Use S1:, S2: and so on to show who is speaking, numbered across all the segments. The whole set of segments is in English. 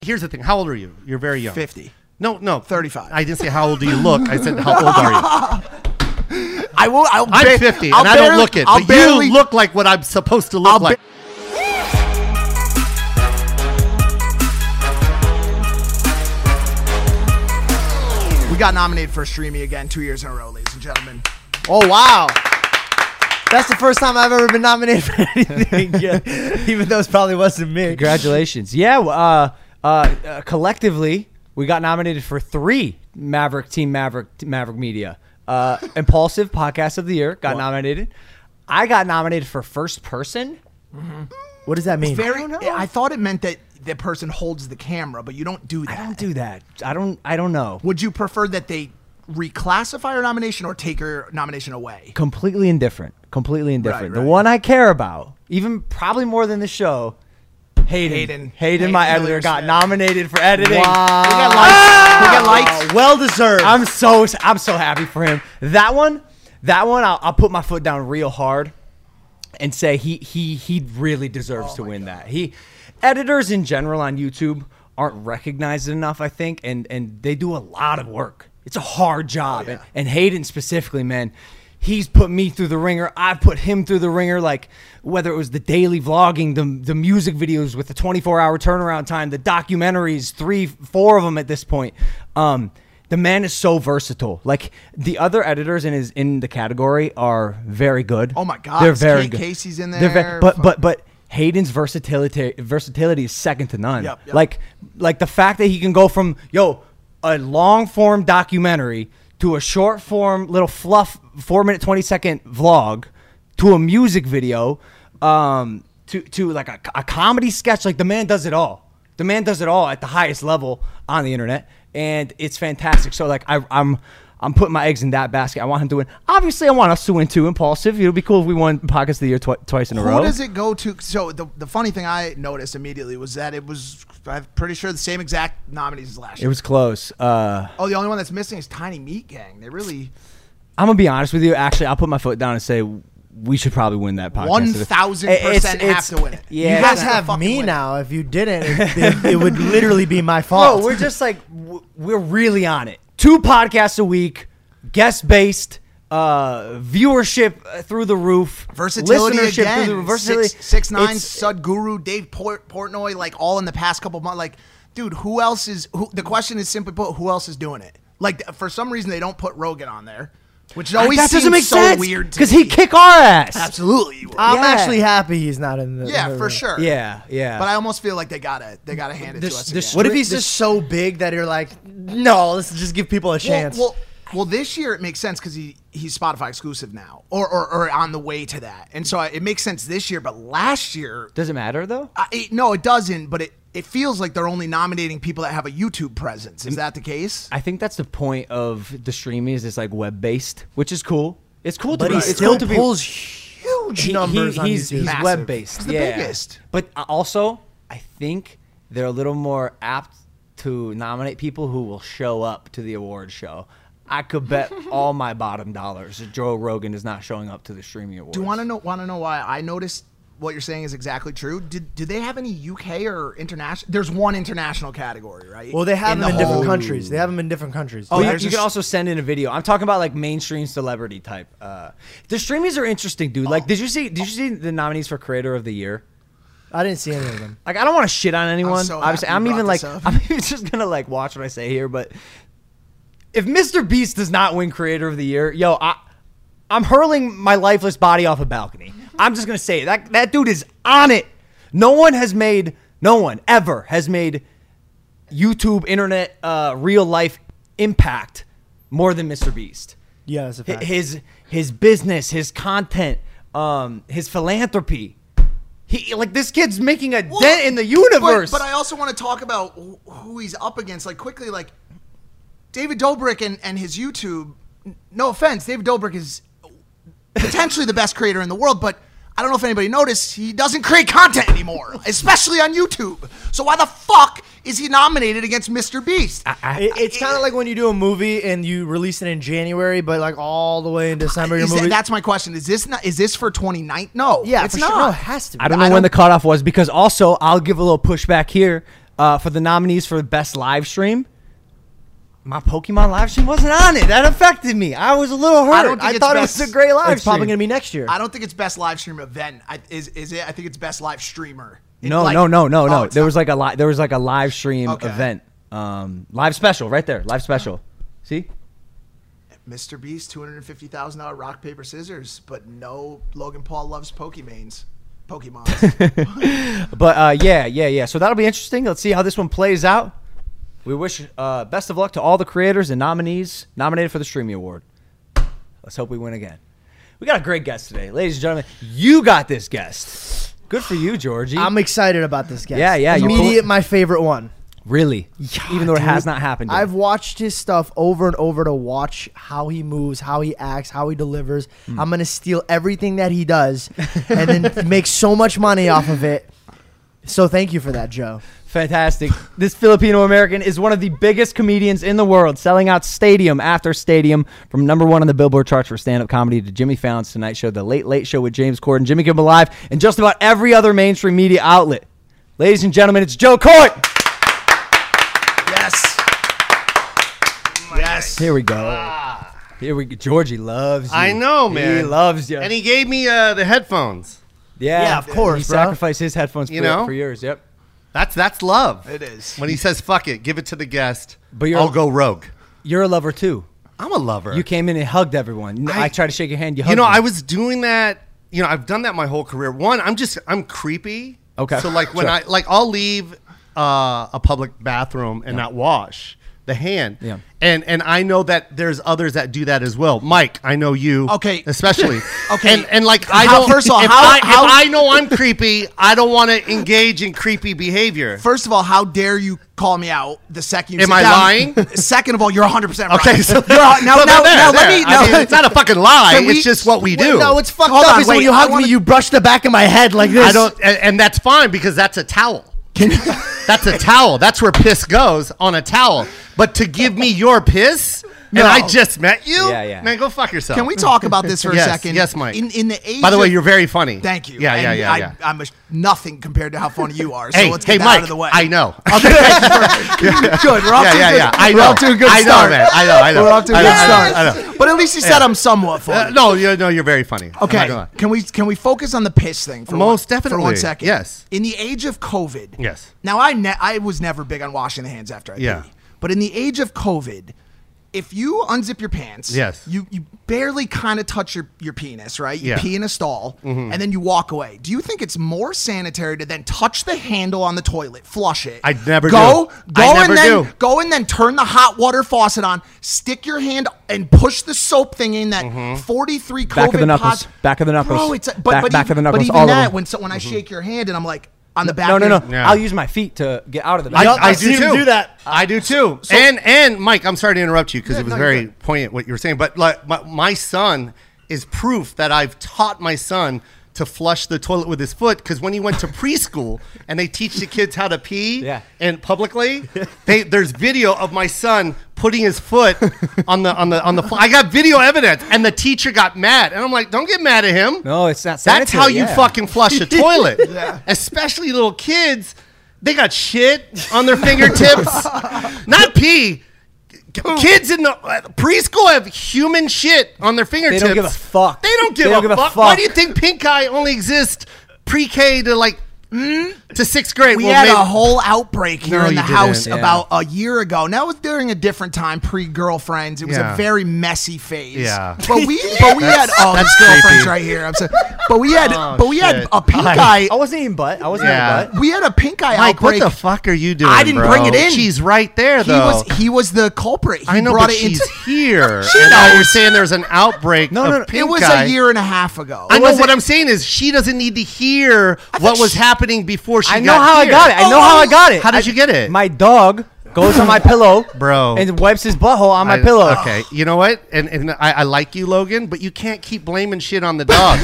S1: Here's the thing. How old are you? You're very young.
S2: 50.
S1: No, no.
S2: 35.
S1: I didn't say how old do you look. I said how old are you?
S2: I will. I'll
S1: I'm
S2: ba-
S1: 50
S2: I'll
S1: and I don't
S2: barely-
S1: look it.
S2: I'll
S1: but
S2: barely-
S1: you look like what I'm supposed to look
S2: I'll ba-
S1: like.
S2: We got nominated for Streamy again two years in a row, ladies and gentlemen.
S3: Oh wow. That's the first time I've ever been nominated for anything, yeah. even though it probably wasn't me.
S4: Congratulations. Yeah, w- uh, uh, uh, collectively, we got nominated for three Maverick Team Maverick t- Maverick Media. Uh, Impulsive Podcast of the Year got nominated. I got nominated for First Person.
S3: Mm-hmm. What does that mean?
S2: Very. I, thought it meant that the person holds the camera, but you don't do that.
S4: I don't do that. I don't. I don't know.
S2: Would you prefer that they reclassify your nomination or take your nomination away?
S4: Completely indifferent. Completely indifferent.
S2: right.
S4: The one I care about, even probably more than the show. Hayden.
S2: Hayden.
S4: Hayden. my
S2: Hayden
S4: editor, got
S2: Miller-Smith.
S4: nominated for editing.
S3: Wow.
S2: We got lights. We
S1: Ah!
S2: got lights.
S3: well deserved.
S4: I'm so I'm so happy for him. That one, that one, I'll, I'll put my foot down real hard and say he he he really deserves to win that. He editors in general on YouTube aren't recognized enough, I think, and and they do a lot of work. It's a hard job, and, and Hayden specifically, man. He's put me through the ringer. I've put him through the ringer. Like whether it was the daily vlogging, the the music videos with the 24 hour turnaround time, the documentaries, three, four of them at this point. Um, the man is so versatile. Like the other editors in his in the category are very good.
S2: Oh my God,
S4: they're
S2: is
S4: very
S2: Kate
S4: good.
S2: Casey's in
S4: They're
S2: there,
S4: but
S2: fuck.
S4: but but Hayden's versatility versatility is second to none.
S2: Yep, yep.
S4: Like like the fact that he can go from yo a long form documentary to a short form little fluff four minute twenty second vlog to a music video um to to like a, a comedy sketch like the man does it all. The man does it all at the highest level on the internet, and it's fantastic. So like I, I'm. I'm putting my eggs in that basket. I want him to win. Obviously, I want us to win too. Impulsive. It would be cool if we won Pockets of the Year twi- twice in a row.
S2: Who does it go to? So the, the funny thing I noticed immediately was that it was I'm pretty sure the same exact nominees as last
S4: It
S2: year.
S4: was close. Uh,
S2: Oh, the only one that's missing is Tiny Meat Gang. They really
S4: I'm gonna be honest with you. Actually, I'll put my foot down and say we should probably win that podcast.
S2: one thousand
S4: It- it's-
S2: percent have
S4: it's-
S2: to win it.
S4: yeah,
S3: you
S4: it's
S3: guys
S4: not-
S3: have
S2: fucking
S3: me
S2: win it.
S3: now. If you didn't, it, it, it would literally be my fault.
S4: No, we're just like w- we're really on it. Two podcasts a week, guest based, uh, viewership uh, through the roof,
S2: Versatility
S4: listenership
S2: again.
S4: through the roof. Versatility.
S2: Six, six nine,
S4: It's-
S2: Sud Guru, Dave Port, Portnoy, like all in the past couple months. Like, dude, who else is? Who, the question is simply put, who else is doing it? Like, for some reason, they don't put Rogan on there, which always
S4: that doesn't
S2: Oh, seems
S4: make
S2: so
S4: sense
S2: weird to
S4: because
S2: me.
S4: he kick our ass.
S2: absolutely. he would.
S3: I'm
S4: Yeah.
S3: actually happy he's not in the.
S2: yeah,
S3: the
S2: for
S3: room.
S2: sure.
S4: Yeah, yeah.
S2: But I almost feel like they gotta they gotta hand it
S4: This-
S2: to us.
S4: this-
S2: again.
S3: What if
S4: Stri-
S3: he's
S4: the
S3: just so big that you're like, no, let's just give people a chance.
S2: Well, well, well, this year it makes sense because he he's Spotify exclusive now, or, or or on the way to that, and so I, it makes sense this year. But last year,
S4: Does it matter though?
S2: I, it, no, it doesn't. But it it feels like they're only nominating people that have a YouTube presence. Is that the case?
S4: I think that's the point of the streaming is it's like web based, which is cool. It's cool to
S3: but
S4: be.
S3: he
S4: it's
S3: still
S4: cool to be-
S3: pulls huge
S4: He-
S3: numbers
S4: he-
S3: on
S4: he's,
S3: YouTube.
S4: He's
S2: Massive.
S4: web based.
S2: He's the biggest.
S4: But uh, also, I think they're a little more apt to nominate people who will show up to the award show. I could bet all my bottom dollars that Joe Rogan is not showing up to the streaming awards.
S2: Do you want to know want to know why I noticed what you're saying is exactly true? Did do they have any UK or international? There's one international category, right?
S3: Well, they have
S2: In
S3: them
S2: the
S3: in different
S2: whole-
S3: countries. They have them in different countries.
S4: Oh, you,
S2: there's
S4: you
S2: a
S4: can
S2: s-
S4: also send in a video. I'm talking about like mainstream celebrity type. Uh, the streamers are interesting, dude. Like, did you see? Did you see the nominees for Creator of the Year?
S3: I didn't see any of them.
S4: Like I don't want to shit on anyone.
S2: so
S4: Obviously,
S2: happy
S4: I'm
S2: you
S4: even
S2: brought
S4: like
S2: this up.
S4: I'm even just gonna like watch what I say here. But if Mr. Beast does not win Creator of the Year, yo, I I'm hurling my lifeless body off a balcony. I'm just gonna say it. that that dude is on it. No one has made, no one ever has made YouTube internet uh, real life impact more than Mr. Beast.
S3: Yeah, that's a
S4: Hi-
S3: fact.
S4: His his business, his content, um, his philanthropy.
S5: He like this kid's making a
S2: Well,
S5: dent in the
S2: but-
S5: universe.
S2: But, I also want to talk about wh- who he's up against, like quickly, like David Dobrik and, and his YouTube. n- No offense, David Dobrik is potentially the best creator in the world, but I don't know if anybody noticed he doesn't create content anymore, especially on YouTube. So why the fuck is he nominated against Mr. Beast?
S4: It, it's kind of like when you do a movie and you release it in January, but like all the way in December, your
S2: Is that-
S4: movie.
S2: that's my question. Is this not? Is this for 29? No,
S4: yeah,
S2: it's
S4: for
S2: not.
S4: Sure. No, it has to be.
S5: I don't know when the cutoff was because also I'll give a little pushback here uh, for the nominees for best live stream. My Pokemon live stream wasn't on it. That affected me. I was a little hurt. I,
S2: don't think it's
S5: thought
S2: best-
S5: it was a great live
S4: it's probably
S5: stream.
S4: gonna be next year.
S2: I don't think it's best live stream event. I, is is it? I think it's best live streamer. It,
S5: no,
S2: like-
S5: no, no, no,
S2: Oh,
S5: no.
S2: it's
S5: There
S2: not.
S5: was like a li- there was like a live stream
S2: Okay.
S5: event, um, live special right there, live special. See,
S2: Mr. Beast, two hundred and fifty thousand dollar rock paper scissors, but no Logan Paul loves Pokemanes. Pokemon.
S5: but uh, yeah, yeah, yeah. So that'll be interesting. Let's see how this one plays out. We wish uh, best of luck to all the creators and nominees nominated for the Streamy Award. Let's hope we win again. We got a great guest today, ladies and gentlemen. You got this guest. Good for you, Georgie.
S4: I'm excited about this guy.
S5: Yeah, yeah, you
S4: Immediate,
S5: pulled-
S4: my favorite one.
S5: really, even though it has not happened. Yet.
S4: I've watched his stuff over and over to watch how he moves, how he acts, how he delivers. I'm gonna steal everything that he does, and then make so much money off of it. So thank you for that, Joe.
S5: Fantastic. This Filipino American is one of the biggest comedians in the world, selling out stadium after stadium from number one on the Billboard charts for stand up comedy to Jimmy Fallon's Tonight Show, The Late Late Show with James Corden, Jimmy Kimmel Live, and just about every other mainstream media outlet. Ladies and gentlemen, it's Joe Coy.
S2: yes. Yes.
S5: Here we go. Here we go. Georgie loves you.
S1: Ah. I know, man.
S5: He loves you.
S1: And he gave me uh, the headphones.
S5: yeah,
S4: Yeah, of course,
S5: He
S4: bro.
S5: sacrificed his headphones
S1: You
S5: for,
S1: know?
S5: for yours. Yep.
S1: That's that's love.
S2: It is.
S1: When he says "fuck it," give it to the guest.
S5: But
S1: But
S5: you're-
S1: I'll go rogue.
S5: You're a lover too.
S1: I'm a lover.
S5: You came in and hugged everyone. I,
S1: I-
S5: tried to shake your hand. You hugged
S1: You know,
S5: me.
S1: I was doing that. You know, I've done that my whole career. One, I'm just I'm creepy.
S5: Okay.
S1: So like when
S5: Sure.
S1: I like I'll leave uh, a public bathroom and not wash the hand.
S5: Yeah.
S1: And and I know that there's others that do that as well. Mike, I know you.
S2: Okay.
S1: Especially.
S2: Okay.
S1: And and like I
S2: How-
S1: don't.
S2: first of all,
S1: if
S2: how-
S1: I, if
S2: how-
S1: I know I'm creepy, I don't want to engage in creepy behavior.
S2: First of all, how dare you call me out the second you
S1: Am
S2: sit
S1: I
S2: down.
S1: lying?
S2: Second of all, you're 100% right.
S1: Okay, so
S2: You're all- now,
S1: so
S2: now,
S1: there,
S2: now
S1: there.
S2: let me.
S1: I
S2: Now,
S1: mean, it's not a fucking lie.
S2: Can we-
S1: it's just what we
S2: Wait,
S1: do.
S4: No, it's fucked
S2: Hold
S4: up.
S2: on,
S4: is when
S2: wait,
S4: you
S2: I
S4: hugged
S2: wanna-
S4: me, you brushed the back of my head like this.
S1: I don't, and, and that's fine because that's a towel. that's a towel. That's where piss goes on a towel. But to give me your piss, and I just met you,
S5: Yeah, yeah.
S1: man, go fuck yourself.
S2: Can we talk about this for
S1: Yes,
S2: a second?
S1: yes, Mike.
S2: In, in the age
S1: By the way,
S2: of-
S1: you're very funny.
S2: Thank you.
S1: Yeah, yeah,
S2: And
S1: yeah.
S2: I,
S1: yeah.
S2: I'm a, nothing compared to how funny you are. So
S1: hey,
S2: let's get
S1: hey,
S2: that
S1: Mike.
S2: out of the way.
S1: I know.
S2: Good. We're off
S1: yeah,
S2: to a
S1: yeah,
S2: good-
S1: yeah. I
S2: we're
S1: know.
S2: off to a good
S1: I know,
S2: start.
S1: man. I know. I know.
S2: We're off to a
S1: I
S2: good
S1: know,
S2: start.
S1: I know. I know.
S2: But at least you said I'm somewhat
S1: Uh,
S2: funny.
S1: no, you no, you're very funny. I'm not gonna
S2: Okay,
S1: lie.
S2: can we can we focus on the piss thing for
S1: Most
S2: one, for one
S1: definitely,
S2: second?
S1: yes.
S2: In the age of COVID,
S1: Yes.
S2: Now I ne- I was never big on washing the hands after I
S1: Yeah.
S2: pee, but in the age of COVID, if you unzip your pants,
S1: Yes.
S2: you you barely kind of touch your your penis, right? You
S1: Yeah. Mm-hmm.
S2: pee in a stall and then you walk away. Do you think it's more sanitary to then touch the handle on the toilet, flush it?
S1: I never
S2: go
S1: do.
S2: go
S1: I
S2: and
S1: never
S2: then
S1: do.
S2: go and then turn the hot water faucet on, stick your hand and push the soap thing in that
S1: Mm-hmm.
S2: 43 COVID
S5: Back of the knuckles.
S2: pos-
S5: Back of the knuckles.
S2: Bro, it's a, but,
S5: Back-
S2: but
S5: back
S2: even,
S5: of the knuckles,
S2: But even
S5: all of
S2: that,
S5: them.
S2: when so, when I
S1: Mm-hmm.
S2: shake your hand and I'm like on the back.
S5: No, no,
S2: of
S5: no.
S2: your-
S1: Yeah.
S5: I'll use my feet to get out of the.
S1: I,
S4: Yup,
S1: I
S4: I've
S1: do
S4: seen him
S1: too.
S4: do that.
S1: I do too. and and Mike, I'm sorry to interrupt you because
S2: Yeah,
S1: it was
S2: no, you're
S1: very
S2: good.
S1: poignant what you were saying. But like my, my son is proof that I've taught my son to flush the toilet with his foot because when he went to preschool and they teach the kids how to pee
S5: Yeah.
S1: and publicly, they there's video of my son putting his foot on the on the on the. fl- I got video evidence, and the teacher got mad, and I'm like, don't get mad at him.
S2: Oh,
S5: No, it's not
S1: That's how
S5: sanitary,
S1: you
S5: yeah.
S1: fucking flush a toilet. Especially little kids, they got shit on their fingertips. Not pee. Kids in the uh, preschool have human shit on their fingertips.
S5: give a fuck.
S1: They don't give,
S5: They don't
S1: a,
S5: give a
S1: fuck. Why
S5: fuck.
S1: do you think pink eye only exists pre-K to like to sixth grade.
S2: Hmm? We
S1: well,
S2: had
S1: maybe-
S2: a whole outbreak here
S1: No,
S2: in the
S1: you didn't,
S2: house
S5: yeah.
S2: about a year ago. Now it was during a different time, pre girlfriends. It was
S1: Yeah.
S2: a very messy phase.
S1: Yeah.
S2: but we but we had oh that's girlfriends
S1: creepy.
S2: right here. I'm sorry, but we had
S1: Oh,
S2: but we had
S1: shit.
S2: a pink eye.
S5: I wasn't eating butt. I wasn't
S1: Yeah.
S5: eating butt.
S2: We had a pink eye
S1: Mike,
S2: outbreak.
S1: what the fuck are you doing?
S2: I didn't
S1: bro?
S2: bring it in.
S1: She's right there,
S2: he
S1: though.
S2: was he was the culprit. He
S1: I know,
S2: brought
S1: but
S2: it
S1: she's
S2: into.
S1: here. and now you're saying there's an outbreak.
S5: No,
S1: of
S5: no, no, it
S1: pink
S2: it was
S1: eye.
S2: a year and a half ago.
S1: I know
S5: was
S1: what
S5: it-
S1: I'm saying is she doesn't need to hear what was happening before she.
S5: I know how I
S1: here. Oh.
S5: got it. I know how I got it.
S1: How did
S5: I-
S1: you get it?
S5: My dog goes on my pillow,
S1: Bro.
S5: and wipes his butthole on my
S1: I-
S5: pillow.
S1: Okay, you know what? And and I, I like you, Logan, but you can't keep blaming shit on the dog.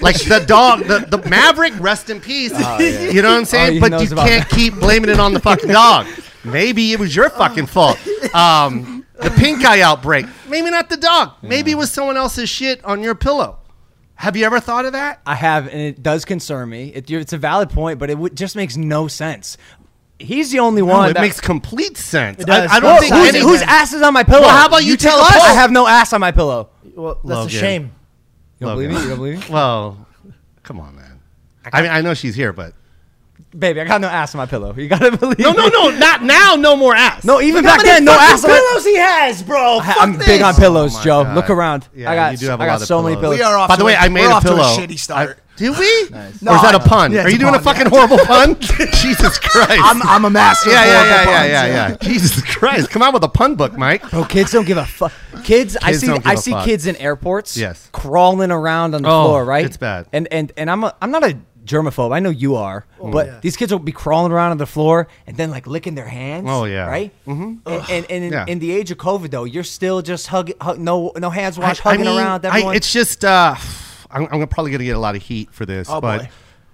S1: like the dog, the, the Maverick, rest in peace. You know what I'm
S5: Oh,
S1: saying?
S5: he
S1: but
S5: knows
S1: you
S5: about
S1: can't keep blaming it on the fucking dog. Maybe it was your fucking fault. Um, the pink eye outbreak. Maybe not the dog. Maybe it was someone else's shit on your pillow. Have you ever thought of that?
S5: I have, and it does concern me. It, it's a valid point, but it w- just makes no sense. He's the only one.
S1: Oh, it
S5: that-
S1: makes complete sense.
S4: does.
S1: I, I don't
S4: Well,
S1: think
S5: who's,
S1: any-
S5: whose ass is on my pillow?
S1: Well, how about you
S5: take
S1: tell
S5: a
S1: us?
S5: poll. I have no ass on my pillow.
S4: Well, that's
S1: Logan.
S4: a shame.
S5: You
S1: Logan.
S5: don't believe me? You don't believe me?
S1: Well, come on, man. I mean, I know she's here, but
S5: Baby, I got no ass on my pillow. You gotta believe.
S1: no, no,
S5: me.
S1: no, not now. No more ass.
S5: No, even back then, no ass on my
S4: he has, bro.
S5: I- I'm big on pillows,
S1: Oh my
S5: Joe.
S1: God.
S5: Look around.
S1: Yeah,
S5: I got,
S1: you do have a
S5: I
S1: lot
S5: got
S1: of
S5: so many
S1: pillows.
S5: pillows.
S2: we are off.
S1: By the
S2: to
S1: way,
S2: a-
S1: I made
S2: we're
S1: a
S2: off
S1: pillow.
S2: To a shitty start.
S1: Did we?
S2: No,
S1: or is that a
S2: I-
S1: pun?
S2: yeah,
S1: Are
S2: it's
S1: you
S2: a
S1: doing a
S2: pun,
S1: fucking horrible pun? Jesus Christ!
S2: I'm I'm a master. of
S1: yeah, yeah, yeah,
S2: horrible
S1: yeah,
S2: puns,
S1: yeah, yeah. Jesus Christ! Come out with a pun book, Mike.
S5: Bro, kids don't give a fuck. Kids, I
S1: Kids
S5: see,
S1: don't give
S5: I
S1: a
S5: see
S1: fuck.
S5: kids in airports,
S1: Yes.
S5: crawling around on the
S1: Oh,
S5: floor, right?
S1: it's bad.
S5: And and and I'm a, I'm not a germaphobe. I know you are, but
S4: yeah.
S5: these kids will be crawling around on the floor and then like licking their hands.
S1: Oh, yeah.
S5: right. Mm-hmm. And and, and in,
S1: Yeah.
S5: in the age of COVID though, you're still just hugging, hug, no no hands
S1: I-
S5: washed,
S1: I
S5: hugging
S1: mean,
S5: around.
S1: I,
S5: Everyone.
S1: it's just uh, I'm, I'm probably gonna get a lot of heat for this,
S5: Oh,
S1: but
S4: boy.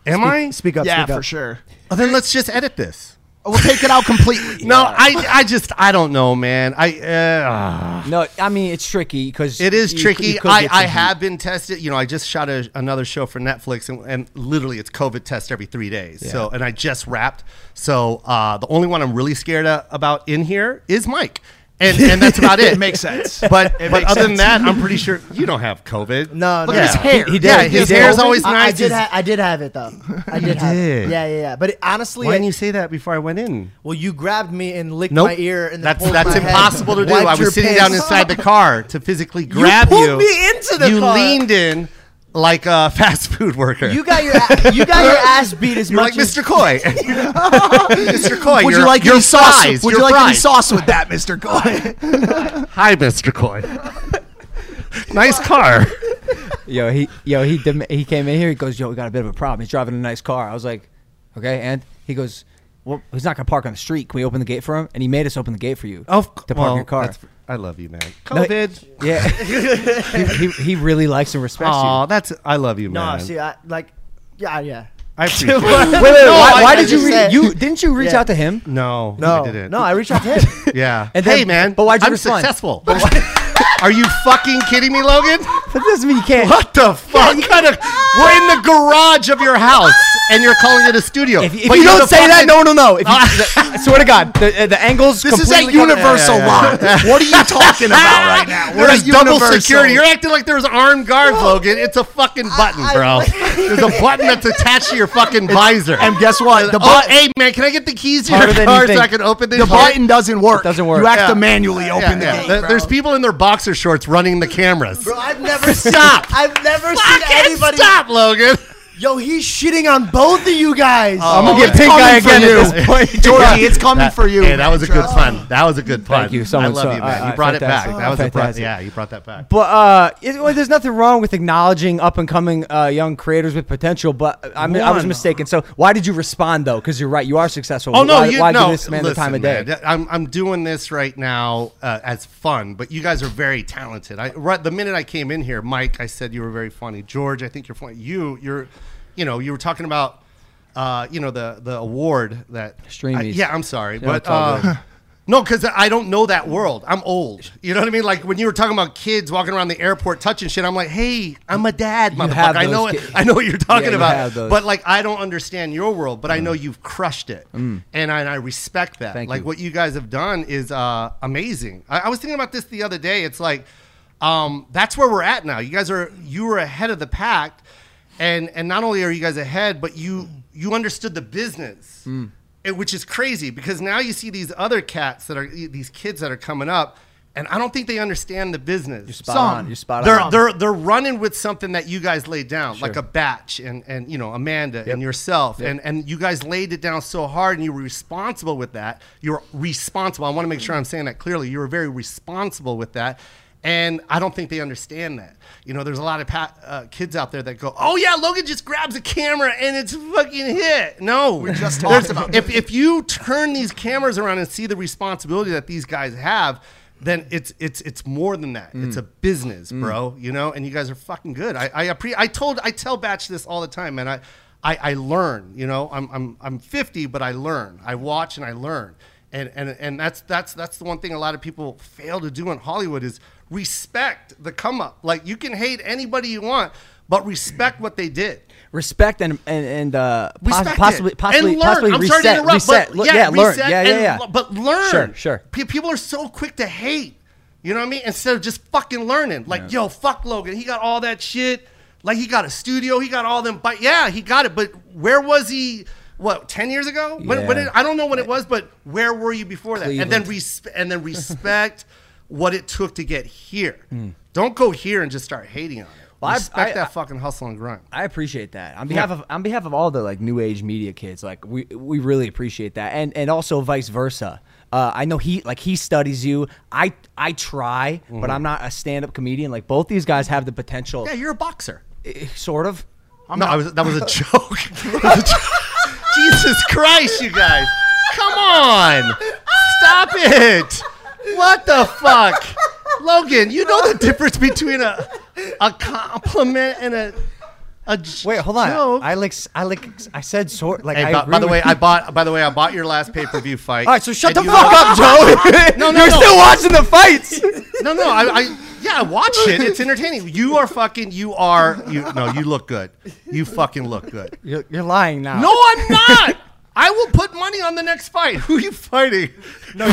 S1: am I?
S4: Speak up.
S2: yeah,
S4: speak up.
S2: for sure.
S1: Oh, then let's just edit this.
S2: We'll take it out completely.
S1: No, I, I just, I don't know, man. I, uh,
S5: no, I mean it's tricky because
S1: It is tricky. I, I have been tested. You know, I just shot a, another show for Netflix, and, and literally it's COVID test every three days. So, and I just wrapped. So, uh, the only one I'm really scared a, about in here is Mike, and and that's about it.
S2: It makes sense.
S1: But but
S2: makes
S1: other than
S2: sense.
S1: that, I'm pretty sure you don't have COVID.
S4: No,
S2: Look
S4: no.
S2: at his
S1: Yeah.
S2: hair.
S5: He- he did.
S1: Yeah, his
S5: did.
S1: hair's always
S4: I,
S1: nice.
S4: I did.
S1: He's-
S4: Ha- I did have it though. I did have
S1: did.
S4: it. Yeah, yeah, yeah. But it, honestly,
S1: why
S4: I-
S1: didn't you say that before I went in?
S4: well, you grabbed me and licked
S1: Nope.
S4: my ear, and then
S1: that's
S4: pulled
S1: that's
S4: my head,
S1: impossible to do.
S4: wiped
S1: I was
S4: your
S1: sitting
S4: pants.
S1: down inside the car to physically grab you.
S4: pulled me into the
S1: You
S4: car.
S1: leaned in like a fast food worker.
S4: You got your a- you got your ass beat as
S1: You're
S4: much
S1: like
S4: as
S1: Mr. Coy. Mr. Coy,
S2: Would
S1: you're,
S2: you like
S1: your
S2: any sauce?
S1: fries,
S2: Would
S1: your
S2: you like any
S1: fries.
S2: sauce with that, Mister Coy?
S1: Hi, Mr. Coy. nice car.
S5: Yo, he yo he dem- he came in here. He goes, yo, we got a bit of a problem. He's driving a nice car. I was like, okay, and he goes, well, he's not gonna park on the street. Can we open the gate for him? And he made us open the gate for you to park your car.
S1: I love you, man.
S5: No,
S1: COVID.
S5: Yeah, he, he, he really likes and respects
S1: Aw, that's I love you,
S4: No,
S1: man.
S4: see, I like, yeah, yeah.
S1: I appreciate it.
S5: you. Wait, wait,
S4: No,
S5: why,
S4: I-
S5: why
S4: I
S5: did you
S4: just
S5: re-
S4: said-
S5: you didn't you reach
S4: Yeah.
S5: out to him?
S1: No,
S4: No,
S1: I didn't.
S4: no, I reached out to him.
S1: yeah.
S5: And
S1: hey,
S5: then-
S1: man.
S5: but why'd you
S1: I'm
S5: respond?
S1: successful. Are you fucking kidding me, Logan?
S5: That doesn't mean you can't.
S1: What the fuck? kind of, we're in the garage of your house, and you're calling it a studio.
S5: If, if
S1: But
S5: you
S1: you're
S5: don't
S1: the
S5: say that,
S1: fucking-
S5: no one will know. If you, I swear to God, the, uh, the angles.
S2: This is at
S5: completely covered-
S2: Universal Line. What are you talking about right now?
S1: We're
S2: at
S1: double
S2: Universal.
S1: security. You're acting like there's armed guards, Logan. It's a fucking button,
S4: I-
S1: bro. there's a button that's attached to your fucking visor.
S2: and guess what? The,
S1: oh,
S2: button
S1: hey man, can I get the keys to
S5: Harder
S1: your
S5: than
S1: car
S5: you
S1: so I
S5: think.
S1: can open this?
S2: the
S1: shit?
S2: button doesn't work.
S5: doesn't work.
S2: You have
S1: Yeah.
S2: to manually open
S1: Yeah,
S2: the
S1: yeah.
S2: gate.
S1: There-
S2: bro.
S1: There's people in their boxer shorts running the cameras.
S4: Bro, I've never seen.
S1: Stop.
S4: I've never seen
S1: Fucking
S4: anybody.
S1: stop, Logan.
S4: Yo, he's shitting on both of you guys.
S1: I'm
S5: gonna get
S2: It's
S5: pink
S2: coming
S5: eye
S2: for
S5: again at
S2: you.
S5: this point.
S2: Georgie, it's coming
S1: That-
S2: for you.
S1: Hey, that was a good
S2: Trust me.
S1: pun. That was a good pun.
S5: you, someone-
S1: I love
S5: so-
S1: you, man.
S5: all right,
S1: you brought it back.
S5: fantastic.
S1: That was a
S5: Fantastic.
S1: br- yeah. You brought that back.
S5: But uh, it, well, there's nothing wrong with acknowledging up and coming uh, young creators with potential. But I, mean, I was
S4: One.
S5: mistaken. So why did you respond though? Because you're right, you are successful.
S1: Oh no!
S5: why,
S1: you,
S5: why
S1: no,
S5: give this man the time of
S1: listen,
S5: day?
S1: man, th- I'm I'm doing this right now uh, as fun, but you guys are very talented. I right, the minute I came in here, Mike, I said you were very funny. George, I think you're funny. You you're, you know, you were talking about, uh, you know, the the award that I,
S5: Streamies.
S1: yeah, I'm sorry, but
S5: it's all
S1: uh, no, because I don't know that world. I'm old. You know what I mean? Like when you were talking about kids walking around the airport touching shit, I'm like, hey, I'm a dad, motherfucker.
S5: have
S1: I know
S5: those
S1: it.
S5: ki-
S1: I know what you're talking
S5: you
S1: about.
S5: have those.
S1: But but like I don't understand your world, but I know you've crushed it, and, I, and I respect that.
S5: Mm. Thank
S1: like
S5: you.
S1: what you guys have done is uh, amazing. I, I was thinking about this the other day. It's like um, that's where we're at now. You guys are you were ahead of the pack, and and not only are you guys ahead, but you you understood the business,
S5: Mm.
S1: And- which is crazy because now you see these other cats that are these kids that are coming up, and I don't think they understand the business.
S5: Spot
S2: Some.
S5: on. You're spot
S1: they're
S5: on.
S1: they're they're running with something that you guys laid down, like a batch and and you know Amanda and yourself, and and you guys laid it down so hard, and you were responsible with that. You're responsible. I want to make sure I'm saying that clearly. You were very responsible with that. And I don't think they understand that. You know, there's a lot of pa- uh, kids out there that go, "Oh yeah, Logan just grabs a camera and it's a fucking hit." No, we
S2: just talked about
S1: if if you turn these cameras around and see the responsibility that these guys have, then it's it's it's more than that. It's
S2: Mm.
S1: a business, bro. You know, and you guys are fucking good. I I appre- I told I tell Batch this all the time, man. I I, I learn. You know, I'm I'm I'm 50, but I learn. I watch and I learn. And, and, and that's that's that's the one thing a lot of people fail to do in Hollywood is respect the come up. Like you can hate anybody you want, but respect what they did.
S5: respect and and, and uh, pos-
S1: Respect
S5: possibly
S1: it.
S5: possibly
S1: and learn.
S5: possibly
S1: I'm
S5: reset,
S1: sorry to interrupt,
S5: reset.
S1: but
S5: Look,
S1: yeah,
S5: yeah, learn,
S1: reset
S5: yeah, yeah,
S1: and
S5: yeah.
S1: l- But learn.
S5: Sure, sure.
S1: Pe- people are so quick to hate. You know what I mean? Instead of just fucking learning, like, yo, fuck Logan. He got all that shit. Like he got a studio. He got all them. But yeah, he got it. But where was he? What ten years ago? When, when
S5: Yeah.
S1: it, I don't know when it was, but where were you before that? And then res- and then respect what it took to get here. Don't go here and just start hating on it.
S5: Hmm. Well, I-
S1: respect
S5: I-
S1: that fucking hustle and grind.
S5: I appreciate that on behalf of on behalf of all the like new age media kids. Like we we really appreciate that, and and also vice versa. Uh, I know he like he studies you. I I try,
S1: Mm-hmm.
S5: but I'm not a stand up comedian. Like both these guys have the potential,
S1: Yeah, you're a boxer.
S5: eh, sort of.
S1: no, I was, that was a joke. Jesus Christ, you guys. Come on. Stop it. What the fuck? Logan, you know the difference between a a compliment and a a j-
S5: Wait, hold on.
S1: joke.
S5: I like s- I like s- I said sort like.
S1: Hey,
S5: I
S1: by,
S5: agree
S1: by the
S5: with
S1: way,
S5: you.
S1: I bought by the way, I bought your last pay-per-view fight.
S5: All right, so shut
S1: And
S5: the
S1: you-
S5: fuck up, Joe.
S1: No, no,
S5: You're
S1: no.
S5: still watching the fights.
S1: No, no, I, I yeah, I watch it. It's entertaining. You are fucking you are you no, you look good. You fucking look good.
S5: you're, you're lying now.
S1: No, I'm not. I will put money on the next fight. Who are you fighting? No,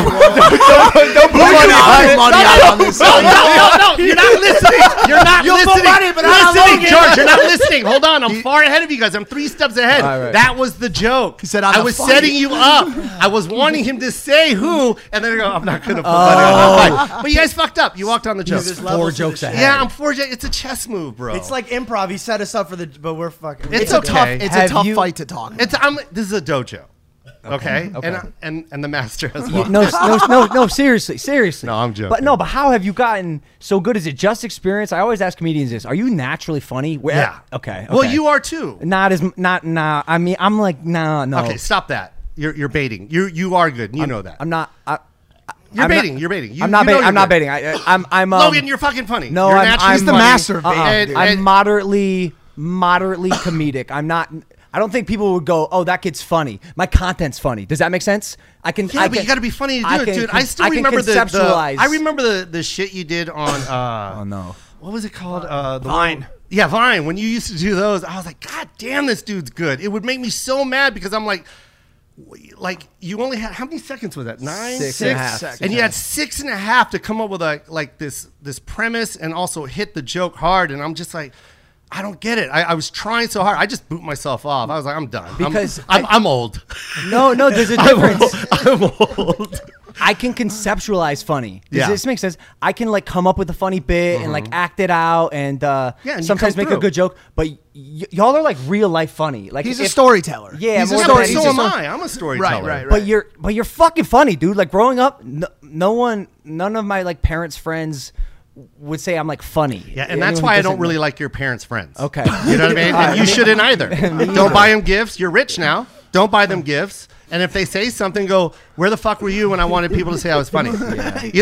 S2: money, I put money out on this.
S1: no, no, no. You're not listening. You're not listening.
S5: money, but I'm not
S1: listening,
S5: Logan.
S1: George. You're not listening. Hold on. I'm far ahead of you guys. I'm three steps ahead.
S5: All right.
S1: That was the joke. He
S2: said, "I'm
S1: I
S2: a
S1: was
S2: fight."
S1: setting you up. I was wanting him to say who, and then I go, I'm not going to put money on that fight. But you guys fucked up. Oh. You walked on the joke.
S4: there's
S5: Four
S4: levels to
S5: jokes
S4: this shit.
S5: ahead.
S1: Yeah, I'm forging. It's a chess move, bro.
S4: It's like improv. He set us up for the, but we're fucking.
S1: It's
S2: It's a
S1: okay.
S2: tough. It's
S5: Have
S2: a tough
S5: you-
S2: fight to talk. about.
S1: It's I'm. This is a dojo. Okay.
S5: Okay.
S1: And, I- and and the master as
S5: You-
S1: well.
S5: no, s- no, s- no, no, seriously, seriously.
S1: No, I'm
S5: But
S1: joking.
S5: no, but how have you gotten so good? Is it just experience? I always ask comedians this: Are you naturally funny? Where,
S1: Yeah.
S5: Okay, okay.
S1: Well, you are too.
S5: not as m- not nah. I mean, I'm like nah, no.
S1: Okay, stop that. You're you're baiting. You you are good. You know that.
S5: I'm not. I, I-
S1: You're
S5: I'm
S1: baiting.
S5: Not,
S1: you're baiting. You,
S5: I'm not.
S1: you know
S5: baiting. I'm
S1: you're
S5: not
S1: good.
S5: baiting. I, I- I'm. I'm. Um,
S1: Logan, you're fucking funny.
S5: No,
S1: you're
S5: I'm,
S1: naturally-
S5: I'm
S2: He's the
S5: funny.
S2: master of
S5: Uh-uh.
S2: baiting, dude.
S5: I'm
S1: And-
S5: moderately, moderately comedic. I'm not. I don't think people would go, "Oh, that kid's funny." My content's funny. Does that make sense? I can.
S1: Yeah,
S5: I
S1: but
S5: can,
S1: you got to be funny to do
S5: I
S1: it,
S5: can
S1: dude.
S5: con-
S1: I still
S5: can
S1: remember the, the.
S5: conceptualize.
S1: I remember the the shit you did on. Uh,
S5: Oh no.
S1: What was it called? Uh, the
S2: Vine.
S1: Yeah, Vine. When you used to do those, I was like, God damn, this dude's good. It would make me so mad because I'm like, w- like you only had how many seconds was that? Nine,
S5: Six and a
S1: seconds.
S5: half. Six
S1: and
S5: and
S1: you
S5: a
S1: had six and a half to come up with like like this this premise and also hit the joke hard. And I'm just like. I don't get it. I, I was trying so hard. I just boot myself off. I was like, I'm done. I'm-
S5: Because
S1: I'm, I'm old.
S5: No, no, there's a difference.
S1: I'm old.
S5: I can conceptualize funny. Does
S1: Yeah. Mm-hmm.
S5: this make sense? I can like come up with a funny bit and like act it out and uh
S1: Yeah, and you
S5: sometimes
S1: come
S5: make
S1: through.
S5: a good joke, but y- y'all are like real life funny. Like
S2: He's a
S5: if-
S2: storyteller.
S5: Yeah,
S2: he's a
S5: more
S1: Yeah, but
S5: story-
S1: so
S5: he's
S1: am
S5: a-
S2: storyteller.
S1: I. I'm a storyteller.
S2: right, right.
S5: But you're but you're fucking funny, dude. Like growing up, no, no one none of my like parents friends would say I'm like funny.
S1: Yeah, and
S5: Anyone
S1: that's
S5: who
S1: why I
S5: doesn't
S1: don't really like your parents' friends.
S5: Okay.
S1: You know what I mean? And you shouldn't either. Don't buy them gifts. You're rich now. Don't buy them gifts. And if they say something, go, where the fuck were you when I wanted people to say I was funny? You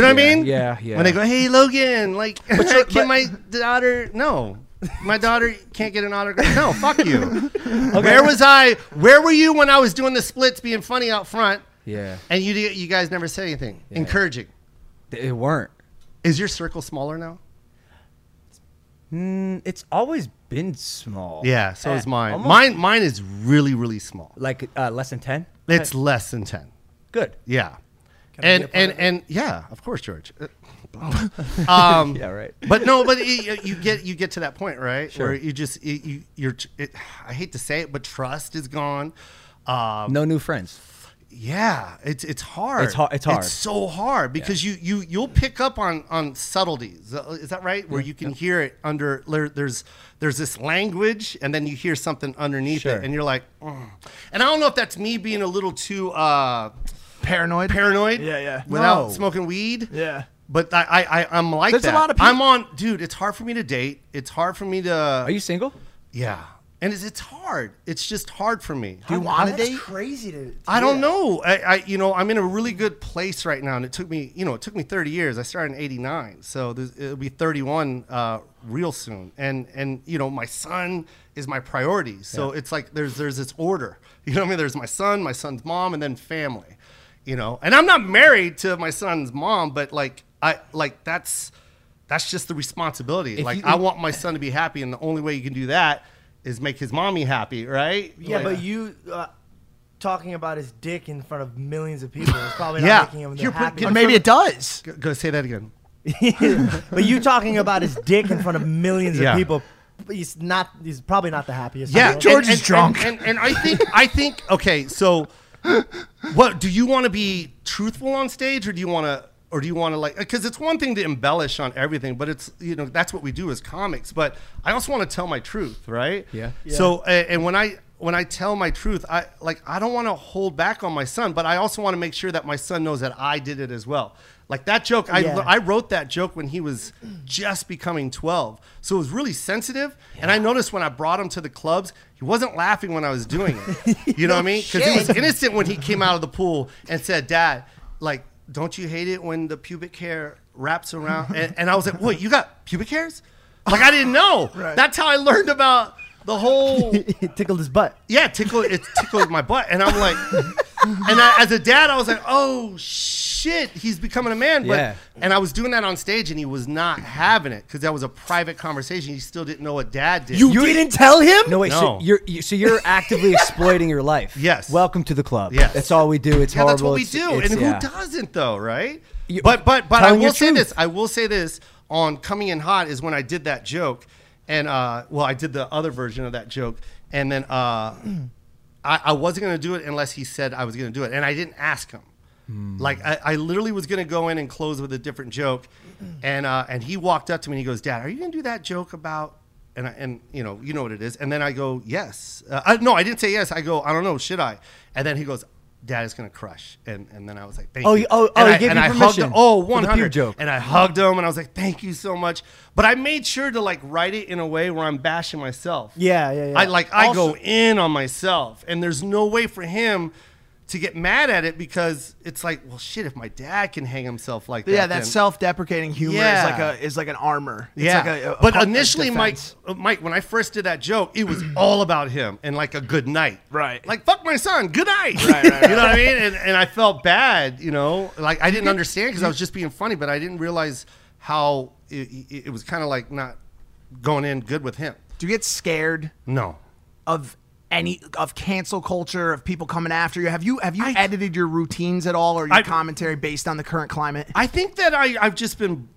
S1: know what I mean?
S5: yeah, yeah.
S1: When they go, hey, Logan, like, can
S5: but-
S1: my daughter, no. My daughter can't get an autograph. No, fuck you. Where was I? Where were you when I was doing the splits being funny out front?
S5: Yeah.
S1: And you you guys never said anything. Encouraging.
S5: They weren't.
S1: Is your circle smaller now?
S5: Mm, It's always been small.
S1: Yeah, so
S5: Eh,
S1: is mine.
S5: almost-
S1: Mine mine is really really small.
S5: Like uh, less than ten.
S1: It's less than 10.
S5: Good.
S1: Yeah.
S6: I
S1: and
S6: be a part
S1: and
S6: of
S1: and yeah, of course, George. Uh, um,
S5: Yeah, right.
S1: But no, but it, you get you get to that point, right? Where you just you, you you're. It, I hate to say it, but trust is gone. Um,
S5: No new friends.
S1: yeah, it's it's hard.
S5: It's har- it's hard.
S1: It's so hard because you you you'll pick up on on subtleties. Uh, Is that right? Where you can hear it under there- there's there's this language, and then you hear something underneath
S5: Sure.
S1: it, and you're like, "Mm." and I don't know if that's me being a little too uh,
S2: Paranoid.
S1: paranoid.
S6: Yeah, yeah.
S1: Without
S6: No.
S1: smoking weed.
S6: Yeah.
S1: But I, I, I I'm like
S6: There's a
S1: that.
S6: lot of peop-
S1: I'm on, dude. It's hard for me to date. It's hard for me to.
S5: Are you single?
S1: Yeah. And it's, it's hard. It's just hard for me.
S2: Do you want to
S4: That's
S2: date?
S4: crazy to. to
S1: I
S4: do
S1: don't
S4: that.
S1: know. I, I, you know, I'm in a really good place right now, and it took me, you know, it took me 30 years. I started in '89, so there's- it'll be 31 uh, real soon. And and you know, my son is my priority, so it's like there's there's this order. You know what I mean? There's my son, my son's mom, and then family. You know, and I'm not married to my son's mom, but like I like that's that's just the responsibility. like
S5: you-
S1: I want my son to be happy, and the only way you can do that is make his mommy happy, right?
S4: Yeah,
S1: Like-
S4: but you uh, talking about his dick in front of millions of people is probably not
S1: Yeah.
S4: making him the
S1: You're put-
S4: happiest.
S2: Or maybe it does.
S1: Go- go say that again.
S4: but you talking about his dick in front of millions
S1: Yeah.
S4: of people, he's not. He's probably not the happiest.
S1: Yeah,
S4: Right?
S2: George is drunk.
S1: And, and I think I think okay. So, what do you want to be truthful on stage, or do you want to, or do you want to like? Because it's one thing to embellish on everything, but it's you know that's what we do as comics. But I also want to tell my truth, right?
S5: Yeah.
S1: So a- and when I when I tell my truth, I like I don't want to hold back on my son, but I also want to make sure that my son knows that I did it as well. Like that joke, I
S4: Yeah.
S1: I wrote that joke when he was just becoming 12. So it was really sensitive. And I noticed when I brought him to the clubs, he wasn't laughing when I was doing it. You know what I mean? Because he was innocent when he came out of the pool and said, Dad, like, don't you hate it when the pubic hair wraps around? And, and I was like, Wait, you got pubic hairs? Like, I didn't know. That's how I learned about the whole
S4: it tickled his butt.
S1: yeah, tickle it tickled my butt, and I'm like, and I, as a dad, I was like, oh shit, he's becoming a man. But,
S5: Yeah.
S1: And I was doing that on stage, and he was not having it because that was a private conversation. He still didn't know what dad did.
S4: you didn't tell him?
S5: No wait.
S1: No.
S5: So you're you, so you're actively exploiting your life.
S1: Yes.
S5: Welcome to the club.
S1: Yes.
S5: That's all we do. It's
S1: yeah,
S5: horrible.
S1: that's what we
S5: It's-
S1: do,
S5: it's-
S1: and
S5: yeah.
S1: who doesn't though, right?
S5: You-
S1: but but but I
S5: telling
S1: will
S5: your
S1: say
S5: truth.
S1: this. I will say this on coming in hot is when I did that joke, and uh, well, I did the other version of that joke, and then uh, I, I wasn't going to do it unless he said I was going to do it, and I didn't ask him.
S5: Hmm.
S1: Like I, I literally was going to go in and close with a different joke, and uh, and he walked up to me and he goes, "Dad, are you going to do that joke about?" And I, and you know you know what it is, and then I go, "Yes." Uh, I, no, I didn't say yes. I go, "I don't know, should I?" And then he goes. Dad is gonna crush, and and then I was like, "Thank
S5: Oh,
S1: you."
S5: you- oh,
S1: and
S5: oh,
S1: I,
S5: he gave
S1: and
S5: you
S1: I hugged him.
S5: permission
S1: Oh,
S5: for
S1: one
S5: the pure
S1: hundred
S5: joke.
S1: and I hugged him, and I was like, "Thank you so much." But I made sure to like write it in a way where I'm bashing myself.
S4: Yeah, yeah, yeah.
S1: I like I
S4: Also-
S1: go in on myself, and there's no way for him to get mad at it because it's like, well, shit, if my dad can hang himself like that,
S2: Yeah, that
S1: then-
S2: self-deprecating humor
S1: Yeah.
S2: is like a is like an armor. It's
S1: yeah,
S2: like a- a-
S1: but
S2: a
S1: initially, Mike,
S2: defense.
S1: uh, Mike, when I first did that joke, it was all about him and like a good night,
S6: Right.
S1: Like fuck my son, good night,
S6: Right, right,
S1: you know what I mean? And, and I felt bad, you know, like I didn't understand because I was just being funny, but I didn't realize how it, it, it was kind of like not going in good with him.
S2: Do you get scared
S1: No,
S2: of any of cancel culture of people coming after you? Have you have you edited your routines at all or your
S1: I-
S2: commentary based on the current climate?
S1: I think that I, I've just been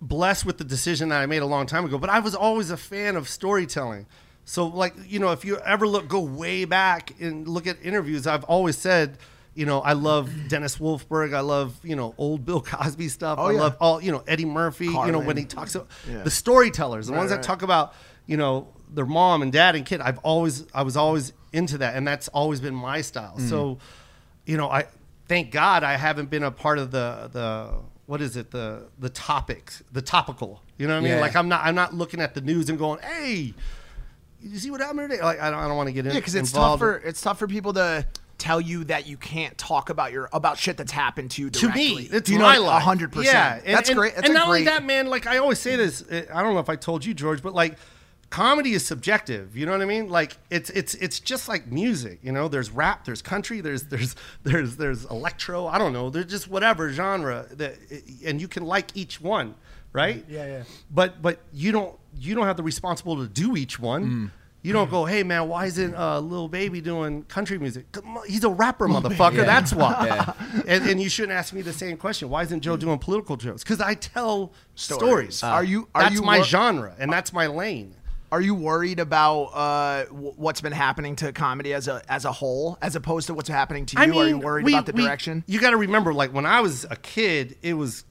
S1: blessed with the decision that I made a long time ago, but I was always a fan of storytelling. So, like, you know, if you ever look, go way back and look at interviews, I've always said, you know, I love Dennis Wolfberg. I love, you know, old Bill Cosby stuff. I
S2: Oh, yeah.
S1: love all, you know, Eddie Murphy, you know, when
S2: Carlin.
S1: he talks about the storytellers, the ones that talk about, you know, their mom and dad and kid. I've always, I was always into that. And that's always been my style.
S2: Mm.
S1: So, you know, I thank God I haven't been a part of the the what is it the the topics the topical. You know what I mean?
S5: Yeah.
S1: Like I'm not I'm not looking at the news and going, hey, you see what happened today? Like I don't I don't want to get in.
S2: Yeah, because it's
S1: involved.
S2: tough for it's tough for people to tell you that you can't talk about your about shit that's happened to you
S1: to
S2: directly.
S1: me. It's
S2: you
S1: my
S2: know,
S1: life.
S2: hundred percent.
S1: Yeah, and,
S2: that's
S1: and-
S2: great. That's
S1: and
S2: a
S1: not only
S2: great-
S1: that, man. Like I always say this. uh, I don't know if I told you, George, but like comedy is subjective. You know what I mean? Like it's it's it's just like music. You know, there's rap, there's country, there's there's there's there's electro. I don't know. There's just whatever genre that, eh, and you can like each one, right?
S4: Yeah, yeah.
S2: Mm.
S1: But but you don't you don't have the responsibility to do each one. You don't go, hey man, why isn't uh, Lil Baby doing country music? Come on, He's a rapper, motherfucker. That's why. And, and you shouldn't ask me the same question. Why isn't Joe doing political jokes? Because I tell stories.
S2: Mm. Are you- are
S1: that's
S2: you
S1: my
S2: wor-
S1: genre and that's my lane.
S2: Are you worried about uh, w- what's been happening to comedy as a as a whole, as opposed to what's happening to you? Are you worried
S1: we-
S2: about the
S1: we-
S2: direction?
S1: You got to remember, like when I was a kid, it was,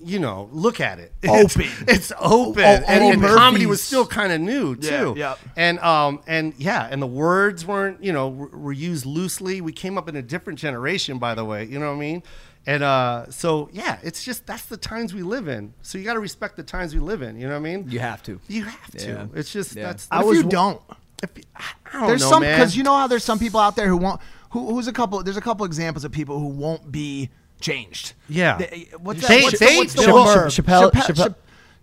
S1: you know, look at it,
S2: Open.
S1: It's, it's open,
S2: Oh,
S1: and,
S2: oh,
S1: and comedy
S2: Murphy's.
S1: was still kind of new too.
S2: Yeah, yeah.
S1: And um, and yeah, and the words weren't, you know, were, were used loosely. We came up in a different generation, by the way. You know what I mean? And uh, so yeah, it's just that's the times we live in. So you got to respect the times we live in. You know what I mean?
S5: You have to.
S1: You have to.
S5: Yeah.
S1: It's just
S5: Yeah.
S1: that's.
S2: What if you don't,
S1: if you- I I don't
S2: there's
S1: know,
S2: some
S1: Oh, man.
S2: because you know how there's some people out there who won't. Who, who's a couple? There's a couple examples of people who won't be changed.
S1: Yeah.
S2: They- what's
S1: They-
S2: that? What's,
S1: they-
S2: the, what's the
S1: Chappelle-
S2: one-
S5: Chappelle- Chappelle-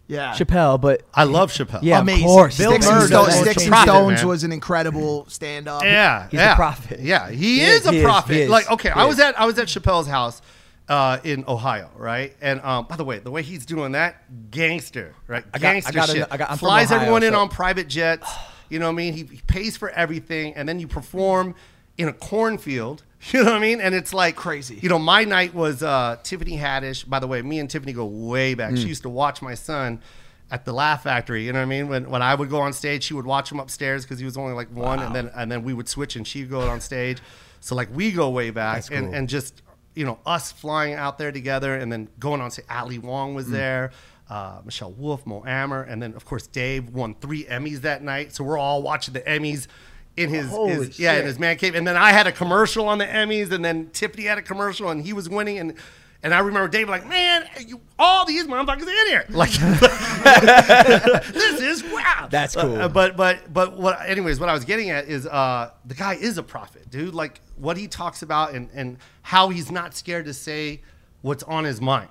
S2: yeah.
S5: Chappelle, but
S1: I love Chappelle.
S5: yeah,
S2: Amazing.
S5: of course.
S4: Bill
S2: Sticks,
S4: Murray
S2: and,
S4: does
S2: Stones,
S4: that
S2: Sticks and
S4: shit.
S1: Prophet,
S2: Stones
S1: man.
S2: was an incredible stand-up.
S1: Yeah,
S5: He's a
S1: yeah.
S5: prophet.
S1: Yeah, he,
S5: He
S1: is,
S5: is,
S1: a
S5: he is,
S1: prophet.
S5: he is,
S1: like, okay,
S5: he
S1: I
S5: is.
S1: was at I was at Chappelle's house uh, in Ohio, right? And um, by the way, the way he's doing that, gangster, right?
S5: I got- I
S1: Gangster
S5: got an-
S1: shit.
S5: I got- I'm from
S1: Flies
S5: Ohio,
S1: everyone in
S5: so-
S1: on private jets. You know what I mean? He, he pays for everything, and then you perform in a cornfield. You know what I mean? And it's like
S2: Crazy.
S1: You know, my night was uh, Tiffany Haddish. By the way, me and Tiffany go way back. She used to watch my son. At the Laugh Factory, you know what I mean. When, when I would go on stage, she would watch him upstairs because he was only like one, and then and then we would switch, and she'd go on stage. So like we go way back, and, and just you know us flying out there together, and then going on to Ali Wong was there, uh, Michelle Wolf, Mo Ammer, and then of course Dave won three Emmys that night. So we're all watching the Emmys in his,
S5: Holy
S1: his yeah in
S5: shit.
S1: his man cave, and then I had a commercial on the Emmys, and then Tiffany had a commercial, and he was winning, and and I remember Dave like, man, you, all these motherfuckers in here, like this is wow.
S5: That's cool.
S1: Uh, but but but what? Anyways, what I was getting at is uh, the guy is a prophet, dude. Like what he talks about and and how he's not scared to say what's on his mind,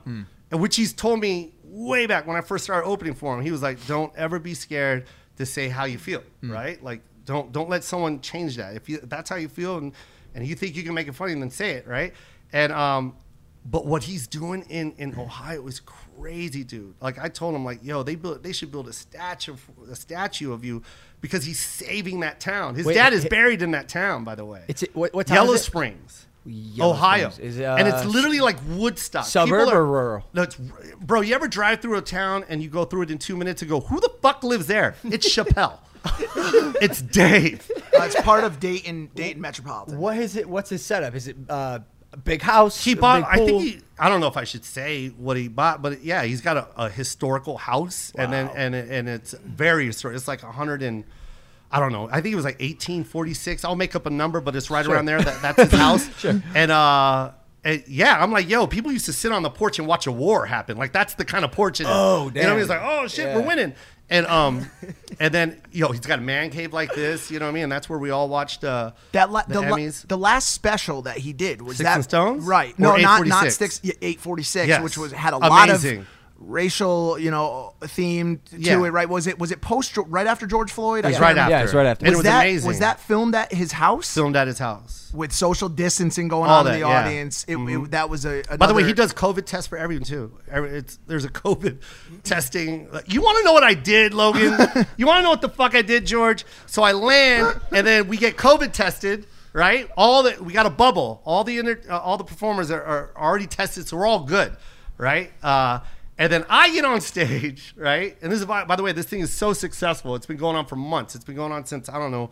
S1: and which he's told me way back when I first started opening for him. He was like, "Don't ever be scared to say how you feel, right? Like don't don't let someone change that. If you that's how you feel and and you think you can make it funny, then say it, right? And um, but what he's doing in, in Ohio is crazy, dude. Like I told him, like, yo, they built they should build a statue a statue of you because he's saving that town. His
S5: Wait,
S1: dad is
S5: it-
S1: buried in that town, by the way.
S5: It's- what- what town
S1: Yellow
S5: is it?
S1: Springs,
S5: Yellow
S1: Ohio,
S5: Springs. Is,
S1: and it's
S5: uh,
S1: literally like Woodstock.
S5: suburb
S1: People
S5: or rural?
S1: No, it's bro. You ever drive through a town and you go through it in two minutes and go, who the fuck lives there? It's Chappelle. it's Dave.
S2: Uh, it's part of Dayton, Dayton Metropolitan.
S5: What is it? What's his setup? Is it uh, a big house?
S1: He
S5: a
S1: bought.
S5: big
S1: I think
S5: pool?
S1: he. I don't know if I should say what he bought, but yeah, he's got a, a historical house, and then and it- and it's very historic. It's like a hundred and. I don't know. I think it was like 1846. I'll make up a number, but it's right around there. That, that's his house. sure. And uh, and yeah, I'm like, yo, people used to sit on the porch and watch a war happen. Like that's the kind of porch it is.
S5: Oh,
S1: You know, what I
S5: damn.
S1: mean? it's like, oh shit,
S5: Yeah.
S1: we're winning. And um, and then yo, he's got a man cave like this. You know what I mean? And that's where we all watched uh,
S2: That la-
S1: the,
S2: the, la-
S1: Emmys.
S2: the last special that he did was
S1: Sticks
S2: that
S1: and Stones?
S2: right?
S1: Or
S2: No, not not
S1: 846?
S2: sticks. Eight forty six,
S1: Yes.
S2: which was had a lot of
S1: Amazing.
S2: racial, you know, theme to
S1: Yeah.
S2: it. Right? Was it was it post right after George Floyd? I
S1: It's
S2: can't
S1: right
S2: remember.
S1: after.
S5: Yeah, it's right after.
S1: And
S5: Was
S1: it was
S2: that
S1: amazing.
S2: was that filmed at his house
S1: filmed at his house?
S2: with social distancing going
S1: All
S2: on
S1: that,
S2: in the
S1: yeah. Mm-hmm.
S2: audience? It, it- that was a.
S1: By the way, he
S2: another-
S1: does COVID tests for everyone too. Every- It's, there's a COVID testing. Like, You want to know what I did, Logan? you want to know what the fuck I did, George? So I land, and then we get COVID tested. Right, all the we got a bubble. All the inter, uh, all the performers are, are already tested, so we're all good, right? Uh, and then I get on stage, right? And this is by, by the way, this thing is so successful. It's been going on for months. It's been going on since I don't know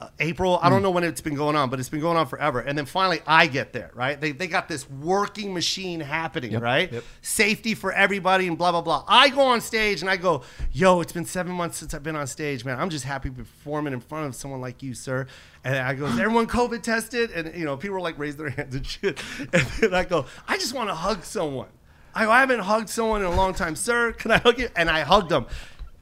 S1: uh, April. I don't know when it's been going on, but it's been going on forever. And then finally, I get there, right? They, they got this working machine happening, right? Safety for everybody and blah, blah, blah. I go on stage and I go, yo, it's been seven months since I've been on stage, man. I'm just happy performing in front of someone like you, sir. And I go, is everyone COVID tested? And, you know, people were like, raise their hands and shit. And then I go, I just want to hug someone. I, I haven't hugged someone in a long time, sir. Can I hug you? And I hugged him.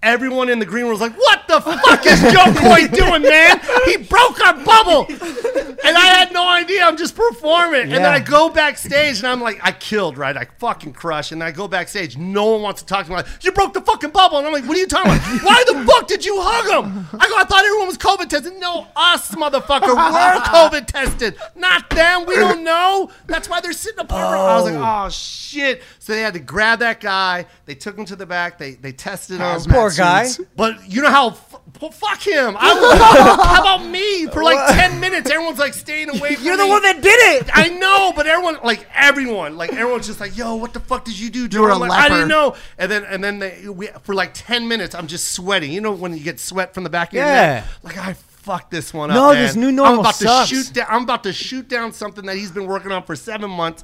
S1: Everyone in the green room was like, "What the fuck is Joe Coy doing, man? He broke our bubble," and I had no idea. I'm just performing, and then
S5: Yeah.
S1: I go backstage, and I'm like, "I killed, right? I fucking crushed." And I go backstage, no one wants to talk to me. Like, you broke the fucking bubble, and I'm like, "What are you talking about? Why the fuck did you hug him?" I go, "I thought everyone was COVID tested. No, us, motherfucker, we're COVID tested, not them. We don't know. That's why they're sitting apart." from I was oh, like, "Oh shit!" So they had to grab that guy. They took him to the back. They they tested him.
S5: Poor guy.
S1: But you know how? F- well, fuck him. I was, how about me? For like ten minutes, everyone's like staying away. From
S5: You're the
S1: me.
S5: one that did it.
S1: I know, but everyone, like everyone, like everyone's just like, "Yo, what the fuck did you do, dude?"
S2: were a
S1: I'm like, I didn't
S2: leper.
S1: know. And then, and then they, we, for like ten minutes, I'm just sweating. You know when you get sweat from the back of your
S5: Yeah.
S1: neck? Like I fucked this one
S5: No,
S1: up.
S5: this
S1: man.
S5: new
S1: I'm
S5: normal
S1: about
S5: sucks.
S1: to shoot. Da- I'm about to shoot down something that he's been working on for seven months.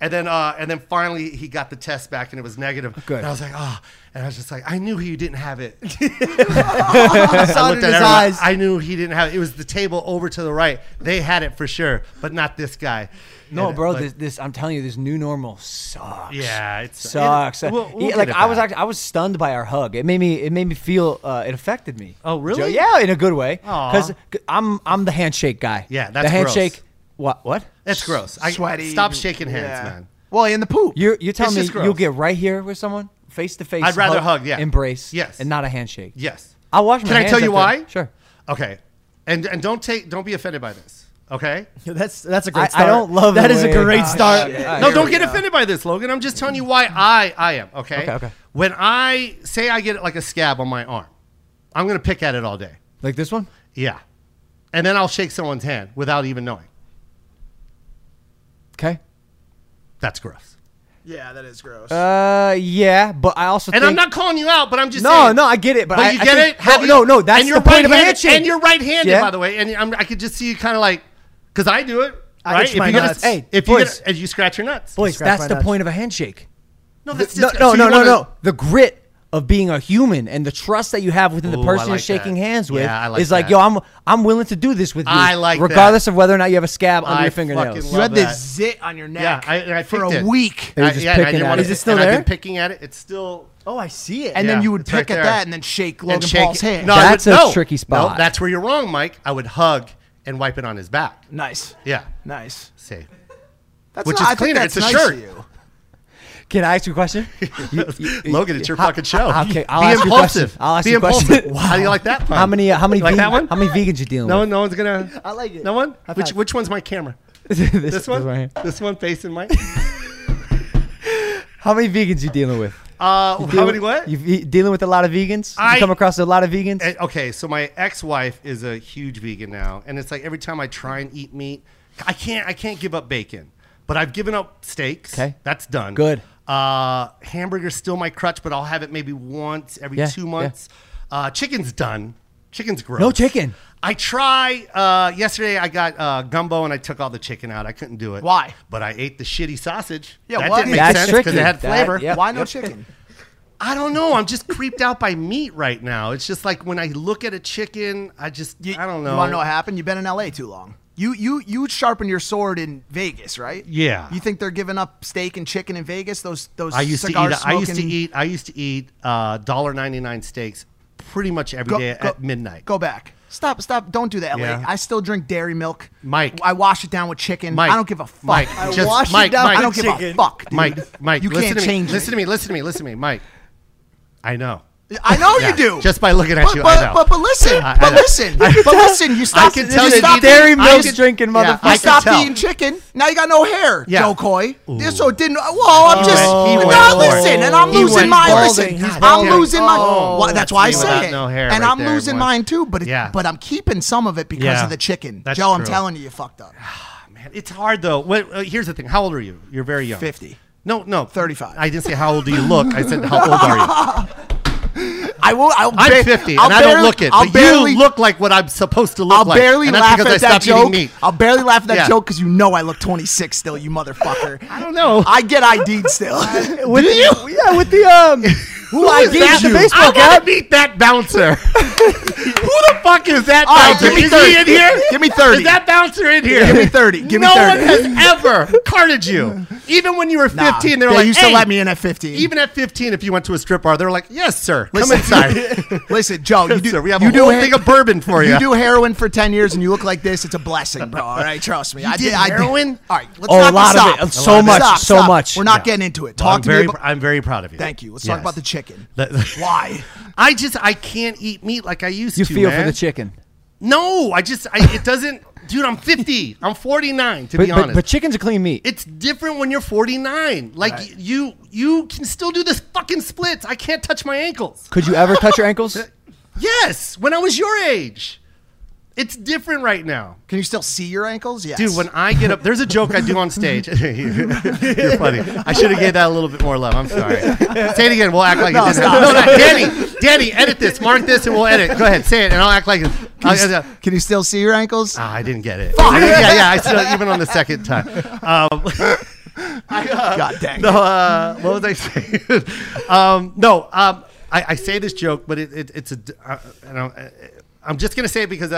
S1: And then, uh, and then finally, he got the test back, and it was negative.
S5: Oh, Good.
S1: And I was like, "Ah!" And I was just like, "I knew he didn't have it."
S4: I saw it
S1: looked
S4: in his
S1: at everyone.
S4: eyes.
S1: I knew he didn't have it. It was the table over to the right. They had it for sure, but not this guy.
S5: No,
S1: And,
S5: bro.
S1: like,
S5: this, this I'm telling you, this new normal sucks.
S1: Yeah, it
S5: sucks.
S1: it- we'll- we'll
S5: Yeah, like
S1: get it
S5: I was,
S1: back.
S5: actually, I was stunned by our hug. It made me, it made me feel, uh, it affected me.
S1: Oh, really?
S5: Joe- yeah, in a good way.
S1: Aw.
S5: Because I'm, I'm the handshake guy.
S1: Yeah,
S5: the
S1: that's gross.
S5: handshake. What? What?
S1: that's gross. I,
S2: Sweaty.
S1: Stop shaking hands,
S2: Yeah.
S1: man.
S2: Well, in the poop.
S5: You're, you're telling
S1: It's
S5: me
S1: just gross.
S5: you'll get right here with someone, face to face.
S1: I'd rather hug, yeah.
S5: Embrace.
S1: Yes.
S5: And not a handshake.
S1: Yes.
S5: I wash my
S1: Can I
S5: hands
S1: tell you
S5: after-
S1: why?
S5: Sure.
S1: Okay, and and don't take don't be offended by this. Okay.
S4: That's that's a
S5: I-
S4: great
S5: I
S4: start.
S5: don't love
S4: That
S5: the
S4: is a
S5: way-
S4: great
S5: Oh,
S4: start.
S5: shit. All right,
S1: No,
S5: here
S1: don't
S5: we
S1: get
S5: go.
S1: offended by this, Logan. I'm just telling you why I I am. Okay.
S5: Okay, okay.
S1: When I say I get like a scab on my arm, I'm gonna pick at it all day.
S5: Like this one?
S1: Yeah, and then I'll shake someone's hand without even knowing.
S5: Okay.
S1: That's gross.
S2: Yeah, that is gross.
S5: Uh, yeah, but I also
S1: And
S5: think,
S1: I'm not calling you out, but I'm just
S5: No,
S1: saying-
S5: no, I get it, but, I,
S1: you
S5: I
S1: get
S5: think-
S1: it. Have
S5: no,
S1: you-
S5: no, no, that's
S1: and you're
S5: the point of a
S1: right-handed-
S5: handshake.
S1: And you're right-handed,
S5: Yeah.
S1: by the way. And I'm, I could just see you kind of like, because I do it.
S4: I
S1: right?
S4: itch my
S1: you get a-
S4: nuts.
S5: Hey,
S1: if you
S5: boys.
S1: get, a- as you scratch your nuts,
S5: boys,
S4: Scratch
S5: that's
S4: my
S5: the
S4: nuts.
S5: point of a handshake.
S1: no, that's
S5: No,
S1: just,
S5: no,
S1: so
S5: no,
S1: you
S5: no,
S1: wanna-
S5: no. The grit of being a human and the trust that you have within
S1: Ooh,
S5: the
S1: I
S5: person you're
S1: like
S5: shaking
S1: that.
S5: hands with
S1: Yeah, I like
S5: is like,
S1: that.
S5: yo, I'm I'm willing to do this with you,
S1: I like that.
S5: regardless of whether or not you have a scab under
S1: I
S5: your fingernails.
S1: fucking
S2: you
S1: love
S2: had
S1: that.
S2: this zit on your
S1: Yeah,
S2: neck
S1: I, and I
S2: for
S1: picked
S2: a
S1: it.
S2: week.
S5: They were
S1: I-
S5: just
S1: yeah, and I
S5: picking
S1: didn't
S5: at
S1: wanna-
S5: it. Is
S4: it still
S1: and I've
S4: there?
S1: been picking at it. It's still.
S4: Oh, I see it.
S2: and
S1: Yeah,
S2: then you would
S1: it's right
S2: pick at
S1: there.
S2: that and then shake Logan
S1: and shake
S2: Paul's
S1: it.
S2: hand.
S1: No, I
S5: That's
S1: would-
S5: a
S1: no. No,
S5: tricky spot.
S1: that's where you're wrong, Mike. I would hug and wipe it on his back.
S2: Nice.
S1: Yeah,
S2: Nice.
S1: see.
S2: That's
S1: Which
S2: not-
S1: is
S2: I think
S1: cleaner.
S2: that's
S1: It's a
S2: nice
S1: shirt.
S2: of you.
S5: Can I ask you a question? You- you- you-
S1: Logan, it's your fucking show.
S5: I- okay, I'll
S1: Be
S5: ask you a question.
S1: impulsive.
S5: I'll ask
S1: Be
S5: you a question.
S1: impulsive. How do you like that? pun?
S5: how many uh, how many
S1: Like
S5: vegan-
S1: that one?
S5: how many vegans you dealing
S1: No one,
S5: with?
S1: no one's gonna.
S4: I like it.
S1: No one.
S4: High
S1: Which
S4: five.
S1: which one's my camera?
S5: this,
S1: This one.
S5: right here.
S1: This one facing Mike.
S5: How many vegans you dealing with?
S1: Uh, how
S5: Deal-
S1: many what?
S5: You ve- dealing with a lot of vegans?
S1: I-
S5: you come across a lot of vegans?
S1: Eh, Okay, so my ex-wife is a huge vegan now, and it's like every time I try and eat meat, I can't. I can't give up bacon, but I've given up steaks.
S5: 'Kay.
S1: that's done.
S5: Good.
S1: Uh, hamburger's still my crutch, but I'll have it maybe once every
S5: Yeah,
S1: two
S5: yeah.
S1: months. Uh, chicken's done. Chicken's gross.
S5: No chicken.
S1: I try. Uh, yesterday I got uh, gumbo and I took all the chicken out. I couldn't do it.
S2: Why?
S1: But I ate the shitty sausage.
S2: Yeah,
S1: that
S2: what?
S1: didn't make
S5: That's
S1: sense because
S5: tricky.
S1: it had
S5: That-
S1: flavor.
S5: Yep,
S2: Why no
S5: yep.
S2: chicken?
S1: I don't know. I'm just creeped out by meat right now. It's just like when I look at a chicken, I just
S2: You-
S1: I don't know.
S2: You want to know what happened? You've been in L.A. too long. You you you sharpened your sword in Vegas, right?
S1: Yeah.
S2: You think they're giving up steak and chicken in Vegas? Those those
S1: I used to eat.
S2: cigar
S1: I used to
S2: smoking-
S1: eat. I used to eat uh, dollar ninety nine steaks pretty much every day at midnight.
S2: Go back. Stop, stop. Don't do that, LA.
S1: Yeah.
S2: I still drink dairy milk.
S1: Mike.
S2: I wash it down with chicken.
S1: Mike,
S2: I don't give a fuck.
S1: Mike,
S2: I,
S1: just-
S4: wash it
S1: Mike,
S4: down
S1: Mike,
S4: with
S2: don't give a
S4: chicken.
S2: fuck, dude.
S1: Mike, Mike,
S2: You
S1: listen
S2: can't
S1: to me.
S2: change
S1: Listen
S2: it.
S1: to me. Listen to me. Listen to me, Mike. I know.
S2: I know
S1: Yeah,
S2: you do.
S1: Just by looking at
S2: but,
S1: you,
S2: but,
S1: I know.
S2: but but listen,
S1: I- I
S2: but
S1: know.
S2: listen, but listen. You
S1: I
S2: stopped.
S1: can
S2: you
S1: tell
S2: stopped
S1: that
S5: dairy
S1: I
S2: eating-
S5: milk
S1: can-
S5: drinking
S1: yeah,
S5: motherfucker.
S1: I can
S2: You stopped
S1: tell.
S2: eating chicken. Now you got no hair,
S1: Yeah.
S2: Joe Coy.
S1: Ooh.
S2: This so it didn't. Whoa, I'm
S1: He
S2: just.
S1: went- he
S2: no,
S1: went
S2: listen, and I'm
S1: He went
S2: losing mine.
S1: balding.
S2: Listen,
S1: He's
S2: I'm
S1: balding.
S2: losing mine.
S1: Oh,
S2: Why- that's why I
S1: see, without
S2: say it.
S1: no hair
S2: and
S1: right
S2: I'm
S1: there,
S2: losing
S1: boy.
S2: mine too. But it,
S1: Yeah.
S2: but I'm keeping some of it because
S1: Yeah.
S2: of the chicken.
S1: That's
S2: Joe, I'm
S1: true.
S2: telling you, you fucked up.
S1: Man, it's hard though. What, uh, here's the thing. How old are you? You're very young.
S2: 50.
S1: No, no.
S2: 35.
S1: I didn't say how old do you look. I said how old are you?
S2: I will. I'll
S1: I'm
S2: ba-
S1: 50
S2: I'll
S1: and I don't
S2: barely-
S1: look it.
S2: I'll
S1: but
S2: barely
S1: you look like what I'm supposed to look
S2: I'll
S1: like.
S2: barely
S1: and
S2: laugh
S1: that's
S2: at
S1: because I
S2: that
S1: stopped eating
S2: joke.
S1: meat.
S2: I'll barely laugh at that
S1: Yeah.
S2: joke because you know I look 26 still, you motherfucker. I
S1: don't know.
S2: I get ID'd still.
S5: With the, Yeah, with the um, who I
S1: Who is that?
S5: gave you the baseball
S1: I
S5: cap.
S1: gotta meet that bouncer. Who the fuck is that
S2: All right,
S1: bouncer?
S2: give me
S1: is
S2: 30.
S1: he in here?
S2: Give me 30.
S1: Is that bouncer in here?
S2: Give me 30. Give me
S1: no
S2: 30.
S1: one has ever carded you. Even when you were 15, they were
S2: they
S1: like,
S2: used to
S1: "Hey."
S2: let me in at 15.
S1: Even at 15, if you went to a strip bar, they're like, yes, sir. Come
S2: Listen.
S1: inside.
S2: Listen, Joe, you do,
S1: Sir, we have
S2: you
S1: a
S2: do
S1: whole
S2: he-
S1: thing of bourbon for you.
S2: You do heroin for 10 years and you look like this, it's a blessing, bro. All right, trust me. I
S1: did heroin?
S2: All right, let's
S5: Oh, a
S2: knock
S5: lot
S2: this
S5: of
S2: off.
S5: it. A So lot of it. much,
S2: Stop,
S5: so
S2: stop.
S5: much.
S2: We're not
S1: Yeah.
S2: getting into it.
S1: Well,
S2: Talk
S1: I'm
S2: to
S1: very,
S2: me
S1: pr-
S2: about.
S1: I'm very proud of you.
S2: Thank you. Let's
S1: Yes.
S2: talk about the chicken.
S1: That-
S2: Why?
S1: I just I can't eat meat like I used
S5: You
S1: to.
S5: feel for
S1: man.
S5: the chicken.
S1: No, I just I, it doesn't. dude, I'm 50. I'm 49 to
S5: But,
S1: be
S5: but-
S1: honest.
S5: but chicken's a clean meat.
S1: it's different when you're 49. Like
S2: Right.
S1: you you can still do this fucking splits. I can't touch my ankles.
S5: Could you ever touch your ankles?
S1: Yes, when I was your age. It's different right now.
S2: Can you still see your ankles? Yes.
S1: Dude, when I get up, there's a joke I do on stage. You're funny. I should have gave that a little bit more love. I'm sorry. Say it again. We'll act like it didn't happen. No, no, Danny, Danny, edit this. Mark this, and we'll edit. Go ahead, say it, and I'll act like it. Uh, I'll-
S2: can you,
S1: I'll-
S2: s- can you still see your ankles?
S1: Ah, I didn't get it. yeah, yeah. I still even on the second time. Um, I, uh,
S2: God dang
S1: No, uh, what was I saying? um, no, um, I, I say this joke, but it, it, it's a. d- Uh, and I'm, uh, I'm just gonna say it because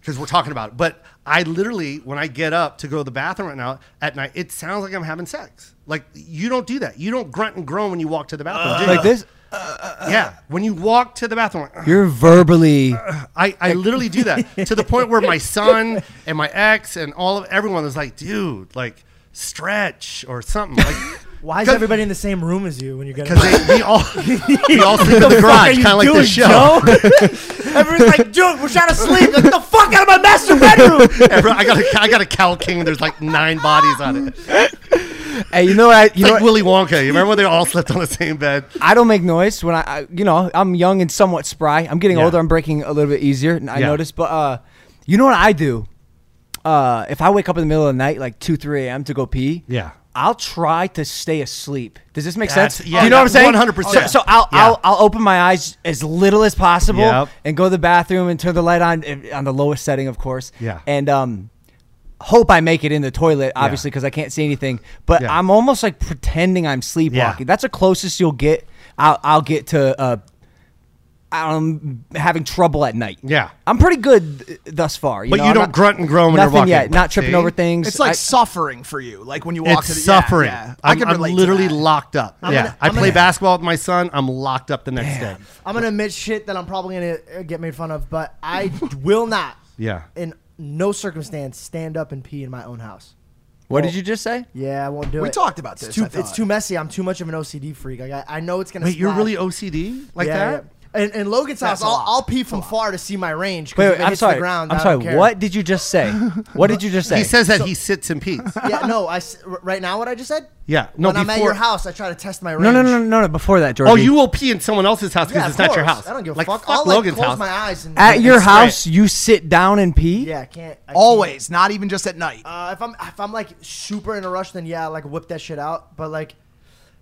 S1: because we're talking about it. But I literally, when I get up to go to the bathroom right now at night, it sounds like I'm having sex. Like you don't do that. You don't grunt and groan when you walk to the bathroom. do you?
S5: Uh, Like this?
S1: Yeah, when you walk to the bathroom. like,
S5: You're verbally.
S1: I, I literally do that to the point where my son and my ex and all of everyone is like, dude, like stretch or something. Like,
S4: Why is everybody in the same room as you when you're getting?
S1: Because we all we all sleep in the garage, kind of like this show.
S4: Everyone's like, Joe, we're trying to sleep. Like, the fuck out of my master bedroom.
S1: Everyone- I got a I got a Cal King. There's like nine bodies on it. It's
S5: Hey, you know what? I, you know
S1: like
S5: what?
S1: Willy Wonka. You remember when they all slept on the same bed?
S5: I don't make noise when I, I you know, I'm young and somewhat spry. I'm getting
S1: Yeah.
S5: older. I'm breaking a little bit easier. and I
S1: Yeah.
S5: noticed, but uh, you know what I do? Uh, if I wake up in the middle of the night, like two, three a.m. to go pee,
S1: Yeah.
S5: I'll try to stay asleep. Does this make
S1: That's-
S5: sense?
S1: yeah,
S5: you know what I'm
S1: that's
S5: saying?
S1: 100%.
S5: So, so I'll,
S1: Yeah.
S5: I'll I'll open my eyes as little as possible
S1: Yep.
S5: and go to the bathroom and turn the light on eh, on the lowest setting, of course.
S1: Yeah.
S5: And um, hope I make it in the toilet, obviously, because I can't see anything. But
S1: Yeah.
S5: I'm almost like pretending I'm sleepwalking.
S1: Yeah.
S5: That's the closest you'll get. I'll, I'll get to. Uh, I'm having trouble at night.
S1: Yeah.
S5: I'm pretty good th- thus far. You
S1: But
S5: know,
S1: you
S5: I'm
S1: don't
S5: not-
S1: grunt and groan when you're
S5: nothing
S1: walking.
S5: yet. Not tripping
S1: See?
S5: over things.
S2: it's like
S5: I-
S2: suffering for you. Like when you walk
S1: It's
S2: to the yeah,
S1: suffering.
S2: yeah.
S1: I'm,
S2: can
S1: I'm
S2: relate to
S1: literally
S2: that.
S1: locked up. yeah,
S4: gonna-
S1: I
S4: I'm
S1: play
S4: gonna-
S1: basketball with my son. I'm locked up the next day.
S4: I'm gonna admit shit that I'm probably gonna uh, get made fun of, but I will not,
S1: Yeah.
S4: in no circumstance, stand up and pee in my own house.
S5: what did you just say?
S4: Yeah, I won't do it.
S2: We talked about
S4: It's
S2: this,
S4: too,
S2: I
S4: it's
S2: thought.
S4: too messy. I'm too much of an OCD freak. Like, I, I know it's gonna.
S1: Wait, you're
S4: splash.
S1: really OCD like
S4: Yeah,
S1: that?
S4: yeah. And, and Logan's house,
S2: a
S4: I'll,
S2: lot.
S4: I'll pee from far to see my range. 'cause
S5: Wait,
S4: if
S5: wait
S4: it
S5: I'm
S4: hits the
S5: sorry.
S4: ground,
S5: I'm
S4: I don't
S5: sorry.
S4: care.
S5: What did you just say? What did you just say?
S1: He says that he sits in peace.
S4: Yeah, no. I s- r- right now what I just said.
S1: Yeah, no,
S4: When I'm at
S1: before-
S4: your house, I try to test my range.
S5: no, no, no, no, no, no. Before that, George.
S1: Oh, you will pee in someone else's house because
S4: Yeah, of
S1: it's not your
S4: course.
S1: house.
S4: I don't give a
S1: like,
S4: fuck.
S1: Fuck
S4: I'll
S1: Logan's
S4: like,
S1: house.
S4: close my eyes and
S5: at your
S1: It's great.
S5: house, you sit down and pee.
S4: Yeah, I can't. I can't.
S2: Always, not even just at night.
S4: Uh, if I'm if I'm like super in a rush, then yeah, like whip that shit out. But like,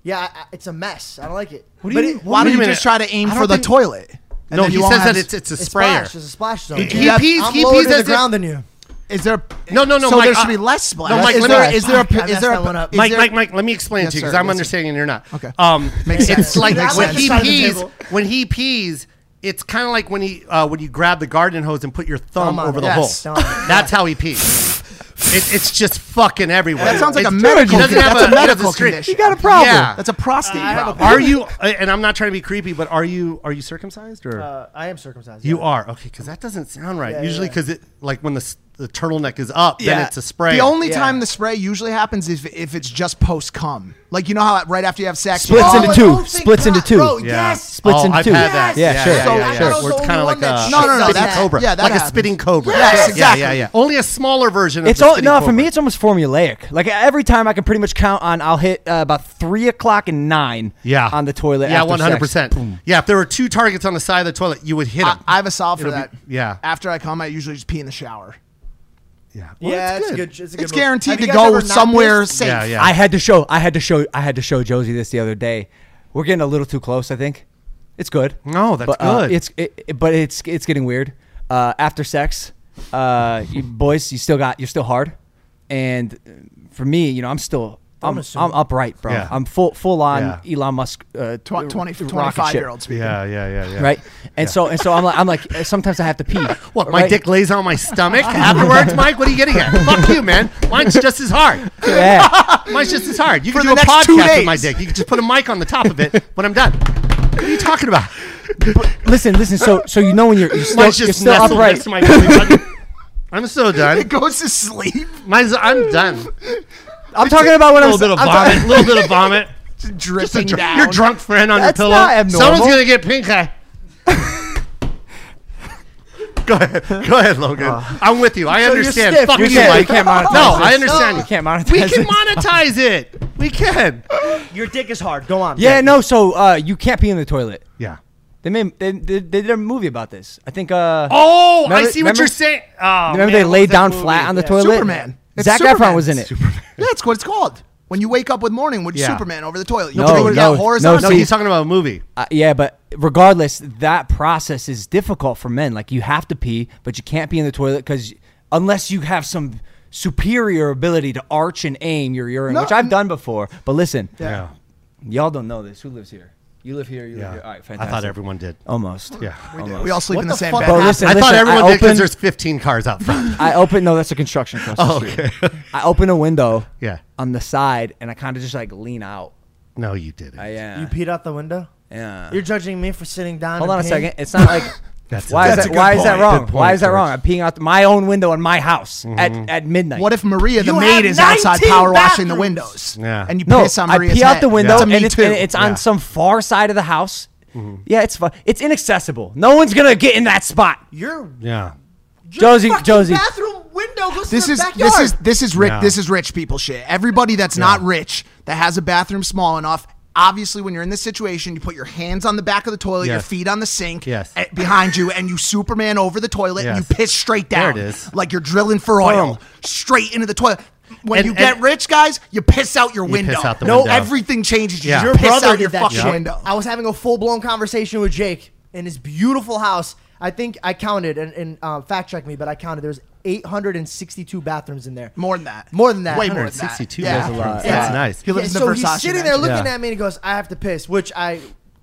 S4: yeah, I, I- it's a mess. I don't like it.
S1: What do
S4: But
S1: you
S4: it-
S1: mean?
S2: Why
S1: wait
S2: don't
S1: a
S2: you
S1: minute.
S2: just try to aim
S1: I
S2: for
S1: don't
S2: the
S1: think-
S2: toilet? And
S1: no,
S2: then
S1: he
S2: you won't
S1: says
S2: have
S1: that
S2: s-
S1: it's it's a
S4: It's
S1: sprayer.
S4: splash. There's a splash zone.
S1: He-
S4: Yeah,
S1: pees-
S4: I'm
S1: he
S4: lower
S1: pees
S4: to the
S1: as if-
S4: ground than you.
S2: Is there?
S1: No, no, no.
S2: So
S1: Mike,
S2: there should
S1: I-
S2: be less splash.
S1: No, Mike,
S4: Is
S1: let
S4: there-
S1: me,
S4: is there a- Fuck, I is messed there a- that one up. is
S1: Mike,
S2: there-
S1: Mike, Mike, let me explain
S2: Yes,
S1: to you
S2: sir,
S1: because I'm
S2: yes, sir.
S1: understanding you're not.
S2: Okay.
S1: Um,
S2: Makes
S1: it's
S2: sense.
S1: like
S2: Makes
S1: when
S2: sense.
S1: he
S4: Side of the
S1: pees,
S4: table.
S1: when he pees, it's kind of like when he uh, when you grab the garden hose and put your thumb
S4: Thumb on
S1: over
S4: it.
S1: the
S4: Yes.
S1: hole.
S4: Thumb on it.
S1: That's how he pees. It, it's just fucking everywhere.
S2: That sounds like
S1: It's-
S2: a medical.
S1: he doesn't have
S2: That's a
S1: he doesn't
S2: medical
S1: scream.
S2: condition.
S5: got a problem.
S1: Yeah.
S2: That's a prostate
S4: I have a
S2: problem.
S1: Are you? uh, And I'm not trying to be creepy, but are you are you circumcised or?
S4: Uh, I am circumcised.
S1: You
S4: yeah.
S1: are okay because that doesn't sound right.
S4: Yeah,
S1: Usually
S4: yeah.
S1: 'cause Usually, because it like when the s- the turtleneck is up, then it's a spray.
S2: The only
S4: Yeah.
S2: time the spray usually happens is if, if it's just post cum. Like you know how right after you have sex,
S5: Splits
S2: you-
S5: into
S4: Oh,
S5: two.
S4: oh, thank
S5: Splits into
S4: God,
S5: two.
S4: Bro,
S1: Yeah.
S4: yes.
S5: Split- Splits
S1: oh,
S5: into
S1: I've
S5: two.
S1: had that.
S5: Yes.
S1: Yeah,
S5: Yeah,
S1: yeah,
S5: sure.
S1: yeah,
S5: So
S1: yeah,
S5: I
S1: yeah.
S4: was
S1: Where it's
S4: the
S1: kind
S4: only
S1: of like
S4: one that-
S1: a
S2: No, no, no,
S1: spitting
S2: that-
S1: cobra.
S2: yeah, that
S1: like a
S2: happens.
S1: spitting cobra.
S2: Yes,
S1: Yeah, Yeah,
S2: exactly.
S1: yeah, yeah. Only a smaller version. Of
S5: It's
S1: the
S5: all
S1: spitting
S5: no for
S1: cobra.
S5: me. It's almost formulaic. Like every time I can pretty much count on. I'll hit uh, about three o'clock and nine.
S1: yeah
S5: On the toilet.
S1: Yeah,
S5: after
S1: one hundred percent.
S5: sex. Boom.
S1: Yeah, if there were two targets on the side of the toilet, you would hit
S2: I,
S1: them.
S2: I have a solve for
S1: It'll be-
S2: that.
S1: yeah.
S2: After I come, I usually just pee in the shower.
S1: yeah,
S4: yeah,
S1: that's
S4: it's good. It's, a good
S2: It's
S4: move.
S2: guaranteed
S4: Have you
S2: to
S4: guys
S2: go
S4: ever not
S2: somewhere
S4: pissed?
S2: safe.
S1: Yeah, yeah.
S5: I had to show. I had to show. I had to show Josie this the other day. We're getting a little too close. I think it's good.
S1: No, that's
S5: But, uh,
S1: good.
S5: it's it, it- but it's it's getting weird. Uh, after sex, uh, you boys, you still got you're still hard, and uh, for me, you know, I'm still. I'm,
S4: assume.
S5: I'm upright, bro.
S1: Yeah.
S5: I'm full full on
S1: Yeah.
S5: Elon Musk uh,
S2: Tw- 20,
S5: rocket
S2: 25
S5: ship,
S2: year olds.
S1: Yeah, yeah, yeah, yeah.
S5: right? And so and so I'm like I'm like uh, sometimes I have to pee.
S1: What? My
S5: right?
S1: dick lays on my stomach afterwards, Mike. What are you getting at? Fuck you, man. Mine's just as hard.
S5: Yeah.
S1: Mine's just as hard. You
S2: For
S1: can do
S2: the
S1: a
S2: next two
S1: podcast with my
S2: days.
S1: dick. You can just put a mic on the top of it when I'm done. What are you talking about?
S5: listen, listen. So so you know when you're you're still,
S1: Mine's
S5: you're
S1: just
S5: still
S1: nestled
S5: upright.
S1: next to my belly button. I'm so
S2: It
S1: done.
S2: goes to sleep,
S1: Mine's, I'm done.
S5: I'm talking about when
S1: A
S5: I'm
S1: little bit of
S5: I'm talking-
S1: vomit. A little bit of vomit.
S2: just dripping
S1: Dr-
S2: down.
S1: Your drunk friend on
S5: That's
S1: your
S5: not
S1: pillow.
S5: abnormal.
S1: Someone's gonna get pink eye. Go ahead, go ahead, Logan. I'm with you. I
S5: Uh, you're
S1: understand.
S5: stiff.
S1: Fuck
S5: You
S1: you,
S5: can't-
S1: Mike.
S5: you can't monetize
S1: No,
S5: this.
S1: I understand.
S5: You can't monetize
S1: We can
S5: this.
S1: monetize it. We can.
S4: Your dick is hard. Go on.
S5: Yeah, no. So uh, you can't pee in the toilet.
S1: Yeah.
S5: They made they, they, they did a movie about this. I think. Uh,
S1: Oh, I
S5: Remember-
S1: see what you're
S5: remember-
S1: saying. Oh,
S5: remember
S1: man,
S5: they
S1: what
S5: laid
S1: was that
S5: down
S1: movie?
S5: flat on the
S1: Yeah.
S5: toilet.
S2: Superman. It's
S5: Zach
S2: Superman.
S5: Efron was in it.
S2: Yeah, that's what it's called. When you wake up with morning with
S1: Yeah.
S2: Superman over the toilet, you
S5: No,
S2: put it
S5: no,
S2: down
S5: no,
S2: horizontal.
S1: No,
S5: See-
S1: he's talking about a movie.
S5: Uh, yeah, but regardless, that process is difficult for men. Like you have to pee, but you can't pee in the toilet because unless you have some superior ability to arch and aim your urine,
S2: No,
S5: which I've
S2: n-
S5: done before. But listen,
S1: Yeah.
S5: y'all don't know this. Who lives here? You live here. You
S1: Yeah.
S5: live here. All right,
S1: I
S5: fantastic.
S1: thought everyone did.
S5: Almost.
S1: Yeah.
S5: Almost.
S2: we all sleep
S4: What
S2: in the,
S4: the
S2: same
S4: fuck
S2: bed.
S5: Bro,
S2: half-
S5: listen,
S1: I thought
S5: Oh. listen,
S1: everyone
S5: I
S1: did because
S5: opened-
S1: there's 15 cars out front.
S5: I open. No, that's a construction across the
S1: Oh,
S5: street.
S1: okay.
S5: I open a window.
S1: Yeah.
S5: On the side, and I kind of just like lean out.
S1: no, you didn't.
S5: I, uh, yeah.
S4: You peed out the window.
S5: yeah.
S4: You're judging me for sitting down.
S5: Hold
S4: and
S5: on a
S4: peeing?
S5: second. It's not like
S1: That's-
S5: why
S1: that's
S5: is
S1: a
S5: that
S1: good
S5: why is that
S1: point.
S5: wrong?
S1: Good
S5: why
S1: point,
S5: is that wrong? I'm
S1: George.
S5: peeing out th- my own window in my house at, at midnight.
S2: What if Maria, the
S4: You
S2: maid,
S4: have
S2: is outside
S4: 19
S2: power washing
S4: bathrooms.
S2: the windows?
S1: Yeah.
S2: And you
S5: no?
S2: piss on
S5: I
S2: Maria's
S5: pee out the
S2: head.
S5: window
S2: That's a
S5: and,
S2: me
S5: it's,
S2: too.
S5: and it's on
S1: Yeah.
S5: some far side of the house. Yeah, it's fu- it's inaccessible. No one's gonna get in that spot.
S4: Your,
S1: Yeah.
S4: your
S5: Josie-
S4: fucking
S5: Josie.
S4: bathroom window goes
S2: this
S4: to the
S2: is
S4: backyard.
S2: this is this is rich
S1: Yeah.
S2: this is rich people shit. Everybody that's not rich that has a bathroom small enough. Obviously, when you're in this situation, you put your hands on the back of the toilet, your
S1: Yes.
S2: feet on the sink,
S1: Yes.
S2: eh, behind you, and you Superman over the toilet, and you
S1: Yes.
S2: piss straight
S1: There
S2: down,
S1: it is.
S2: like you're drilling for oil, straight into the toilet. When
S1: And-
S2: you get
S1: and-
S2: rich, guys, you piss out your window.
S1: piss out the
S2: no,
S1: window.
S2: everything changes. You
S1: Yeah.
S2: just
S1: Your
S2: piss
S4: brother
S2: out
S4: did
S2: your
S4: that
S2: fucking
S4: shit.
S2: window.
S4: I was having a full blown conversation with Jake in his beautiful house. I think I counted and, and uh, fact check me, but I counted. There's 862 bathrooms in there.
S2: More than that.
S4: More than that.
S2: Way more than that.
S1: 162
S2: Yeah.
S1: yeah.
S5: lot.
S1: That's
S4: Yeah.
S1: nice.
S2: He lives
S4: Yeah,
S2: in the
S4: so
S2: Versace
S4: he's sitting there
S2: mansion.
S4: looking
S1: Yeah.
S4: at me and he goes, "I have to piss," which I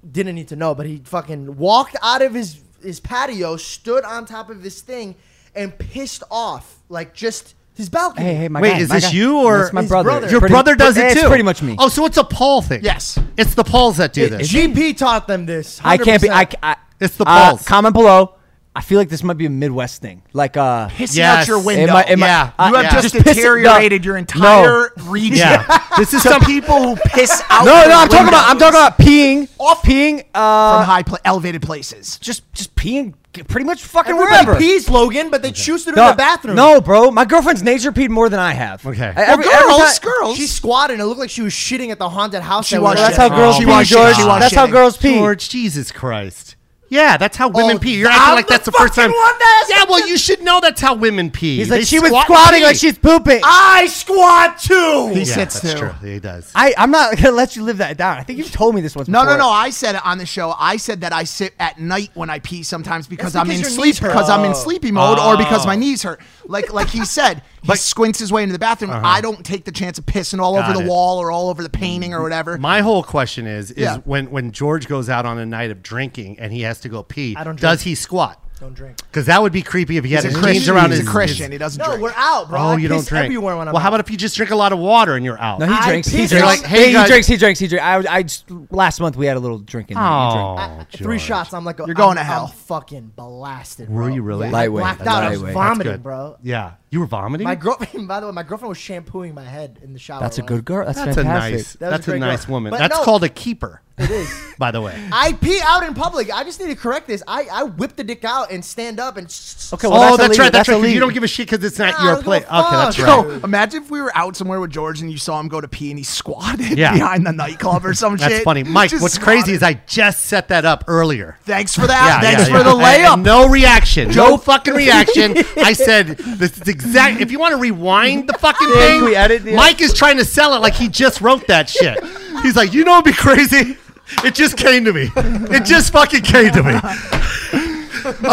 S4: didn't need to know, but he fucking walked out of his his patio, stood on top of this thing, and pissed off like just his balcony.
S5: Hey, hey, my
S1: Wait,
S5: guy,
S1: is
S5: my
S1: this
S5: guy.
S1: you or
S5: That's my
S4: His
S5: brother?
S4: brother.
S1: Your
S5: Pretty-
S1: brother does
S5: but
S1: it too.
S5: It's pretty much me.
S1: Oh, so it's a Paul thing.
S2: Yes.
S1: It's the Pauls that do this.
S4: GP taught them this.
S5: I can't be. I,
S4: 100%.
S5: I
S1: It's the
S5: uh,
S1: pulse.
S5: comment below. I feel like this might be a Midwest thing. Like uh,
S2: pissing out
S1: Yes.
S2: your
S1: It
S2: window.
S5: might- it might-
S1: Yeah.
S5: uh,
S2: you have
S5: yeah.
S2: just,
S5: Just piss it-
S2: deteriorated
S5: no.
S2: your entire region.
S1: Yeah.
S2: this is some people
S1: Oh,
S2: who piss out.
S5: no,
S2: their
S5: no. I'm talking about. I'm
S2: windows
S5: talking about peeing. Off peeing. Uh,
S2: from high pla- elevated places.
S5: just just peeing. Pretty much fucking
S4: Everybody
S5: wherever.
S4: pees, Logan, but they choose to do it
S5: No,
S4: in the bathroom.
S5: No, bro. My girlfriend's nature peed more than I have. E,
S1: Okay.
S5: I-
S1: Well,
S2: girls,
S5: time-
S2: girls.
S4: She squatted and it looked like she was shitting at the haunted house.
S2: She
S4: that
S2: was
S4: we were
S5: That's
S4: at.
S5: how girls
S1: Oh
S5: pee,
S1: my
S5: George.
S1: God. She was
S5: That's how
S2: shitting.
S5: girls pee.
S1: George, Jesus Christ. Yeah, that's how women
S4: Oh,
S1: pee. You're
S4: I'm
S1: acting like that's
S4: the
S1: the first
S4: fucking
S1: time.
S4: one that-
S1: yeah, well, you should know that's how women pee.
S5: He's
S1: They
S5: like she was
S1: squat and
S5: squatting
S1: pee.
S5: like she's pooping. I,
S4: I squat too.
S2: He
S1: Yeah,
S2: sits
S1: that's
S2: too.
S1: true. He does.
S5: I'm not gonna let you live that down. I think you've told me this once.
S2: No, no,
S5: before.
S2: no. I said it on the show. I said that I sit at night when I pee sometimes because,
S4: That's
S2: I'm
S4: because
S2: in
S4: your
S2: sleep
S4: knees hurt.
S2: because I'm in
S4: Oh.
S2: sleepy mode or because my knees hurt. Like like he said, he squints his way into the bathroom. I don't take the chance of pissing all over
S1: Got
S2: the
S1: it.
S2: wall or all over the painting or whatever.
S1: My whole question is: is
S2: Yeah.
S1: when when George goes out on a night of drinking and he has to go pee,
S4: I don't
S1: does
S4: drink.
S1: he squat?
S4: Don't drink.
S1: Because that would be creepy if he
S2: He's
S1: had
S2: a
S1: his jeans
S2: Christian.
S1: around
S2: He's
S1: his
S2: a Christian. He doesn't
S4: No,
S2: drink.
S4: we're out, bro.
S1: Oh,
S4: I
S1: you don't
S4: piss
S1: drink.
S4: everywhere when I'm
S1: well, how
S4: out.
S1: about if you just drink a lot of water and you're out?
S5: No, he
S4: I
S5: drinks. He
S4: pissed
S5: drinks.
S4: on-
S1: You're like, hey,
S5: he
S1: guys-
S5: drinks. He drinks. He drinks. I, I just, last month we had a little drinking.
S1: oh,
S4: Three
S1: George.
S4: shots. I'm like, you're
S2: going to hell.
S4: fucking blasted.
S1: Were
S4: bro.
S1: you really?
S4: Yeah,
S5: Lightweight.
S4: I blacked out. I was
S5: Lightweight.
S1: That's
S4: vomiting,
S1: good.
S4: bro.
S1: Yeah, you were vomiting.
S4: My girlfriend. By the way, my girlfriend was shampooing my head in the shower.
S5: That's a
S4: when I-
S5: good girl. That's,
S1: that's a
S5: fantastic.
S1: nice.
S4: That was
S1: that's
S4: a
S1: a
S4: great
S1: nice
S4: girl.
S1: woman.
S4: But
S1: that's
S4: no-
S1: called a keeper.
S4: It is.
S1: By the way.
S4: I pee out in public. I just need to correct this. I, I whip the dick out and stand up and.
S5: Okay, well,
S1: oh, that's,
S5: illegal.
S1: right. That's, right. 'cause You
S5: illegal.
S1: don't give a shit because it's not
S4: Nah, I
S1: your
S4: don't
S1: play.
S4: give
S1: Okay,
S4: a
S1: that's
S4: fuck.
S1: right.
S2: So imagine if we were out somewhere with George and you saw him go to pee and he squatted
S1: Yeah.
S2: behind the nightclub or some
S1: That's
S2: shit.
S1: funny, Mike.
S2: Just
S1: what's
S2: squatted.
S1: crazy is I just set that up earlier.
S2: Thanks for that. Thanks for the
S1: And-
S2: layup.
S1: and no reaction. No fucking reaction. I said this is exact. If you want to rewind the fucking thing,
S5: we edit the-
S1: Mike is trying to sell it like he just wrote that shit. He's like, you know, what'd be crazy. It just came to me. It just fucking came to me.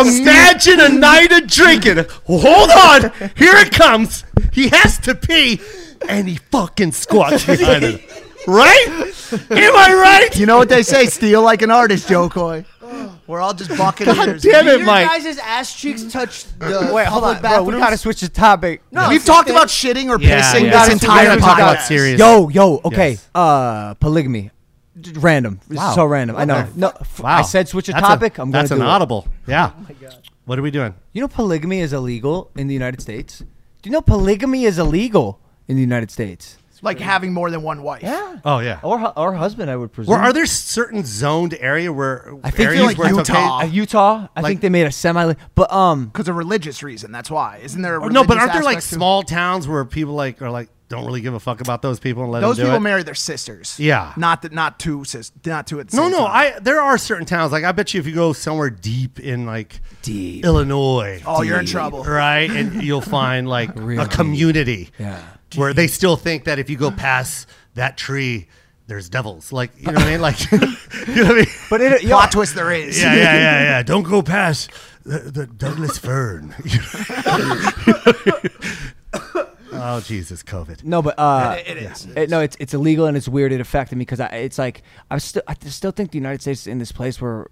S1: Imagine a night of drinking. Hold on, here it comes. He has to pee, and he fucking squats behind it. Right? Am I right?
S2: You know what they say? Steal like an artist, Jokoi. We're all just buccaneers.
S1: damn
S4: Do
S1: it,
S4: your
S1: Mike.
S4: guys' ass cheeks touch the
S5: Mm. Wait, hold on,
S4: public
S5: bro. We
S4: bathrooms?
S5: gotta switch the topic.
S4: No,
S2: We've
S4: it's
S2: talked
S4: okay.
S2: about shitting or
S1: Yeah,
S2: pissing
S1: yeah.
S2: this
S1: Gotta- we
S2: entire
S1: gotta talk about
S2: podcast.
S1: serious-
S5: Yo, yo, okay.
S1: Yes.
S5: Uh, polygamy. D- Random. This
S1: Wow.
S5: is so random. I know.
S1: Okay.
S5: No, f- I said switch a topic.
S1: i
S5: i I'm going to
S1: That's
S5: do
S1: an
S5: it.
S1: audible. Yeah.
S2: Oh
S1: What are we doing?
S5: You know polygamy is illegal in the United States? Do you know polygamy is illegal in the United States?
S2: like having more than one wife.
S5: Yeah.
S6: Oh, yeah.
S5: Or hu- or husband, I would presume.
S1: Where are there certain zoned area where
S5: I think
S1: areas
S5: like
S1: where it's
S2: Utah.
S1: okay?
S5: Uh, Utah. I think they made a semi, but um,
S2: Because of religious reason. That's why. Isn't there a
S1: No, but
S2: religious
S1: aren't there like
S2: aspect to-
S1: small towns where people like are like don't really give a fuck about those people and let
S2: Those
S1: them do
S2: people
S1: it?
S2: marry their sisters.
S1: Yeah.
S2: Not that not two sisters not two at the
S1: no,
S2: same
S1: no.
S2: time.
S1: I there are certain towns like I bet you if you go somewhere deep in like
S5: Deep.
S1: Illinois,
S2: Oh, you're in trouble.
S1: right? And you'll find like
S5: Really?
S1: a community
S5: Yeah.
S1: where they still think that if you go past that tree, there's devils. Like you know what I mean? Like you know what I mean?
S5: but it, yo,
S2: Plot twist there is.
S1: yeah, yeah, yeah, yeah. Don't go past the, the Douglas fern. oh Jesus, COVID.
S5: No, but uh, it is. no, it's it's illegal and it's weird. It affected me because I it's like I still I still think the United States is in this place where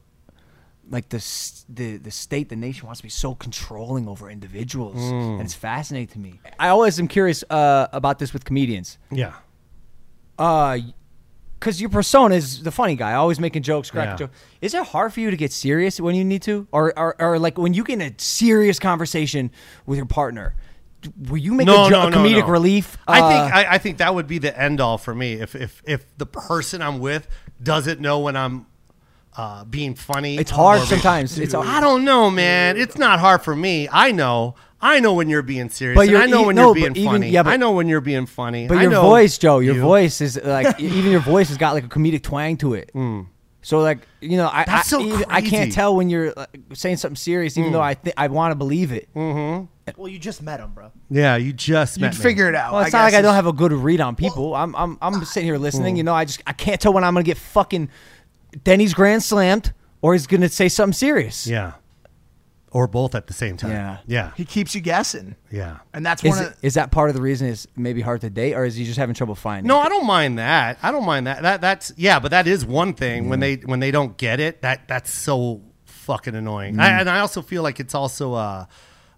S5: like the s- the the state the nation wants to be so controlling over individuals
S1: Mm.
S5: and it's fascinating to me. I always am curious uh, about this with comedians.
S1: Yeah.
S5: Uh, because your persona is the funny guy, always making jokes, cracking
S1: Yeah.
S5: jokes. Is it hard for you to get serious when you need to, or, or or like when you get in a serious conversation with your partner? d- Will you make a, jo- a comedic relief?
S1: I
S5: Uh,
S1: think I, I think that would be the end all for me. If if if the person I'm with doesn't know when I'm uh, being funny,
S5: It's hard
S1: or-
S5: sometimes. It's hard.
S1: I don't know, man. It's not hard for me. I know. I know when you're being serious.
S5: But
S1: and
S5: you're
S1: I know
S5: e-
S1: when
S5: no,
S1: you're
S5: but
S1: being
S5: even-
S1: funny.
S5: yeah, but-
S1: I know when you're being funny.
S5: But
S1: I
S5: your
S1: know
S5: voice, Joe, your
S1: you.
S5: voice is like e-, even your voice has got like a comedic twang to it. So like you know, I
S1: Mm. That's
S5: I,
S1: so
S5: even- I can't
S1: crazy. Mm.
S5: tell when you're like, saying something serious, even though I th- I want to believe it.
S4: Well, you just met him, bro.
S1: Yeah, you just
S2: You'd
S1: met me.
S2: figure it out.
S5: Well, it's
S2: I
S5: not
S2: guess
S5: like I don't
S2: it's-
S5: have a good read on people. I'm I'm I'm sitting here listening.
S1: Mm.
S5: You know, I just I can't tell when I'm gonna get fucking Denny's grand slammed or he's gonna say something serious.
S1: Yeah. Or both at the same time.
S5: Yeah.
S1: Yeah.
S2: He keeps you guessing.
S1: Yeah.
S2: And that's
S5: Is,
S2: one
S5: it,
S2: of
S5: is that part of the reason it's maybe hard to date, or is he just having trouble finding?
S1: No,
S5: it?
S1: I don't mind that. I don't mind that. That that's yeah, but that is one thing when they when they don't get it. That that's so fucking annoying. I, and I also feel like it's also uh,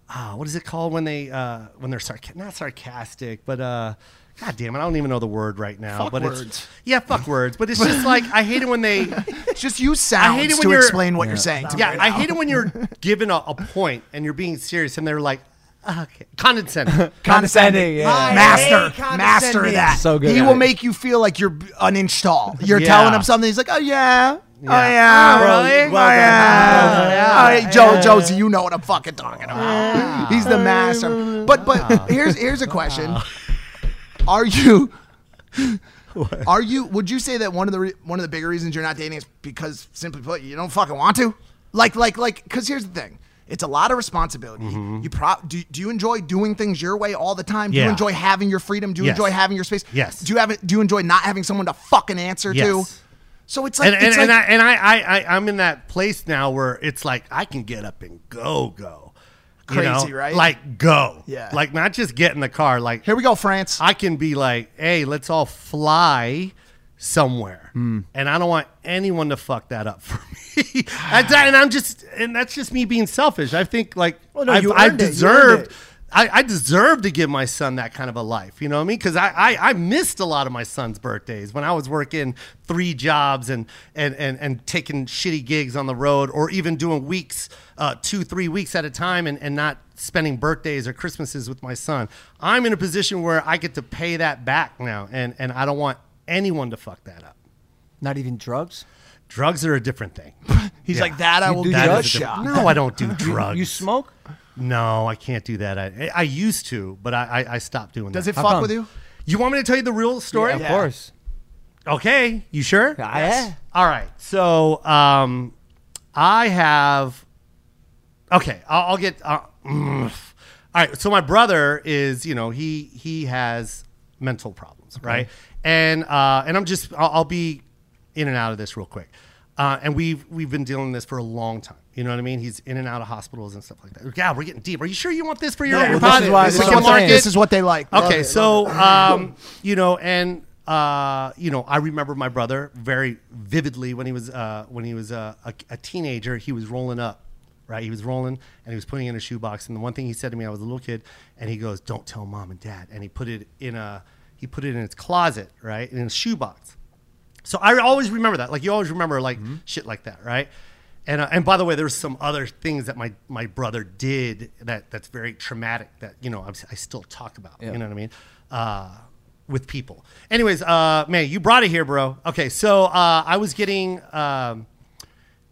S1: uh what is it called when they uh when they're sarc- not sarcastic, but uh God damn it, I don't even know the word right now.
S2: Fuck
S1: but
S2: words.
S1: it's yeah, fuck words. But it's just like I hate it when they
S2: it's just use sounds
S1: I hate it when
S2: to
S1: you're-
S2: explain what you're saying. To me
S1: Yeah,
S2: right
S1: I
S2: now.
S1: hate it when you're given a, a point and you're being serious and they're like okay. condescending.
S5: condescending. Yeah.
S2: master,
S4: Hey,
S2: master of that.
S5: So good
S2: He
S5: at
S2: will
S5: it.
S2: make you feel like you're an inch tall. You're
S1: Yeah.
S2: telling him something. He's like, oh yeah, oh yeah,
S1: Oh,
S2: oh
S1: really?
S2: yeah, oh yeah. Oh, yeah. Joe, Josie, you know what I'm fucking talking about. He's the master. But but here's here's a question: Are you? Are you? Would you say that one of the re- one of the bigger reasons you're not dating is because simply put, you don't fucking want to? Like like like. Because here's the thing. It's a lot of responsibility. You pro- do, do you enjoy doing things your way all the time? Do you
S1: Mm-hmm. Yeah.
S2: enjoy having your freedom? Do you
S1: Yes.
S2: enjoy having your space?
S1: Yes.
S2: Do you have do you enjoy not having someone to fucking answer to?
S1: Yes.
S2: So it's like
S1: and,
S2: it's
S1: and,
S2: like
S1: and I, and I, I, I, I'm in that place now where it's like I can get up and go, go, You
S2: Crazy,
S1: know?
S2: right?
S1: Like go,
S2: Yeah.
S1: Like not just get in the car. Like
S2: here we go, France.
S1: I can be like, hey, let's all fly somewhere,
S2: Hmm.
S1: and I don't want anyone to fuck that up for me. and, that- and I'm just, and that's just me being selfish. I think like
S4: Well, no,
S1: I've,
S4: you
S1: I've
S4: earned it. You earned
S1: deserved.
S4: it.
S1: I, I deserve to give my son that kind of a life. You know what I mean? Because I, I, I missed a lot of my son's birthdays when I was working three jobs and and and, and taking shitty gigs on the road or even doing weeks, uh, two, three weeks at a time and, and not spending birthdays or Christmases with my son. I'm in a position where I get to pay that back now and, and I don't want anyone to fuck that up.
S5: Not even drugs.
S1: Drugs are a different thing.
S2: He's
S1: Yeah.
S2: like that. I
S5: You
S2: will
S5: do
S2: do
S1: That
S5: Drug
S1: is a
S2: shot.
S1: different- no, I don't do drugs.
S5: You smoke?
S1: No, I can't do that. I, I used to, but I, I, I stopped doing
S2: Does
S1: that.
S2: it fuck
S5: come?
S2: with you?
S1: You want me to tell you the real story?
S5: Yeah, of course.
S1: Okay. You sure?
S5: I- yeah.
S1: All right. So um, I have. Okay, I'll, I'll get. Uh, mm. all right. So my brother is, you know, he he has mental problems, right? And uh, and I'm just, I'll, I'll be in and out of this real quick. Uh, and we've we've been dealing with this for a long time. You know what I mean? He's in and out of hospitals and stuff like that. Yeah, we're getting deep. Are you sure you want this for your
S2: Yeah,
S1: own
S5: well, this
S1: podcast? We
S2: This is
S5: is why- Like
S1: can
S2: what
S5: a
S2: they-
S1: market-
S5: market.
S2: this is what they like. Love
S1: okay
S2: it.
S1: so um you know and uh you know i remember my brother very vividly when he was uh when he was uh, a, a teenager he was rolling up right he was rolling and he was putting it in a shoebox and the one thing he said to me i was a little kid and he goes don't tell mom and dad and he put it in a he put it in his closet right in a shoebox so I always remember that. Like you always remember like shit like that, right? And uh, and by the way, there's some other things that my my brother did that that's very traumatic that you know I'm, I still talk about. You know what I mean? Uh, with people. Anyways, uh, man, you brought it here, bro. Okay, so uh, I was getting um,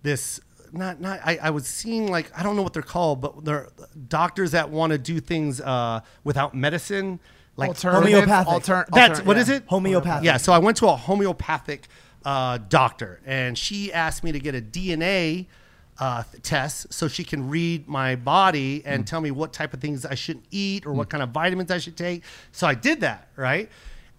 S1: this. Not, not. I, I was seeing like I don't know what they're called, but they're doctors that want to do things uh, without medicine, like
S2: Alternative,
S4: Homeopathic.
S2: altern-
S1: that's
S2: altern-
S1: what
S2: yeah.
S1: is it?
S4: Homeopathic.
S1: Yeah. So I went to a homeopathic uh, doctor, and she asked me to get a DNA uh, th- test so she can read my body
S4: Mm.
S1: and tell me what type of things I shouldn't eat or what kind of vitamins I should take. So I did that, right?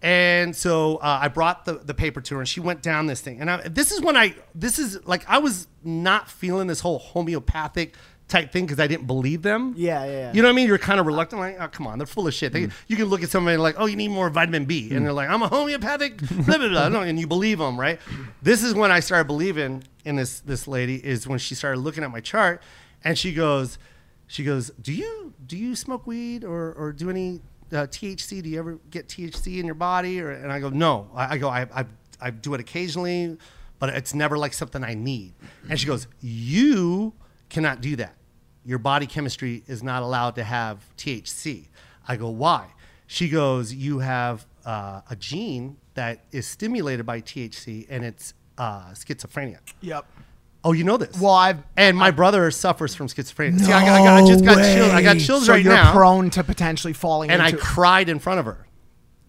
S1: And so uh, I brought the, the paper to her, and she went down this thing. And I, this is when I this is like I was not feeling this whole homeopathic type thing because I didn't believe them.
S4: Yeah, yeah, yeah.
S1: You know what I mean? You're kind of reluctant, like, oh, come on, they're full of shit. They, You can look at somebody like, oh, you need more vitamin B. And they're like, I'm a homeopathic, blah, blah, blah. No, and you believe them, right? This is when I started believing in this, this lady, is when she started looking at my chart and she goes, she goes, do you, do you smoke weed or, or do any uh, THC? Do you ever get THC in your body? Or, and I go, no. I, I go, I, I, I do it occasionally, but it's never like something I need. And she goes, you cannot do that your body chemistry is not allowed to have THC. I go, why? She goes, you have uh, a gene that is stimulated by THC and it's uh, schizophrenia.
S2: Yep.
S1: Oh, you know this.
S2: Well, I've-
S1: and my brother suffers from schizophrenia. See, I, got, I, got, I just got chills. I got chills
S2: so
S1: right
S2: you're
S1: now
S2: prone to potentially falling
S1: and I
S2: into
S1: cried in front of her.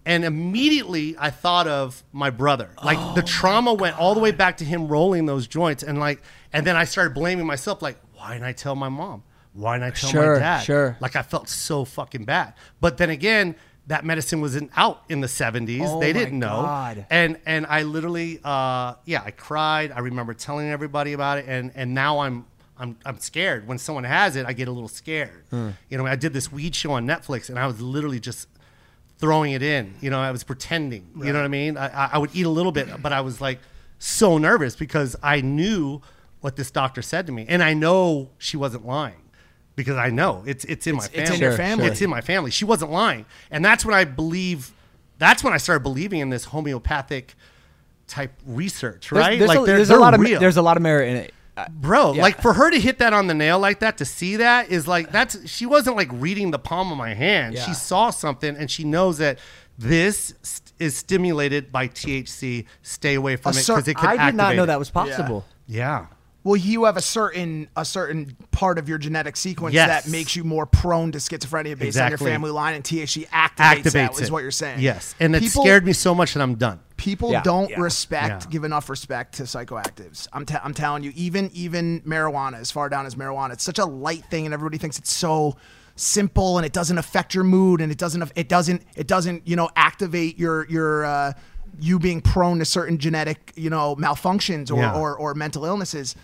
S1: And immediately I thought of my brother. Like
S5: Oh
S1: the trauma went all the way back to him rolling those joints and like and then I started blaming myself like why didn't I tell my mom? Why didn't I tell
S5: Sure,
S1: my dad?
S5: sure.
S1: Like I felt so fucking bad. But then again, that medicine wasn't out in the 70s.
S5: Oh
S1: they
S5: my
S1: didn't know.
S5: God.
S1: And and I literally uh yeah, I cried. I remember telling everybody about it and and now I'm I'm, I'm scared when someone has it. I get a little scared.
S2: Hmm.
S1: You know, I did this weed show on Netflix, and I was literally just throwing it in. You know, I was pretending. You know what I mean? I, I- I would eat a little bit, but I was like so nervous because I knew what this doctor said to me, and I know she wasn't lying because I know it's it's in my family.
S2: it's in your Sure, family.
S1: It's in my family. She wasn't lying, and that's when I believe. That's when I started believing in this homeopathic type research,
S5: There's,
S1: right?
S5: there's
S1: like
S5: a,
S1: they're-
S5: there's
S1: they're
S5: a lot of
S1: real
S5: there's a lot of merit in it. I-
S1: bro
S5: Yeah.
S1: like for her to hit that on the nail like that to see that is like that's she wasn't like reading the palm of my hand
S5: Yeah.
S1: she saw something and she knows that this st- is stimulated by thc stay away from
S2: A
S1: it
S2: cer-
S1: because it can
S5: I did not
S1: activate
S5: know
S1: it.
S5: that was possible.
S1: yeah
S2: Well, you have a certain a certain part of your genetic sequence
S1: Yes.
S2: that makes you more prone to schizophrenia based on
S1: Exactly.
S2: your family line, and THC activates, that,
S1: activates
S2: is
S1: it.
S2: what you're saying.
S1: yes and it
S2: People-
S1: scared me so much that i'm done
S2: People
S5: Yeah.
S2: don't
S5: Yeah.
S2: respect,
S1: Yeah.
S2: give enough respect to psychoactives. I'm, t- I'm telling you, even even marijuana, as far down as marijuana, it's such a light thing, and everybody thinks it's so simple, and it doesn't affect your mood, and it doesn't it doesn't it doesn't you know activate your your uh, you being prone to certain genetic you know malfunctions or,
S1: Yeah.
S2: or or mental illnesses.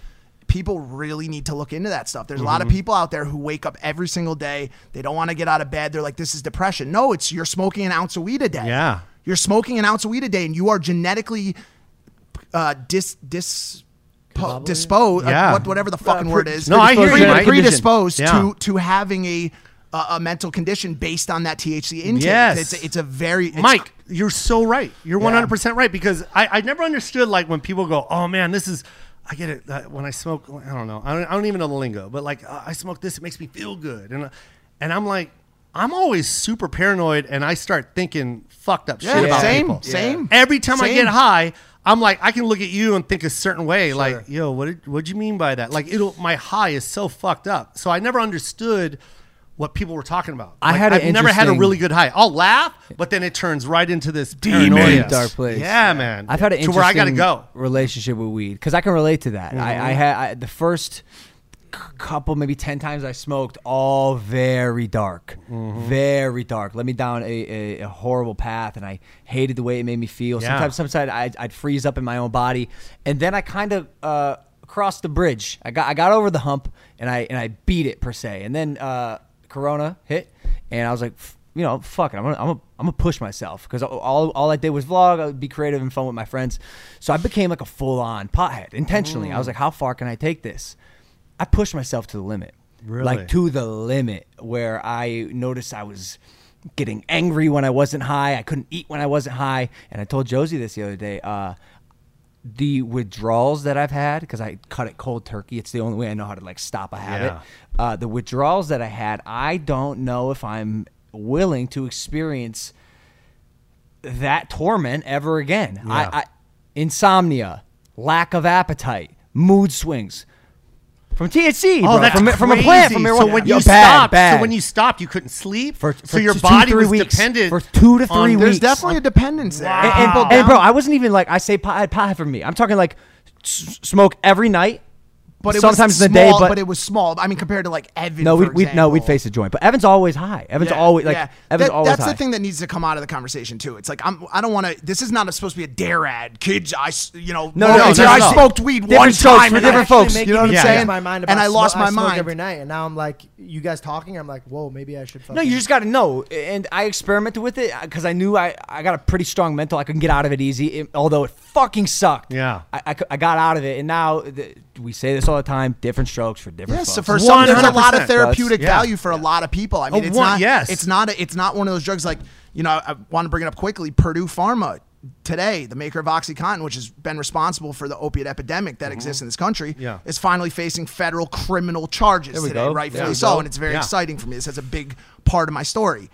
S2: People really need to look into that stuff. There's a lot of
S1: Mm-hmm.
S2: people out there who wake up every single day. They don't want to get out of bed. They're like, "This is depression." No, it's you're smoking an ounce of weed a day.
S1: Yeah.
S2: You're smoking an ounce of weed a day and you are genetically uh, dis dis po- disposed
S1: Yeah.
S2: what, whatever the fucking word is
S1: No, I hear
S2: Pre-
S1: you, Mike.
S2: predisposed
S1: Yeah.
S2: to to having a uh, a mental condition based on that THC intake.
S1: Yes.
S2: It's, it's a very it's-
S1: Mike, you're so right. You're 100% right because I, I never understood like when people go, oh man, this is, I get it. Uh, when I smoke, I don't know. I don't, I don't even know the lingo, but like uh, I smoke this, it makes me feel good. And, uh, and I'm like, I'm always super paranoid and I start thinking fucked up shit
S2: Yeah,
S1: about
S2: same,
S1: people.
S2: same,
S1: Every time I
S2: same.
S1: get high, I'm like, I can look at you and think a certain way. Like, yo, what did, what'd you mean by that? Like, it'll, my high is so fucked up. So I never understood what people were talking about.
S5: I
S1: Like,
S5: had an
S1: I've never had a
S5: interesting-
S1: really good high. I'll laugh, but then it turns right into this
S5: Deep
S1: paranoia.
S5: dark place.
S1: Yeah, man.
S5: I've had an
S1: to
S5: interesting
S1: where I gotta go. Mm-hmm.
S5: relationship with weed because I can relate to that. I, I had I, the first c- couple, maybe ten times I smoked, all very dark,
S1: Mm-hmm.
S5: very dark. Let me down a, a, a horrible path, and I hated the way it made me feel.
S1: Yeah.
S5: Sometimes, sometimes I'd, I'd freeze up in my own body, and then I kind of. Uh, crossed the bridge. I got I got over the hump and I and I beat it per se. And then uh, Corona hit, and I was like, "F- you know, fuck it. I'm gonna, I'm gonna, I'm gonna push myself because all, all I did was vlog, I would be creative and fun with my friends. So I became like a full on pothead intentionally. I was like, how far can I take this? I pushed myself to the limit,
S1: Really?
S5: like to the limit, where I noticed I was getting angry when I wasn't high. I couldn't eat when I wasn't high, and I told Josie this the other day. Uh, the withdrawals that I've had because I cut it cold turkey. It's the only way I know how to like stop a habit.
S1: Yeah.
S5: Uh, the withdrawals that I had, I don't know if I'm willing to experience that torment ever again. I, I insomnia, lack of appetite, mood swings. From THC, bro. from, from a plant, from
S1: Oh, so when
S5: Yeah,
S1: you
S5: bad,
S1: stopped,
S5: bad.
S1: so when you stopped, you couldn't sleep.
S5: For-
S1: so
S5: for
S1: your
S5: two-
S1: body
S5: three
S1: was
S5: weeks.
S1: dependent
S5: For two to three
S1: on-
S5: weeks.
S2: There's definitely a dependence there.
S5: and, and-
S2: People
S5: and bro,
S2: down-
S5: I wasn't even like I say pot pot for me. I'm talking like s- smoke every night.
S2: but it
S5: sometimes
S2: was
S5: in the day,
S2: small,
S5: but-
S2: it was small. I mean, compared to like Evan.
S5: No,
S2: for
S5: we we no, we'd
S2: example.
S5: face a joint. But Evan's always high. Evan's
S1: Yeah,
S5: always like
S2: yeah,
S5: Evan's
S2: That-
S5: always
S2: that's
S5: high.
S2: the thing that needs to come out of the conversation too. It's like I'm. I don't want to. This is not supposed to be a dare ad, kids. I, s- you know,
S5: No,
S2: look
S5: no,
S2: at
S5: no,
S2: you, I
S5: no.
S2: smoked weed
S5: Different
S2: one
S5: strokes
S2: time
S5: for
S2: and
S5: different
S2: I actually
S5: folks.
S2: made-
S5: You know
S1: what I'm
S2: yeah,
S1: saying?
S2: yeah.
S4: my mind about
S2: and I
S4: smoke-
S2: lost my
S4: smoke
S2: mind
S4: every night, and now I'm like, you guys talking, I'm like, whoa, maybe I should. Fucking
S5: No, you just got to know. And I experimented with it because I knew I, I got a pretty strong mental. I can get out of it easy, it- although it fucking sucked.
S1: Yeah.
S5: I, I, cou- I got out of it. And now the, we say this all the time different strokes for different
S2: Yeah, so
S5: folks.
S2: for some, there's a lot
S1: 100%.
S2: of therapeutic
S1: Yeah.
S2: value for a lot of people. I mean,
S1: Oh,
S2: it's
S1: one-
S2: not.
S1: yes.
S2: It's not. A, it's not one of those drugs like you know. I, I want to bring it up quickly. Purdue Pharma today, the maker of OxyContin, which has been responsible for the opiate epidemic that
S5: Mm-hmm.
S2: exists in this country,
S1: Yeah.
S2: is finally facing federal criminal charges
S5: we
S2: today,
S5: go.
S2: rightfully
S5: There we
S2: so,
S5: go.
S2: and it's very
S1: Yeah.
S2: exciting for me. This is a big part of my story.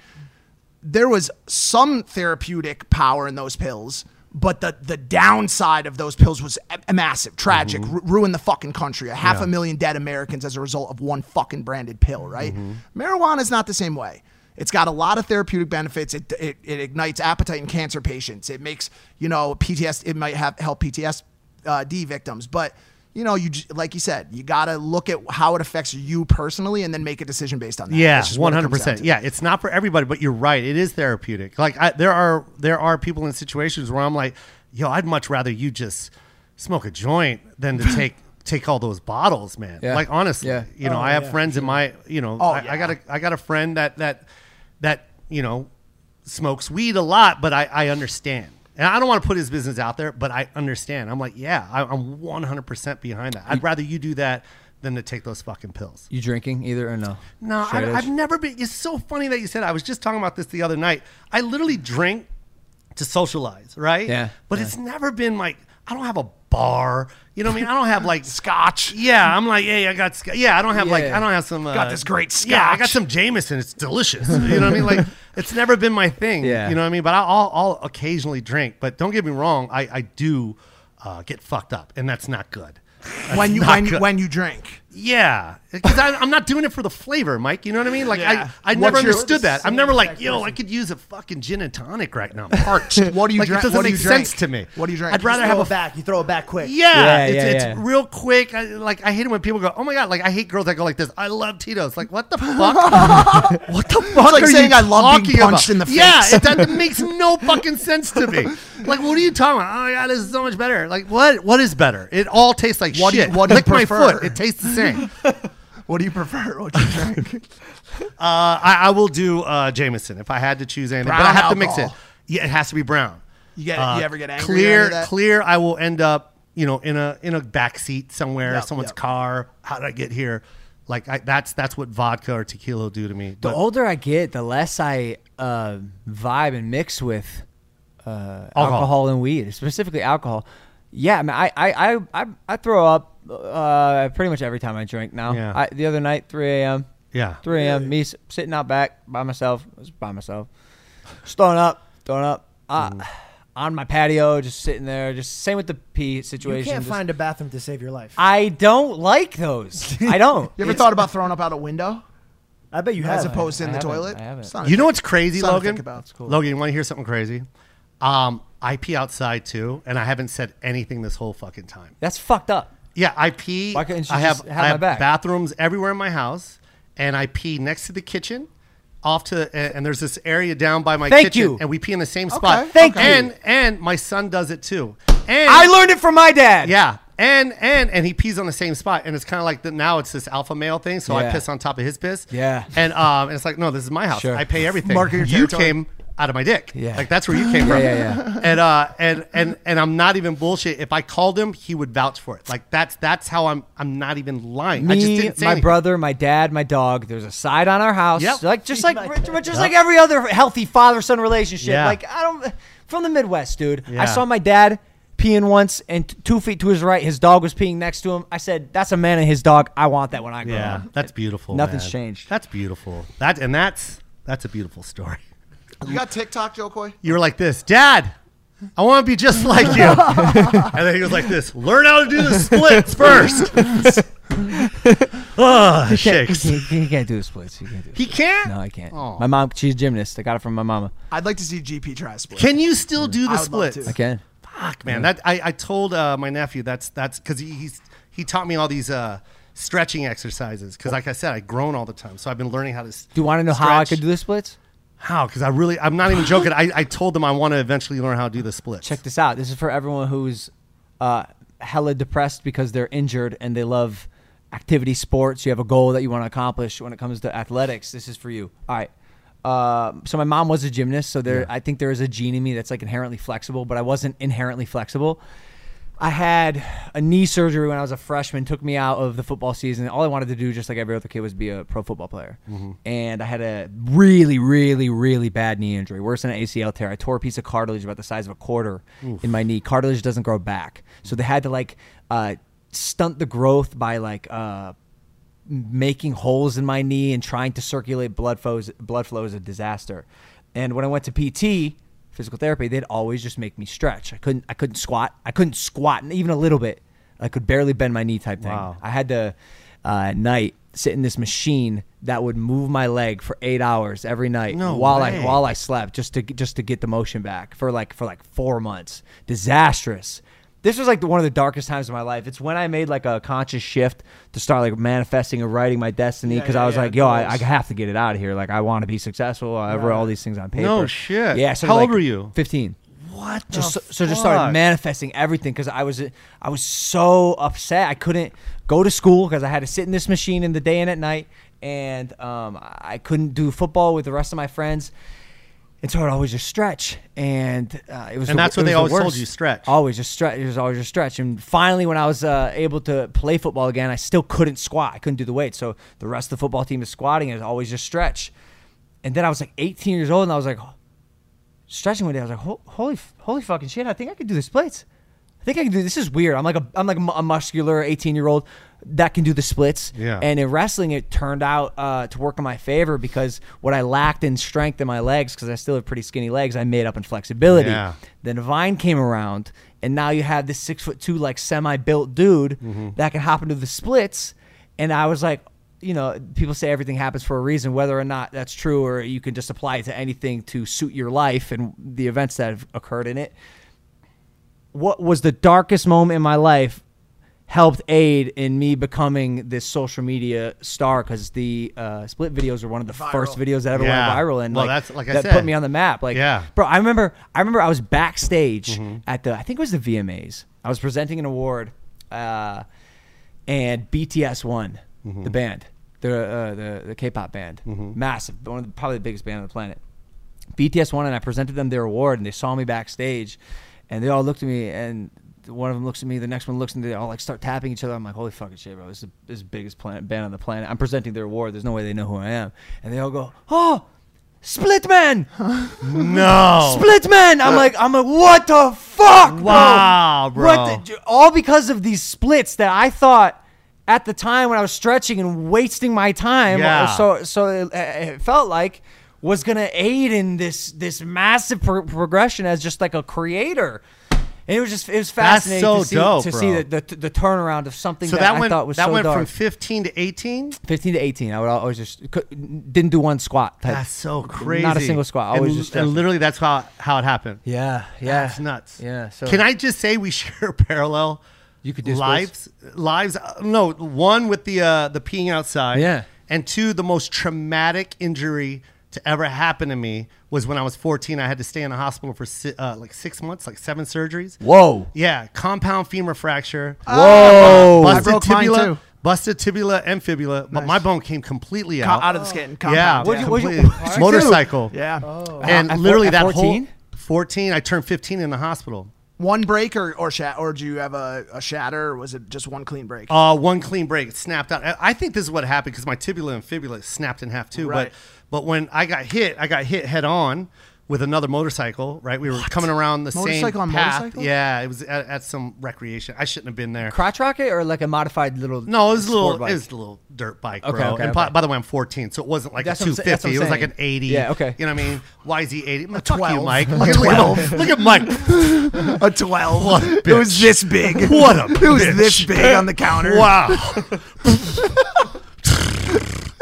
S2: There was some therapeutic power in those pills. But the, the downside of those pills was a- massive, tragic,
S1: Mm-hmm.
S2: ru- ruined the fucking country. A half a million dead Americans as a result of one fucking branded pill, right?
S1: Mm-hmm.
S2: Marijuana is not the same way. It's got a lot of therapeutic benefits. It, it, it ignites appetite in cancer patients. It makes, you know, PTS, it might have help PTSD uh, victims. But, you know, you j- like you said, you got to look at how it affects you personally and then make a decision based on that.
S1: Yeah,
S2: That's just
S1: one
S2: what it
S1: hundred
S2: comes down
S1: percent.
S2: to.
S1: Yeah, it's not for everybody, but you're right. It is therapeutic. Like I, there are there are people in situations where I'm like, yo, I'd much rather you just smoke a joint than to take take all those bottles, man.
S5: Yeah.
S1: Like honestly,
S5: Yeah.
S1: you know, I have friends in my, you know, I, I
S2: Oh, yeah.
S1: got a I got a friend that that that you know smokes weed a lot, but I I understand. And I don't want to put his business out there, but I understand. I'm like, yeah, I, I'm 100% behind that. I'd rather you do that than to take those fucking pills.
S5: you drinking either or no?
S1: No, I,
S5: Straight edge?
S1: I've never been. It's so funny that you said. I was just talking about this the other night. I literally drink to socialize, right?
S5: Yeah,
S1: But
S5: yeah.
S1: it's never been like I don't have a bar. You know what I mean? I don't have like scotch. Yeah, I'm like, hey, I got. Sc-. Yeah, I don't have like
S5: Yeah.
S1: I don't have some. Uh,
S2: Got this great
S1: Yeah, I got
S2: scotch.
S1: some Jameson. It's delicious. you know what I mean? Like it's never been my thing.
S5: Yeah.
S1: You know what I mean? But I'll, I'll occasionally drink. But don't get me wrong, I I do uh, get fucked up, and that's not good. That's
S2: When you,
S1: not
S2: when,
S1: good.
S2: when you drink.
S1: Yeah, because I'm not doing it for the flavor, Mike. You know what I mean? Like
S2: Yeah.
S1: I, I
S2: What's
S1: never
S2: your-
S1: understood that. I'm never like, yo, I could use a fucking gin and tonic right now. I'm parched.
S2: What do you
S1: like,
S2: drink-
S1: It doesn't
S2: what do
S1: make
S2: you drink?
S1: sense to me.
S2: What do you drink?
S1: I'd
S2: You
S1: rather
S4: throw
S1: have a
S4: it back. You throw it back quick.
S1: yeah,
S5: Yeah,
S1: it's,
S5: yeah,
S1: it's
S5: yeah.
S1: real quick. I, like I hate it when people go, oh my god, like I hate girls that go like this. I love Tito's. Like what the fuck? what the fuck?
S2: like
S1: are
S2: saying
S1: you
S2: I love being
S1: talking
S2: punched
S1: about?
S2: in the face.
S1: Yeah, it, that makes no fucking sense to me. Like what are you talking about? Oh my god, this is so much better. Like what? What is better? It all tastes like
S2: What do you-
S1: shit.
S2: what do you
S1: Lick my
S2: prefer?
S1: foot. It tastes the same.
S2: What do you prefer? What do you drink?
S1: Uh, I, I will do uh, Jameson if I had to choose anything, but I
S2: Brown
S1: have to mix it.
S2: alcohol.
S1: Yeah, it has to be brown. Uh,
S2: You get- you ever get angry or any
S1: Clear,
S2: of that?
S1: clear. I will end up, you know, in a in a back seat somewhere,
S2: Yep,
S1: someone's
S2: yep.
S1: car. How did I get here? Like I, that's that's what vodka or tequila will do to me.
S5: the
S1: But
S5: older I get, the less I uh, vibe and mix with uh, alcohol. and weed, specifically alcohol. Yeah, I mean, I I I, I, I throw up uh, pretty much every time I drink now.
S1: Yeah.
S5: I, the other night, 3 a.m.
S1: Yeah.
S5: 3 a.m. Me s- sitting out back by myself, I was by myself, just throwing up, throwing up. Uh, On my patio, just sitting there, just same with the pee
S4: You
S5: situation.
S4: can't
S5: just-
S4: find a bathroom to save your life. I,
S5: I don't like those. I don't.
S2: You ever thought about throwing up out a window
S4: bet you have.
S2: as opposed to in
S5: I
S2: the
S5: haven't,
S2: toilet?
S5: I haven't.
S2: It's not a
S1: you know
S2: thing.
S1: what's crazy,
S2: Something to
S1: Logan?
S2: think about. That's cool.
S1: Logan, you want to hear something crazy? Um, I pee outside too, and I haven't said anything this whole fucking time.
S5: That's fucked up.
S1: Yeah, I pee.
S5: Why couldn't you
S1: I have,
S5: just have
S1: I
S5: my
S1: have
S5: back?
S1: bathrooms everywhere in my house, and I pee next to the kitchen, off to the, and and there's this area down by my
S5: Thank
S1: kitchen,
S5: you.
S1: and we pee in the same spot.
S5: Thank okay. you.
S1: And and my son does it too. And
S5: I learned it from my dad.
S1: yeah. And and and he pees on the same spot, and it's kind of like the, now it's this alpha male thing. So I
S5: Yeah.
S1: piss on top of his piss.
S5: Yeah.
S1: And um, and it's like no, this is my house.
S5: Sure.
S1: I pay everything.
S2: Mark your
S1: you
S2: territory.
S1: came out of my dick.
S5: Yeah.
S1: Like that's where you came from.
S5: yeah, yeah.
S1: And uh and and and I'm not even bullshit. If I called him, he would vouch for it. Like that's that's how I'm I'm not even lying. I
S5: me,
S1: just didn't say
S5: my
S1: anything.
S5: brother, my dad, my dog. There's a side on our house,
S1: Yep.
S5: like just like
S4: My
S5: just like every other healthy father son relationship.
S1: Yeah.
S5: Like I don't from the Midwest, dude.
S1: Yeah.
S5: I saw my dad peeing once, and t- two feet to his right, his dog was peeing next to him. I said, "That's a man and his dog. I want that when I grow
S1: Yeah,
S5: up."
S1: that's beautiful.
S5: Nothing's
S1: man.
S5: changed.
S1: That's beautiful. That and that's that's a beautiful story.
S2: You got TikTok, Joe Coy?
S1: you were like this, Dad. I want to be just like you. and then he was like this. Learn how to do the splits first. oh, shakes.
S5: He, he can't do the splits. He can't do.
S1: He can't.
S5: No, I can't. My mom, she's a gymnast. I got it from my mama.
S2: I'd like to see GP try a split.
S1: Can you still do the
S2: I would love
S1: splits?
S2: to.
S5: I can.
S1: Fuck, man. That I, I told uh, my nephew that's that's because he, he's he taught me all these uh, stretching exercises because like I said I groan all the time so I've been learning how to. s-
S5: Do you want to know how I
S1: stretch.
S5: could do the splits?
S1: How? Because I really I'm not even joking. I, I told them I want to eventually learn how to do the splits.
S5: Check this out. This is for everyone who's uh, hella depressed because they're injured and they love activity, sports. You have a goal that you want to accomplish when it comes to athletics. This is for you. All right. Uh, so my mom was a gymnast, so there I think there is a gene in me that's like inherently flexible, but I wasn't inherently flexible. I had a knee surgery when I was a freshman. Took me out of the football season. All I wanted to do, just like every other kid, was be a pro football player. And I had a really, really, really bad knee injury, worse than an ACL tear. I tore a piece of cartilage about the size of a quarter in my knee. Cartilage doesn't grow back, so they had to like uh, stunt the growth by like uh, making holes in my knee and trying to circulate blood flows blood flow is a disaster. And when I went to PT, physical therapy, they'd always just make me stretch. I couldn't I couldn't squat. I couldn't squat even a little bit. I could barely bend my knee type thing.
S1: Wow.
S5: I had to uh, at night sit in this machine that would move my leg for 8 hours every night
S1: No
S5: while
S1: way.
S5: I while I slept just to just to get the motion back for like for like 4 months. Disastrous. This was like the, one of the darkest times of my life. It's when I made like a conscious shift to start like manifesting and writing my destiny because
S2: yeah,
S5: I was
S2: yeah,
S5: like, yo, I, I
S2: goals.
S5: have to get it out of here. Like I want to be successful. I wrote all these things on paper.
S1: No shit.
S5: Yeah. So
S1: How
S5: like,
S1: old were you?
S5: 15
S1: What?
S5: just so,
S1: the
S5: so just started
S1: Oh, fuck?
S5: manifesting everything because I was I was so upset I couldn't go to school because I had to sit in this machine in the day and at night and um, I couldn't do football with the rest of my friends and so I'd always just stretch and uh, it was
S1: And
S5: the-
S1: that's
S5: it
S1: what
S5: was
S1: they
S5: the
S1: always told
S5: worst.
S1: you, stretch.
S5: always just stretch it was always just stretch and finally when I was uh, able to play football again I still couldn't squat I couldn't do the weight so the rest of the football team is squatting and it's always just stretch and then I was like 18 years old and I was like stretching one day. I was like, "Hol- holy, f- holy fucking shit! I think I can do the splits. I think I can do this. Is weird. I'm like a, I'm like a, mu- a muscular 18 year old that can do the splits.
S1: Yeah.
S5: And in wrestling, it turned out uh, to work in my favor because what I lacked in strength in my legs, because I still have pretty skinny legs, I made up in flexibility.
S1: Yeah.
S5: Then Vine came around, and now you have this six foot two, like semi built dude
S1: Mm-hmm.
S5: that can hop into the splits. And I was like, you know, people say everything happens for a reason, whether or not that's true, or you can just apply it to anything to suit your life and the events that have occurred in it. What was the darkest moment in my life helped aid in me becoming this social media star because the uh, split videos were one of the first videos that ever
S1: Yeah.
S5: went viral and
S1: Well,
S5: like,
S1: that's- like I
S5: that
S1: said.
S5: put me on the map. Like,
S1: Yeah.
S5: bro, I remember, I remember, I was backstage at the, I think it was the VMAs. I was presenting an award, uh, and BTS won the band, the uh, the the K-pop band, massive, one of the, probably the biggest band on the planet. BTS won, and I presented them their award, and they saw me backstage, and they all looked at me, and one of them looks at me, the next one looks, and they all like start tapping each other. I'm like, holy fucking shit, bro! This is the, this is the biggest planet, band on the planet. I'm presenting their award. There's no way they know who I am, and they all go, oh. Split man,
S1: No.
S5: split man. I'm like, I'm like, what the fuck?
S1: Wow, bro.
S5: What the, all because of these splits that I thought at the time when I was stretching and wasting my time.
S1: Yeah.
S5: So so it, it felt like was gonna aid in this this massive pro- progression as just like a creator. And it was just it was
S1: That's
S5: fascinating
S1: so
S5: to see,
S1: dope,
S5: to
S1: bro.
S5: see the, the, the turnaround of something
S1: So
S5: that,
S1: that
S5: I
S1: went
S5: thought was
S1: that
S5: so
S1: went
S5: dark.
S1: from 15 to 18.
S5: 15 to 18 I would always just cou- didn't do one squat type.
S1: That's so crazy.
S5: Not a single squat.
S1: And,
S5: Always
S1: and
S5: just stretching.
S1: literally that's how how it happened.
S5: yeah, yeah.
S1: That's nuts.
S5: Yeah, so-
S1: can I just say we share parallel?
S5: You could do
S1: lives, lives. uh, No, one with the uh, the peeing outside.
S5: Yeah.
S1: and two, the most traumatic injury to ever happen to me was when I was 14. I had to stay in the hospital for si- uh, like six months, like seven surgeries.
S5: Whoa.
S1: Yeah, compound femur fracture.
S5: Whoa.
S2: I
S1: busted
S2: broke mine
S1: tibula,
S2: too.
S1: busted tibula and fibula, but my bone came completely
S2: Co-
S1: out.
S2: out of the skin.
S1: yeah,
S2: Compound,
S5: What'd you-
S1: completely.
S5: what'd you-
S1: motorcycle.
S2: yeah.
S1: and
S5: At four-
S1: literally
S5: at
S1: that
S5: 14?
S1: whole 14 i turned 15 in the hospital
S2: One break or or, shat, or do you have a, a shatter or was it just one clean break?
S1: uh one clean break it snapped out I- i think this is what happened because my tibula and fibula snapped in half too
S2: Right.
S1: but but when i got hit i got hit head on with another motorcycle. Right, we were coming around the
S2: Motorcycle
S1: same
S2: on
S1: path.
S2: motorcycle?
S1: Yeah, it was at, at some recreation. I shouldn't have been there.
S5: Crotch rocket or like a modified little.
S1: No, it was a
S5: sport
S1: little,
S5: bike?
S1: it was a little dirt bike,
S5: Okay,
S1: bro.
S5: okay,
S1: and by,
S5: okay.
S1: by the way, I'm 14, so it wasn't like
S5: That's
S1: a
S5: what I'm sa- that's
S1: 250.
S5: what I'm
S1: It was like
S5: saying.
S1: an 80.
S5: Yeah, okay.
S1: You know what I mean? Why is he 80? Fuck
S2: 12.
S1: you, Mike.
S2: A
S1: Look at Mike. Look at Mike.
S2: A 12.
S1: What a
S2: it was
S1: bitch.
S2: this big.
S1: What a
S2: It was this
S1: bitch.
S2: big on the counter.
S1: Wow.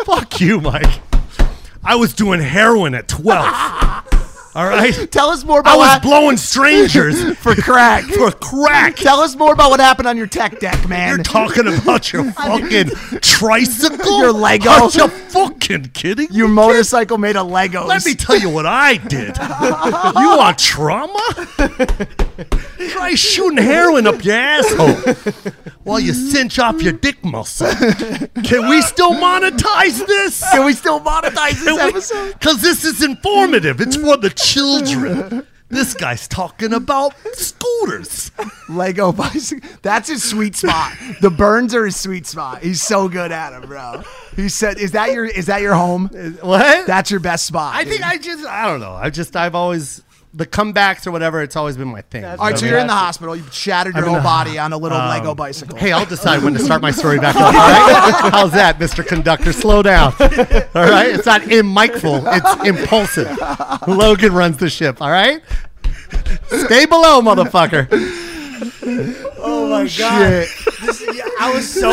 S1: Fuck you, Mike. I was doing heroin at 12. All right?
S2: Tell us
S1: I
S2: more about
S1: was
S2: what
S1: blowing strangers
S2: for crack.
S1: for crack.
S2: Tell us more about what happened on your tech deck, man.
S1: You're talking about your fucking tricycle?
S2: Your Lego.
S1: Are you fucking kidding me?
S2: your motorcycle made of Legos.
S1: Let me tell you what I did. you want trauma? Try shooting heroin up your asshole while you cinch off your dick muscle. Can we still monetize this?
S2: Can we still monetize this episode?
S1: Because this is informative. It's for the children. This guy's talking about scooters.
S2: Lego bicycle. That's his sweet spot. The burns are his sweet spot. He's so good at them, bro. He said, "Is that your is that your home?
S1: What?
S2: That's your best spot."
S1: I think I just, I don't know. I just, I've always, the comebacks or whatever, it's always been my thing.
S5: That's
S2: All right, so
S5: Yeah.
S2: you're in the hospital. You shattered your
S1: in
S2: whole
S1: the- Um,
S2: body on a little Lego bicycle.
S1: Hey, I'll decide when to start my story back up. All right? How's that, Mr. Conductor? Slow down. All right? It's not immicful, it's impulsive. Logan runs the ship, all right? Stay below, motherfucker.
S4: Oh my god! This, yeah, I was so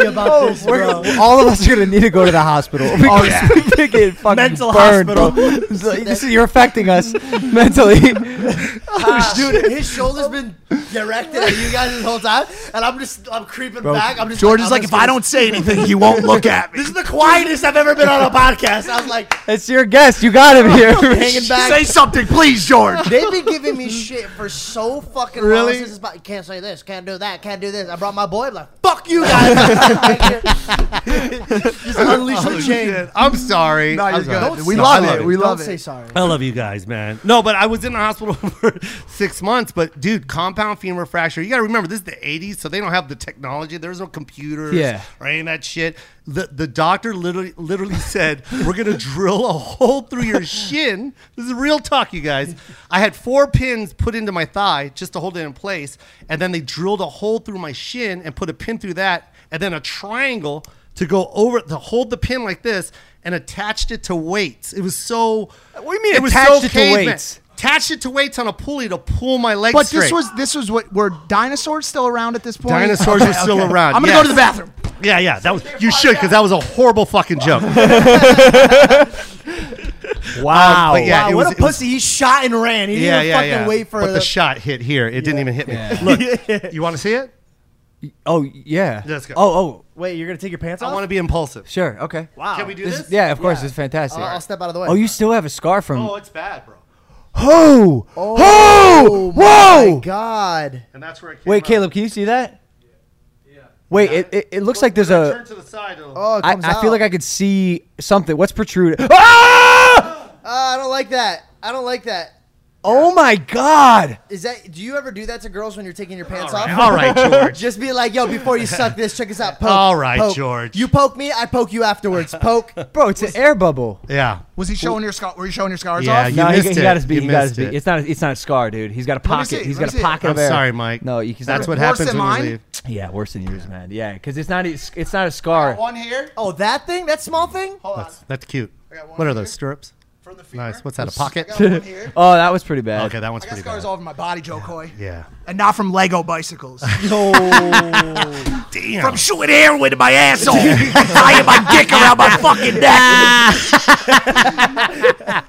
S4: about
S2: Oh,
S4: this, bro.
S5: All of us are gonna need to go to the hospital. Oh
S4: yeah.
S5: fucking
S4: Mental
S5: burned,
S4: hospital.
S5: bro. It's like, this is- you're affecting us mentally.
S4: Dude, his shoulder's been directed at you guys this whole time, and I'm just I'm creeping back. I'm just
S2: George is
S4: I'm
S2: like, if
S4: just
S2: I
S4: gonna-
S2: don't say anything, he won't look at me.
S4: This is the quietest I've ever been on a podcast. I was like
S5: it's your guest. You got him here.
S4: hanging back.
S2: Say something, please, George.
S4: They've been giving me shit for so fucking really? long. Since this po- can't say this, can't do that, can't do this. I brought my boy. I'm like, fuck you guys. just unleash the chain.
S1: I'm sorry.
S2: No,
S1: I'm
S2: you're
S1: sorry.
S2: good. We
S1: No,
S2: love
S1: I
S2: it. We
S4: Don't
S2: love
S4: say
S2: it.
S4: sorry.
S1: I love you guys, man. No, but I was in the hospital for six months. But dude, compound femur fracture. You gotta remember this is the '80s, so they don't have the technology. There's no computers,
S5: Yeah.
S1: or any of that shit. The the doctor literally literally said, "We're gonna drill a hole through your shin." This is real talk, you guys. I had four pins put into my thigh just to hold it in place, and then they drilled a hole through my shin and put a pin through that, and then a triangle to go over to hold the pin like this. And attached it to weights. It was so
S5: What do you mean attached it to
S1: caveman.
S5: weights?
S1: Attached it to weights on a pulley to pull my legs
S2: But
S1: straight.
S2: this was this was what were dinosaurs still around at this point?
S1: Dinosaurs were still around,
S2: I'm gonna
S1: yes.
S2: go to the bathroom.
S1: yeah, yeah. That was you should because that was a horrible fucking joke.
S5: Wow.
S1: but yeah,
S4: wow,
S1: it was- it
S4: what a
S1: was-
S4: pussy! He shot and ran. He didn't
S1: yeah,
S4: even
S1: yeah,
S4: fucking
S1: yeah.
S4: wait for
S1: but
S4: the.
S1: the shot hit here. It didn't even hit me. Look, you want to see it?
S5: Oh yeah.
S1: Let's go.
S5: Oh oh.
S4: wait, you're gonna take your pants off?
S1: I want to be impulsive.
S5: Sure. Okay.
S4: wow.
S1: Can we do
S5: This
S1: this?
S5: is- yeah, of course, it's fantastic.
S4: I'll, I'll step out of the way.
S5: oh, you still have a scar from?
S1: Oh, it's bad, bro.
S5: Oh.
S4: Oh,
S5: Whoa!
S4: my God.
S1: And that's where it came
S5: Wait,
S1: out.
S5: Caleb, can you see that? Yeah. Wait, it, it, it looks like there's
S1: Turn
S5: a.
S1: to the side. it'll-
S4: Oh, it
S5: I,
S4: comes
S5: I feel
S4: out.
S5: like I could see something. What's protruding? Ah!
S4: Uh, I don't like that. I don't like that.
S5: Oh my God!
S4: Is that? Do you ever do that to girls when you're taking your pants
S1: All right,
S4: off?
S1: all right, George.
S4: Just be like, yo, before you suck this, check this out. Poke,
S1: All right,
S4: poke.
S1: George.
S4: You poke me, I poke you afterwards. Poke.
S5: Bro, it's an air bubble.
S1: yeah.
S2: Was he showing your scar? Were you showing your scars
S1: Yeah,
S2: off?
S1: you
S5: no, he,
S1: missed
S5: he
S1: it.
S5: got his beat.
S1: You
S5: He got his
S1: missed
S5: beat.
S1: it.
S5: It's not. It's not a scar, dude. He's got a
S2: me see
S5: pocket.
S2: it,
S5: He's
S2: let
S5: got
S2: me
S5: a
S2: see it.
S5: pocket
S1: I'm
S5: of air.
S1: sorry, Mike.
S5: No, you can.
S1: That's what
S2: Worse
S1: happens
S2: than
S1: when
S2: mine?
S1: we leave.
S5: Yeah, worse than yours, man. Yeah, because it's not. It's, it's not a scar.
S2: One here.
S4: Oh, that thing? That small thing?
S2: Hold on.
S1: That's, that's cute.
S2: got one
S1: What are
S2: here.
S1: those stirrups?
S2: From the femur.
S1: Nice. What's that? A pocket?
S2: I got one here.
S5: Oh, that was pretty bad.
S1: Okay, that one's
S2: I got
S1: pretty
S2: scars
S1: bad.
S2: all over my body, Joe Coy.
S1: Yeah.
S2: And not from Lego bicycles.
S1: Damn.
S2: I'm shooting heroin to my asshole. Tying my dick around my fucking neck.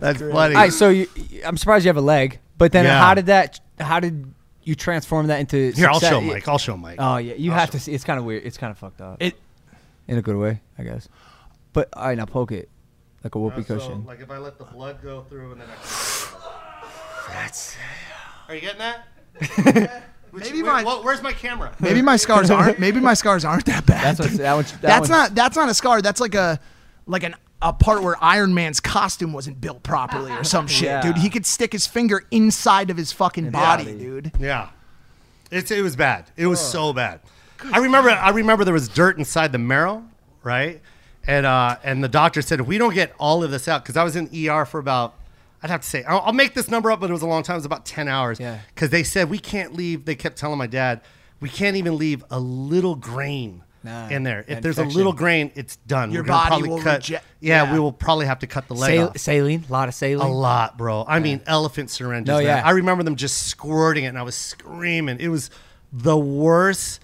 S1: That's bloody.
S5: All right, so you, I'm surprised you have a leg. But then,
S1: Yeah.
S5: how did that? How did you transform that into?
S1: Here, I'll
S5: success?
S1: show Mike. I'll show Mike.
S5: Oh yeah, you have to see. It's kind of weird. It's kind of fucked up.
S1: It-
S5: in a good way, I guess. But all right, now poke it like a whoopee cushion.
S1: uh, like if I let the blood go through and then I. That's. Are you getting that?
S2: Maybe my-
S1: wh- where's my camera?
S2: Maybe my scars aren't. Maybe my scars aren't that bad.
S5: that's what, that one's, that
S2: that's
S5: one's-
S2: not that's not a scar. That's like a like an a part where Iron Man's costume wasn't built properly or some shit,
S5: Yeah.
S2: dude. He could stick his finger inside of his fucking body,
S5: body.
S2: dude.
S1: Yeah, it's it was bad. It was so bad. I remember. I remember there was dirt inside the marrow, right? And uh, and the doctor said if we don't get all of this out, because I was in ER E for about I'd have to say I'll, I'll make this number up, but it was a long time. It was about ten hours.
S5: Yeah.
S1: Because they said we can't leave. They kept telling my dad we can't even leave a little grain
S5: Nah,
S1: in there. If
S5: an
S1: there's
S5: infection.
S1: a little grain, it's done.
S2: Your
S1: We're gonna
S2: body
S1: probably
S2: will
S1: cut,
S2: reject-
S1: Yeah,
S2: yeah.
S1: we will probably have to cut the leg
S5: Sal-
S1: off.
S5: saline, a lot of saline.
S1: A lot, bro. I mean, elephant syringes.
S5: No,
S1: man.
S5: yeah.
S1: I remember them just squirting it, and I was screaming. It was the worst.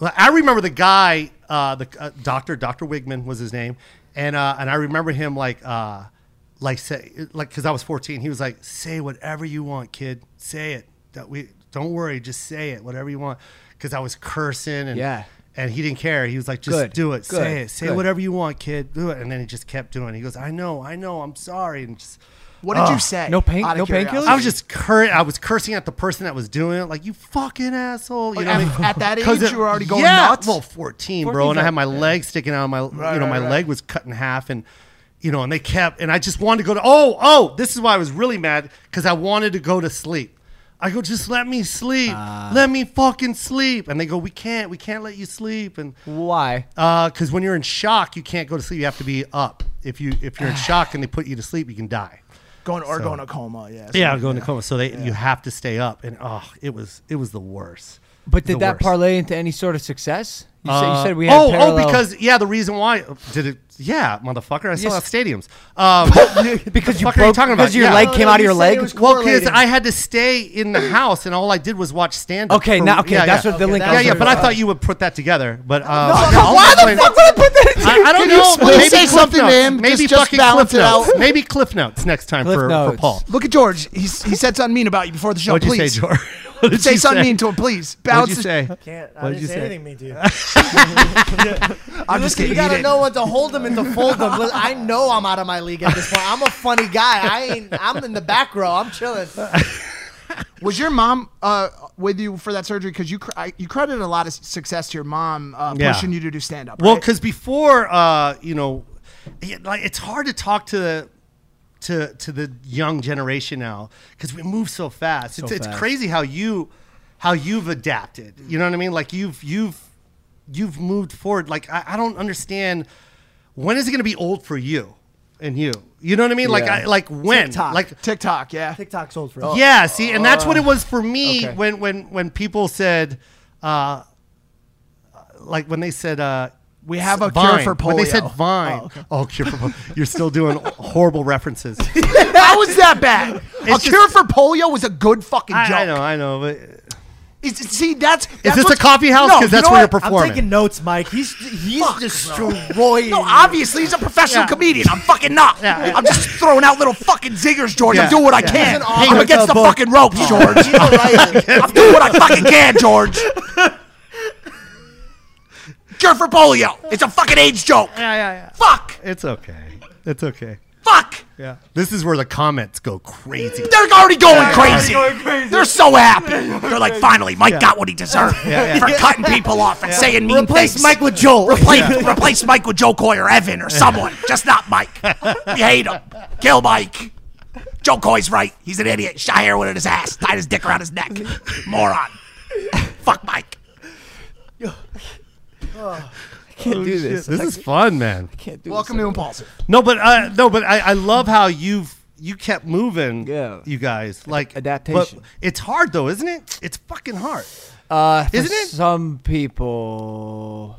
S1: Well, I remember the guy, uh, the uh, doctor, Doctor Wigman was his name, and uh, and I remember him like, uh, like say, like because I was fourteen. He was like, "Say whatever you want, kid. Say it. Don't we don't worry. Just say it. Whatever you want." Because I was cursing and
S5: Yeah.
S1: and he didn't care. He was like, "Just
S5: Good.
S1: do it.
S5: Good.
S1: Say it. Say
S5: Good.
S1: whatever you want, kid. Do it." And then he just kept doing. it. He goes, "I know. I know. I'm sorry." And just
S2: What did
S4: Ah.
S2: you say?
S5: no pain-
S2: Out of
S5: no painkillers?
S2: curiosity.
S1: I was just cur- I was cursing at the person that was doing it, like you fucking asshole. You know, what I
S2: at-
S1: mean?
S2: at that
S1: 'Cause
S2: age, you were already going
S1: yeah,
S2: nuts?
S1: Well, fourteen, bro, and I had my leg sticking out. Of my you know my leg was cut in half, and you know, and they kept, and I just wanted to go to. Oh, oh, this is why I was really mad because I wanted to go to sleep. I go, just let me sleep,
S2: Ah.
S1: let me fucking sleep, and they go, we can't, we can't let you sleep, and
S5: Why?
S1: because when you're in shock, you can't go to sleep. You have to be up. If you if you're in shock and they put you to sleep, you can die.
S2: going or going to coma. Yeah.
S1: Yeah, I'll go into coma. So they you have to stay up, and oh, it was it was the worst.
S5: But did
S1: The
S5: that
S1: worst.
S5: parlay into any sort of success? You, said, you
S1: Uh,
S5: said we had
S1: oh
S5: parallel-
S1: oh because yeah the reason why did it yeah motherfucker I still have
S5: Yes.
S1: stadiums um
S5: because you
S1: fuck
S5: broke
S1: are you talking about?
S5: because your
S1: Yeah.
S5: leg
S1: No,
S5: came
S4: no,
S5: out of
S4: you
S5: your
S4: said
S5: leg.
S4: it was
S1: well because
S4: correlated.
S1: I had to stay in the house and all I did was watch stand up
S5: Okay, now okay, that's what the
S4: Okay,
S5: link.
S4: that
S1: yeah
S5: was
S1: yeah
S5: for.
S1: but I thought you would put that together but um,
S5: Why the fuck would I put that in?
S1: I, I don't
S2: Can you
S1: know.
S2: explain-
S1: maybe
S2: say
S1: Cliff
S2: something to
S1: notes.
S2: him,
S1: Maybe
S2: just- just
S1: fucking
S2: balance
S1: Cliff
S2: it
S1: notes.
S2: out.
S1: Maybe Cliff Notes next time
S5: Cliff
S1: for, for
S5: Notes.
S1: Paul.
S2: Look at George. He's, he said something mean about you before the show.
S1: What'd
S2: please
S1: you say, George? What did
S2: Say
S1: you
S2: something mean to him, please.
S1: What'd
S2: Balance.
S1: you
S2: the-
S1: say?
S4: Can't. I
S1: What'd
S4: didn't
S1: you
S4: say
S1: say?
S4: anything mean to you.
S2: I'm just
S4: Listen,
S2: kidding.
S4: you
S2: he
S4: gotta
S2: didn't.
S4: know when to hold them and to fold them. Li- I know I'm out of my league at this point. I'm a funny guy. I ain't. I'm in the back row. I'm chilling.
S2: Was your mom uh, with you for that surgery? Because you cr- I, you credited a lot of s- success to your mom uh,
S1: Yeah.
S2: pushing you to do stand up.
S1: Well, because before, uh, you know, it- like it's hard to talk to to to the young generation now because we move so fast. it's it's
S5: fast.
S1: crazy how you how you've adapted. You know what I mean? Like you've you've you've moved forward. Like I, I don't understand when is it going to be old for you and you. You know what I mean? Like I, like when
S4: TikTok.
S1: like
S2: TikTok, yeah.
S4: TikTok's old for
S1: yeah, see, and that's what it was for me
S5: okay.
S1: when when when people said, uh, like when they said, uh,
S2: We have a
S1: Vine.
S2: cure for polio.
S1: When they said Vine, oh, cure for polio. You're still doing horrible references.
S2: How is that bad? a
S1: just-
S2: cure for polio was a good fucking joke.
S1: I, I know, I know, but
S2: Is- see, that's, that's
S1: is this a
S2: what's-
S1: coffee house?
S4: No,
S1: Because
S4: you
S1: that's
S4: know
S1: where you're
S4: what?
S1: performing.
S4: I'm taking notes, Mike. He's he's
S2: Fuck, bro.
S4: destroying.
S2: No, obviously he's a professional
S1: Yeah.
S2: comedian. I'm fucking not.
S1: Yeah.
S2: I'm just throwing out little fucking zingers, George.
S1: Yeah.
S2: I'm doing what I
S1: Yeah.
S4: He's
S2: can.
S4: an author.
S2: I'm against the
S4: Book.
S2: fucking ropes, George.
S4: He's a writer.
S2: I'm doing what I fucking can, George. Cure for polio. It's a fucking AIDS joke.
S1: yeah, yeah,
S2: Fuck.
S1: yeah. It's okay. It's okay.
S2: Fuck.
S1: Yeah. This is where the comments go crazy.
S2: They're already going, crazy. They're so happy. They're like, finally, Mike got what he deserved for cutting people off and saying mean
S4: Replace
S2: things.
S4: Mike with Joel.
S2: Replace, replace Mike with Joe Coy or Evan or someone. Just not Mike. We hate him. Kill Mike. Joe Coy's right. He's an idiot. Shot heroin in his ass. Tied his dick around his neck. Moron. Fuck Mike.
S5: can't do
S1: Shit,
S5: this.
S1: this is fun, man.
S5: can't do
S2: to Impulsive.
S1: No, but uh, no, but I, I love how you've you kept moving.
S5: Yeah.
S1: you guys like
S5: adaptation.
S1: But it's hard though, isn't it? It's fucking hard.
S5: Uh, for
S1: Isn't it?
S5: Some people.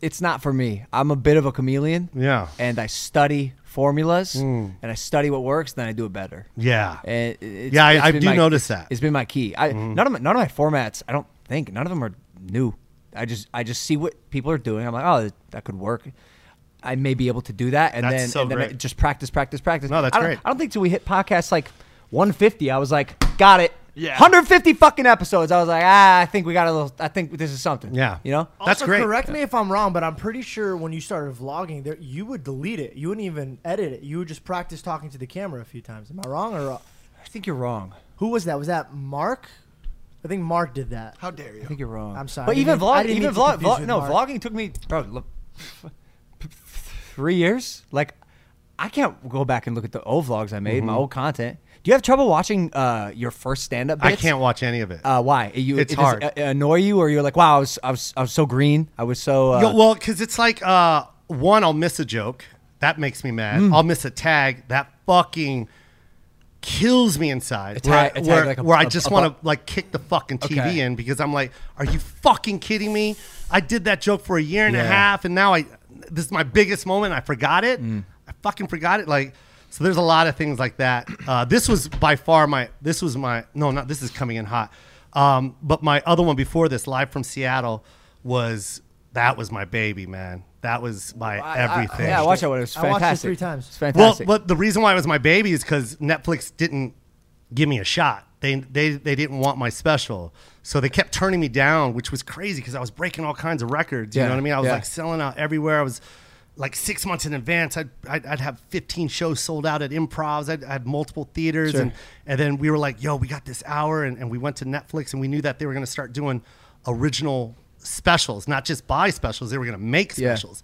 S5: It's not for me. I'm a bit of a chameleon.
S1: Yeah. Hmm.
S5: And I study formulas and I study what works, then I do it better.
S1: Yeah.
S5: And it's,
S1: Yeah, I-
S5: it's
S1: I
S5: been
S1: do
S5: my-
S1: notice
S5: it's-
S1: that. Mm-hmm.
S5: It's been my key. I none of my, none of my formats. I don't think none of them are new. I just I just see what people are doing. I'm like, oh, that could work. I may be able to do that, and
S1: That's
S5: then,
S1: so
S5: and then I
S1: great.
S5: just practice, practice, practice.
S1: No, that's
S5: I don't-
S1: great.
S5: I don't think till we hit podcasts like 150, I was like, got it.
S2: Yeah.
S5: 150 fucking episodes. I was like, ah, I think we got a little. I think this is something.
S1: Yeah.
S5: You know.
S1: That's
S4: also,
S1: great.
S4: Correct me if I'm wrong, but I'm pretty sure when you started vlogging, there you would delete it. You wouldn't even edit it. You would just practice talking to the camera a few times. Am I wrong or uh,
S5: I think you're wrong.
S4: who was that? Was that Mark? I think Mark did that.
S2: How dare
S5: I think you're wrong.
S4: I'm sorry.
S5: But
S4: I
S5: even
S4: didn't mean- I
S5: vlog,
S4: didn't
S5: even
S4: mean to
S5: vlog,
S4: confuse you
S5: vlog
S4: with
S5: no
S4: Mark.
S5: vlogging took me bro, look, three years. Like, I can't go back and look at the old vlogs I made, my
S1: Mm-hmm.
S5: old content. Do you have trouble watching uh, your first stand up?
S1: I can't watch any of it.
S5: Uh, why? You,
S1: It's
S5: it does-
S1: hard.
S5: uh, annoy you, or you're like, wow, I was, I was, I was so green. I was so. Uh,
S1: Yo, well, because it's like uh, one, I'll miss a joke that makes me mad. I'll miss a tag that fucking kills me inside.
S5: Attack-
S1: where I-
S5: attack
S1: where,
S5: like a-
S1: where I
S5: a-
S1: just
S5: a
S1: want
S5: bu-
S1: to like kick the fucking TV
S5: Okay.
S1: in because I'm like, are you fucking kidding me? I did that joke for a year and a
S5: Yeah.
S1: half, and now I this is my biggest moment. I forgot it.
S5: Mm.
S1: I fucking forgot it. Like. So there's a lot of things like that. Uh, this was by far my. This was my. No, not this is coming in hot. Um, but my other one before this, live from Seattle, was that was my baby, man. That was my everything.
S5: yeah, watch that one. It was
S4: I watched it
S5: fantastic.
S4: three times.
S5: It's fantastic.
S1: Well, but the reason why it was my baby is because Netflix didn't give me a shot. They, they they didn't want my special, so they kept turning me down, which was crazy because I was breaking all kinds of records. You
S5: Yeah,
S1: know what I mean? I was
S5: yeah.
S1: like selling out everywhere. I was like six months in advance. I'd I'd, I'd have fifteen shows sold out at improvs. I'd, I had multiple theaters,
S5: Sure.
S1: and and then we were like, "Yo, we got this hour," and, and we went to Netflix, and we knew that they were going to start doing original specials, not just buy specials. They were going to make
S5: Yeah.
S1: specials,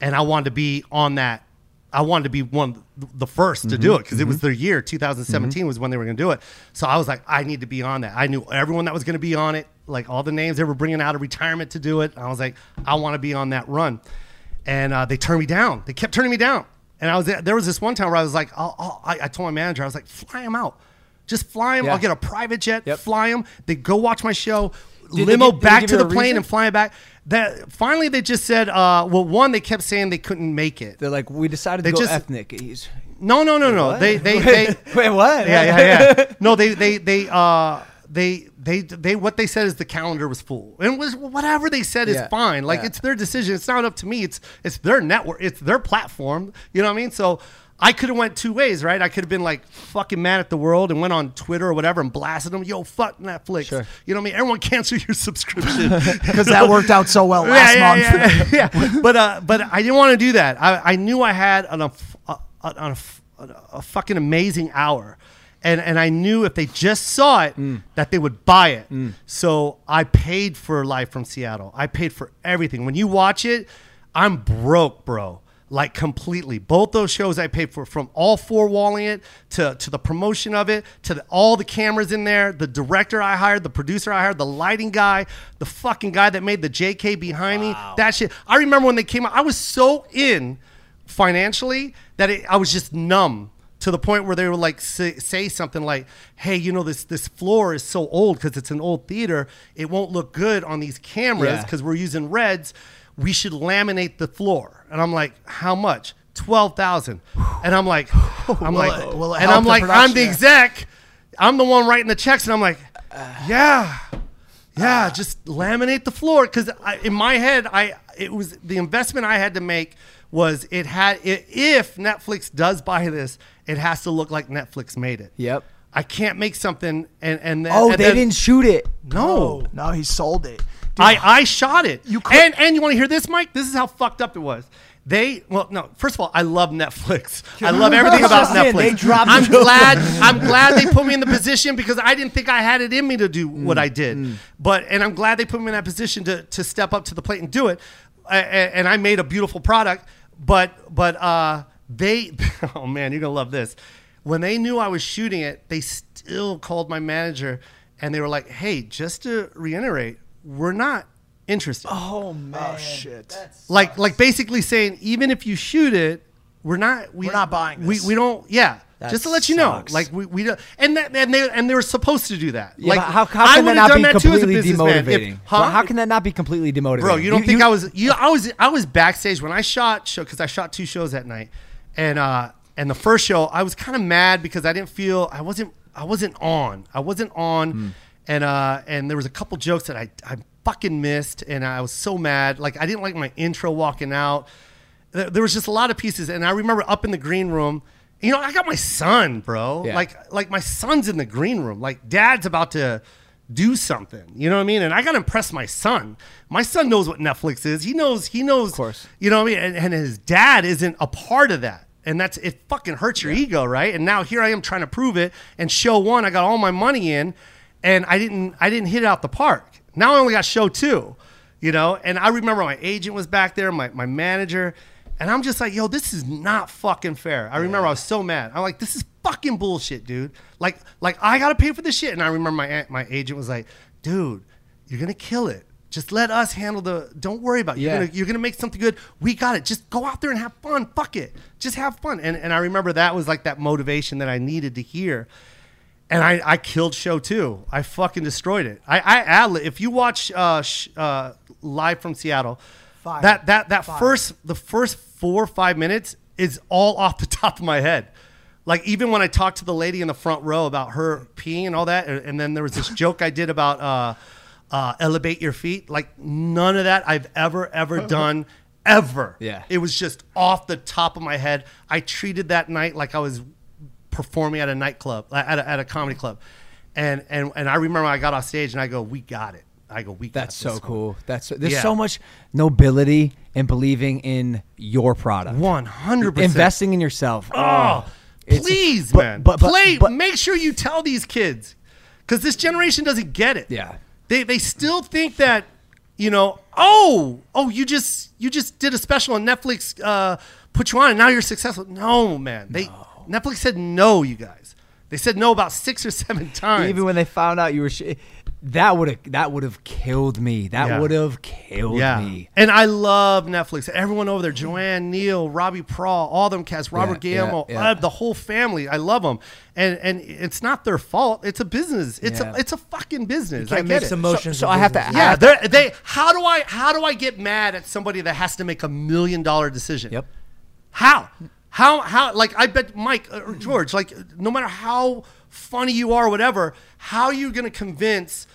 S1: and I wanted to be on that. I wanted to be one the 1st to
S5: Mm-hmm.
S1: do it because it was their year. 2017 was when they were going to do it. So I was like, I need to be on that. I knew everyone that was going to be on it, like all the names they were bringing out of retirement to do it. I was like, I want to be on that run, and uh, they turned me down. They kept turning me down, and I was there was this one time where I was like, I'll, I'll, I, I told my manager, I was like, fly him out, just fly him.
S5: Yeah.
S1: I'll get a private jet,
S5: Yep.
S1: fly him. They go watch my show,
S5: Did they
S1: limo
S5: give- did they
S1: back
S5: give
S1: to
S5: you
S1: the
S5: a
S1: plane
S5: reason?
S1: and flying back. That finally they just said, uh, well, one they kept saying they couldn't make it.
S5: They're like, we decided
S1: They
S5: to go
S1: just-
S5: ethnic. He's,
S1: No, no, no, no. They, they, they.
S5: Wait, what?
S1: Yeah, yeah, yeah. No, they, they, they, uh, they, they, they. What they said is the calendar was full, and it was whatever they said is
S5: Yeah,
S1: fine. Like
S5: yeah.
S1: it's their decision. It's not up to me. It's it's their network. It's their platform. You know what I mean? So. I could have went two ways, right? I could have been like fucking mad at the world and went on Twitter or whatever and blasted them, yo, fuck Netflix.
S5: Sure.
S1: You know what I mean? Everyone cancel your subscription.
S2: because that worked out so well last month.
S1: yeah, yeah, yeah. But uh, but I didn't want to do that. I, I knew I had an, a, a, a, a fucking amazing hour, and and I knew if they just saw it
S2: Mm.
S1: that they would buy it. So I paid for Life from Seattle. I paid for everything. When you watch it, I'm broke, bro. Like completely, both those shows I paid for, from all four walling it to to the promotion of it to the, all the cameras in there, the director I hired, the producer I hired, the lighting guy, the fucking guy that made the JK behind me. That shit. I remember when they came out, I was so in financially that it, I was just numb to the point where they were like say, say something like, "Hey, you know this this floor is so old because it's an old theater. It won't look good on these cameras
S5: Yeah.
S1: because we're using reds. We should laminate the floor." And I'm like, "How much?" Twelve thousand. And I'm like, I'm like,
S2: it- will it
S1: and
S2: help
S1: I'm
S2: the
S1: like, I'm the
S2: production?
S1: exec. I'm the one writing the checks, and I'm like, yeah. Yeah, just laminate the floor because in my head, I it was the investment I had to make was it had i if Netflix does buy this, it has to look like Netflix made it.
S5: Yep.
S1: I can't make something and and then,
S5: Oh,
S1: and
S5: they
S1: then-
S5: didn't oh, shoot it.
S1: no.
S2: No, he sold it. Dude,
S1: I, I shot it.
S2: You
S1: You
S2: could-
S1: and and you want to hear this, Mike? This is how fucked up it was. They well no. First of all, I love Netflix. I love everything
S5: That's
S1: about
S5: just it.
S1: Netflix.
S5: They dropped
S1: I'm
S5: the-
S1: glad I'm glad they put me in the position because I didn't think I had it in me to do
S2: Mm,
S1: what I did. But and I'm glad they put me in that position to to step up to the plate and do it. A- a- And I made a beautiful product. But but uh, they oh man, you're gonna love this. When they knew I was shooting it, they still called my manager and they were like, "Hey, just to reiterate, we're not interested."
S2: oh shit.
S1: like like basically saying even if you shoot it we're not we,
S2: We're not buying
S1: we
S2: this.
S1: we don't yeah
S5: That
S1: just to let you
S5: sucks.
S1: know like we, we don't and that and they and they were supposed to do that like
S5: Like, how, how
S1: I
S5: can that
S1: would've
S5: not
S1: done
S5: be
S1: that too as a
S5: completely
S1: businessman if-
S5: demotivating?
S1: huh?
S5: Well, how can that not be completely demotivating?
S1: Bro, you don't think I was? You, I was, I was backstage when I shot show because I shot two shows that night, and uh, and the first show I was kind of mad because I didn't feel I wasn't I wasn't on I wasn't on,
S5: Hmm.
S1: and uh, and there was a couple jokes that I I fucking missed, and I was so mad. Like I didn't like my intro walking out. There, there was just a lot of pieces, and I remember up in the green room. You know, I got my son, bro.
S5: Yeah.
S1: Like like my son's in the green room. Like dad's about to do something. You know what I mean? And I gotta impress my son. My son knows what Netflix is. He knows he knows of
S5: course.
S1: You know what I mean? And, and his dad isn't a part of that. And that's it fucking hurts your ego, right? And now here I am trying to prove it and show one, I got all my money in and I didn't I didn't hit it out the park. Now I only got show two. You know, and I remember my agent was back there, my, my manager, and I'm just like, yo, this is not fucking fair. I remember I was so mad. I'm like, this is fucking bullshit, dude. Like, like I gotta pay for this shit. And I remember my aunt, my agent was like, dude, you're gonna kill it. Just let us handle the. Don't worry about it.
S5: Yeah.
S1: You're gonna, you're gonna make something good. We got it. Just go out there and have fun. Fuck it. Just have fun. And and I remember that was like that motivation that I needed to hear. And I, I killed show two. I fucking destroyed it. I, I ad lib- If you watch uh, sh- uh, live from Seattle,
S4: Fire.
S1: that that that first the first four or five minutes is all off the top of my head. Like even when I talked to the lady in the front row about her peeing and all that, and and then there was this joke I did about uh, uh, elevate your feet. Like none of that I've ever ever done ever.
S5: Yeah.
S1: it was just off the top of my head. I treated that night like I was performing at a nightclub at a, at a comedy club, and and and I remember I got off stage and I go, "We got it." I go, "We got
S5: That's
S1: this
S5: so
S1: one."
S5: cool. That's so, there's
S1: Yeah.
S5: so much nobility in believing in your product.
S1: One hundred percent.
S5: investing in yourself. Ah.
S1: Oh,
S5: It's-
S1: please,
S5: but-
S1: man.
S5: but- but-
S1: Play.
S5: but-
S1: make sure you tell these kids, because this generation doesn't get it.
S5: Yeah.
S1: They they still think that you know. Oh, oh, you just you just did a special on Netflix. Uh, put you on, and now you're successful. No, man. They Netflix said no, you guys. They said no about six or seven times.
S5: Even when they found out you were, sh- that would have that would have killed me. That
S1: Yeah.
S5: would have killed me.
S1: And I love Netflix. Everyone over there, Joanne Neal, Robbie Prawl, all them cats, Robert
S5: Yeah, yeah,
S1: Guillermo,
S5: yeah.
S1: uh, the whole family. I love them. And and it's not their fault. It's a business. It's
S5: Yeah.
S1: a it's a fucking business. I
S4: Can't
S1: get
S4: make
S1: it.
S4: some motions.
S5: so
S4: in
S5: I have to
S4: business.
S5: ask-
S1: yeah, they're- they how do I how do I get mad at somebody that has to make a million dollar decision?
S5: Yep.
S1: How? How? How? Like, I bet Mike uh, or George, like, no matter how funny you are, or whatever, how are you going to convince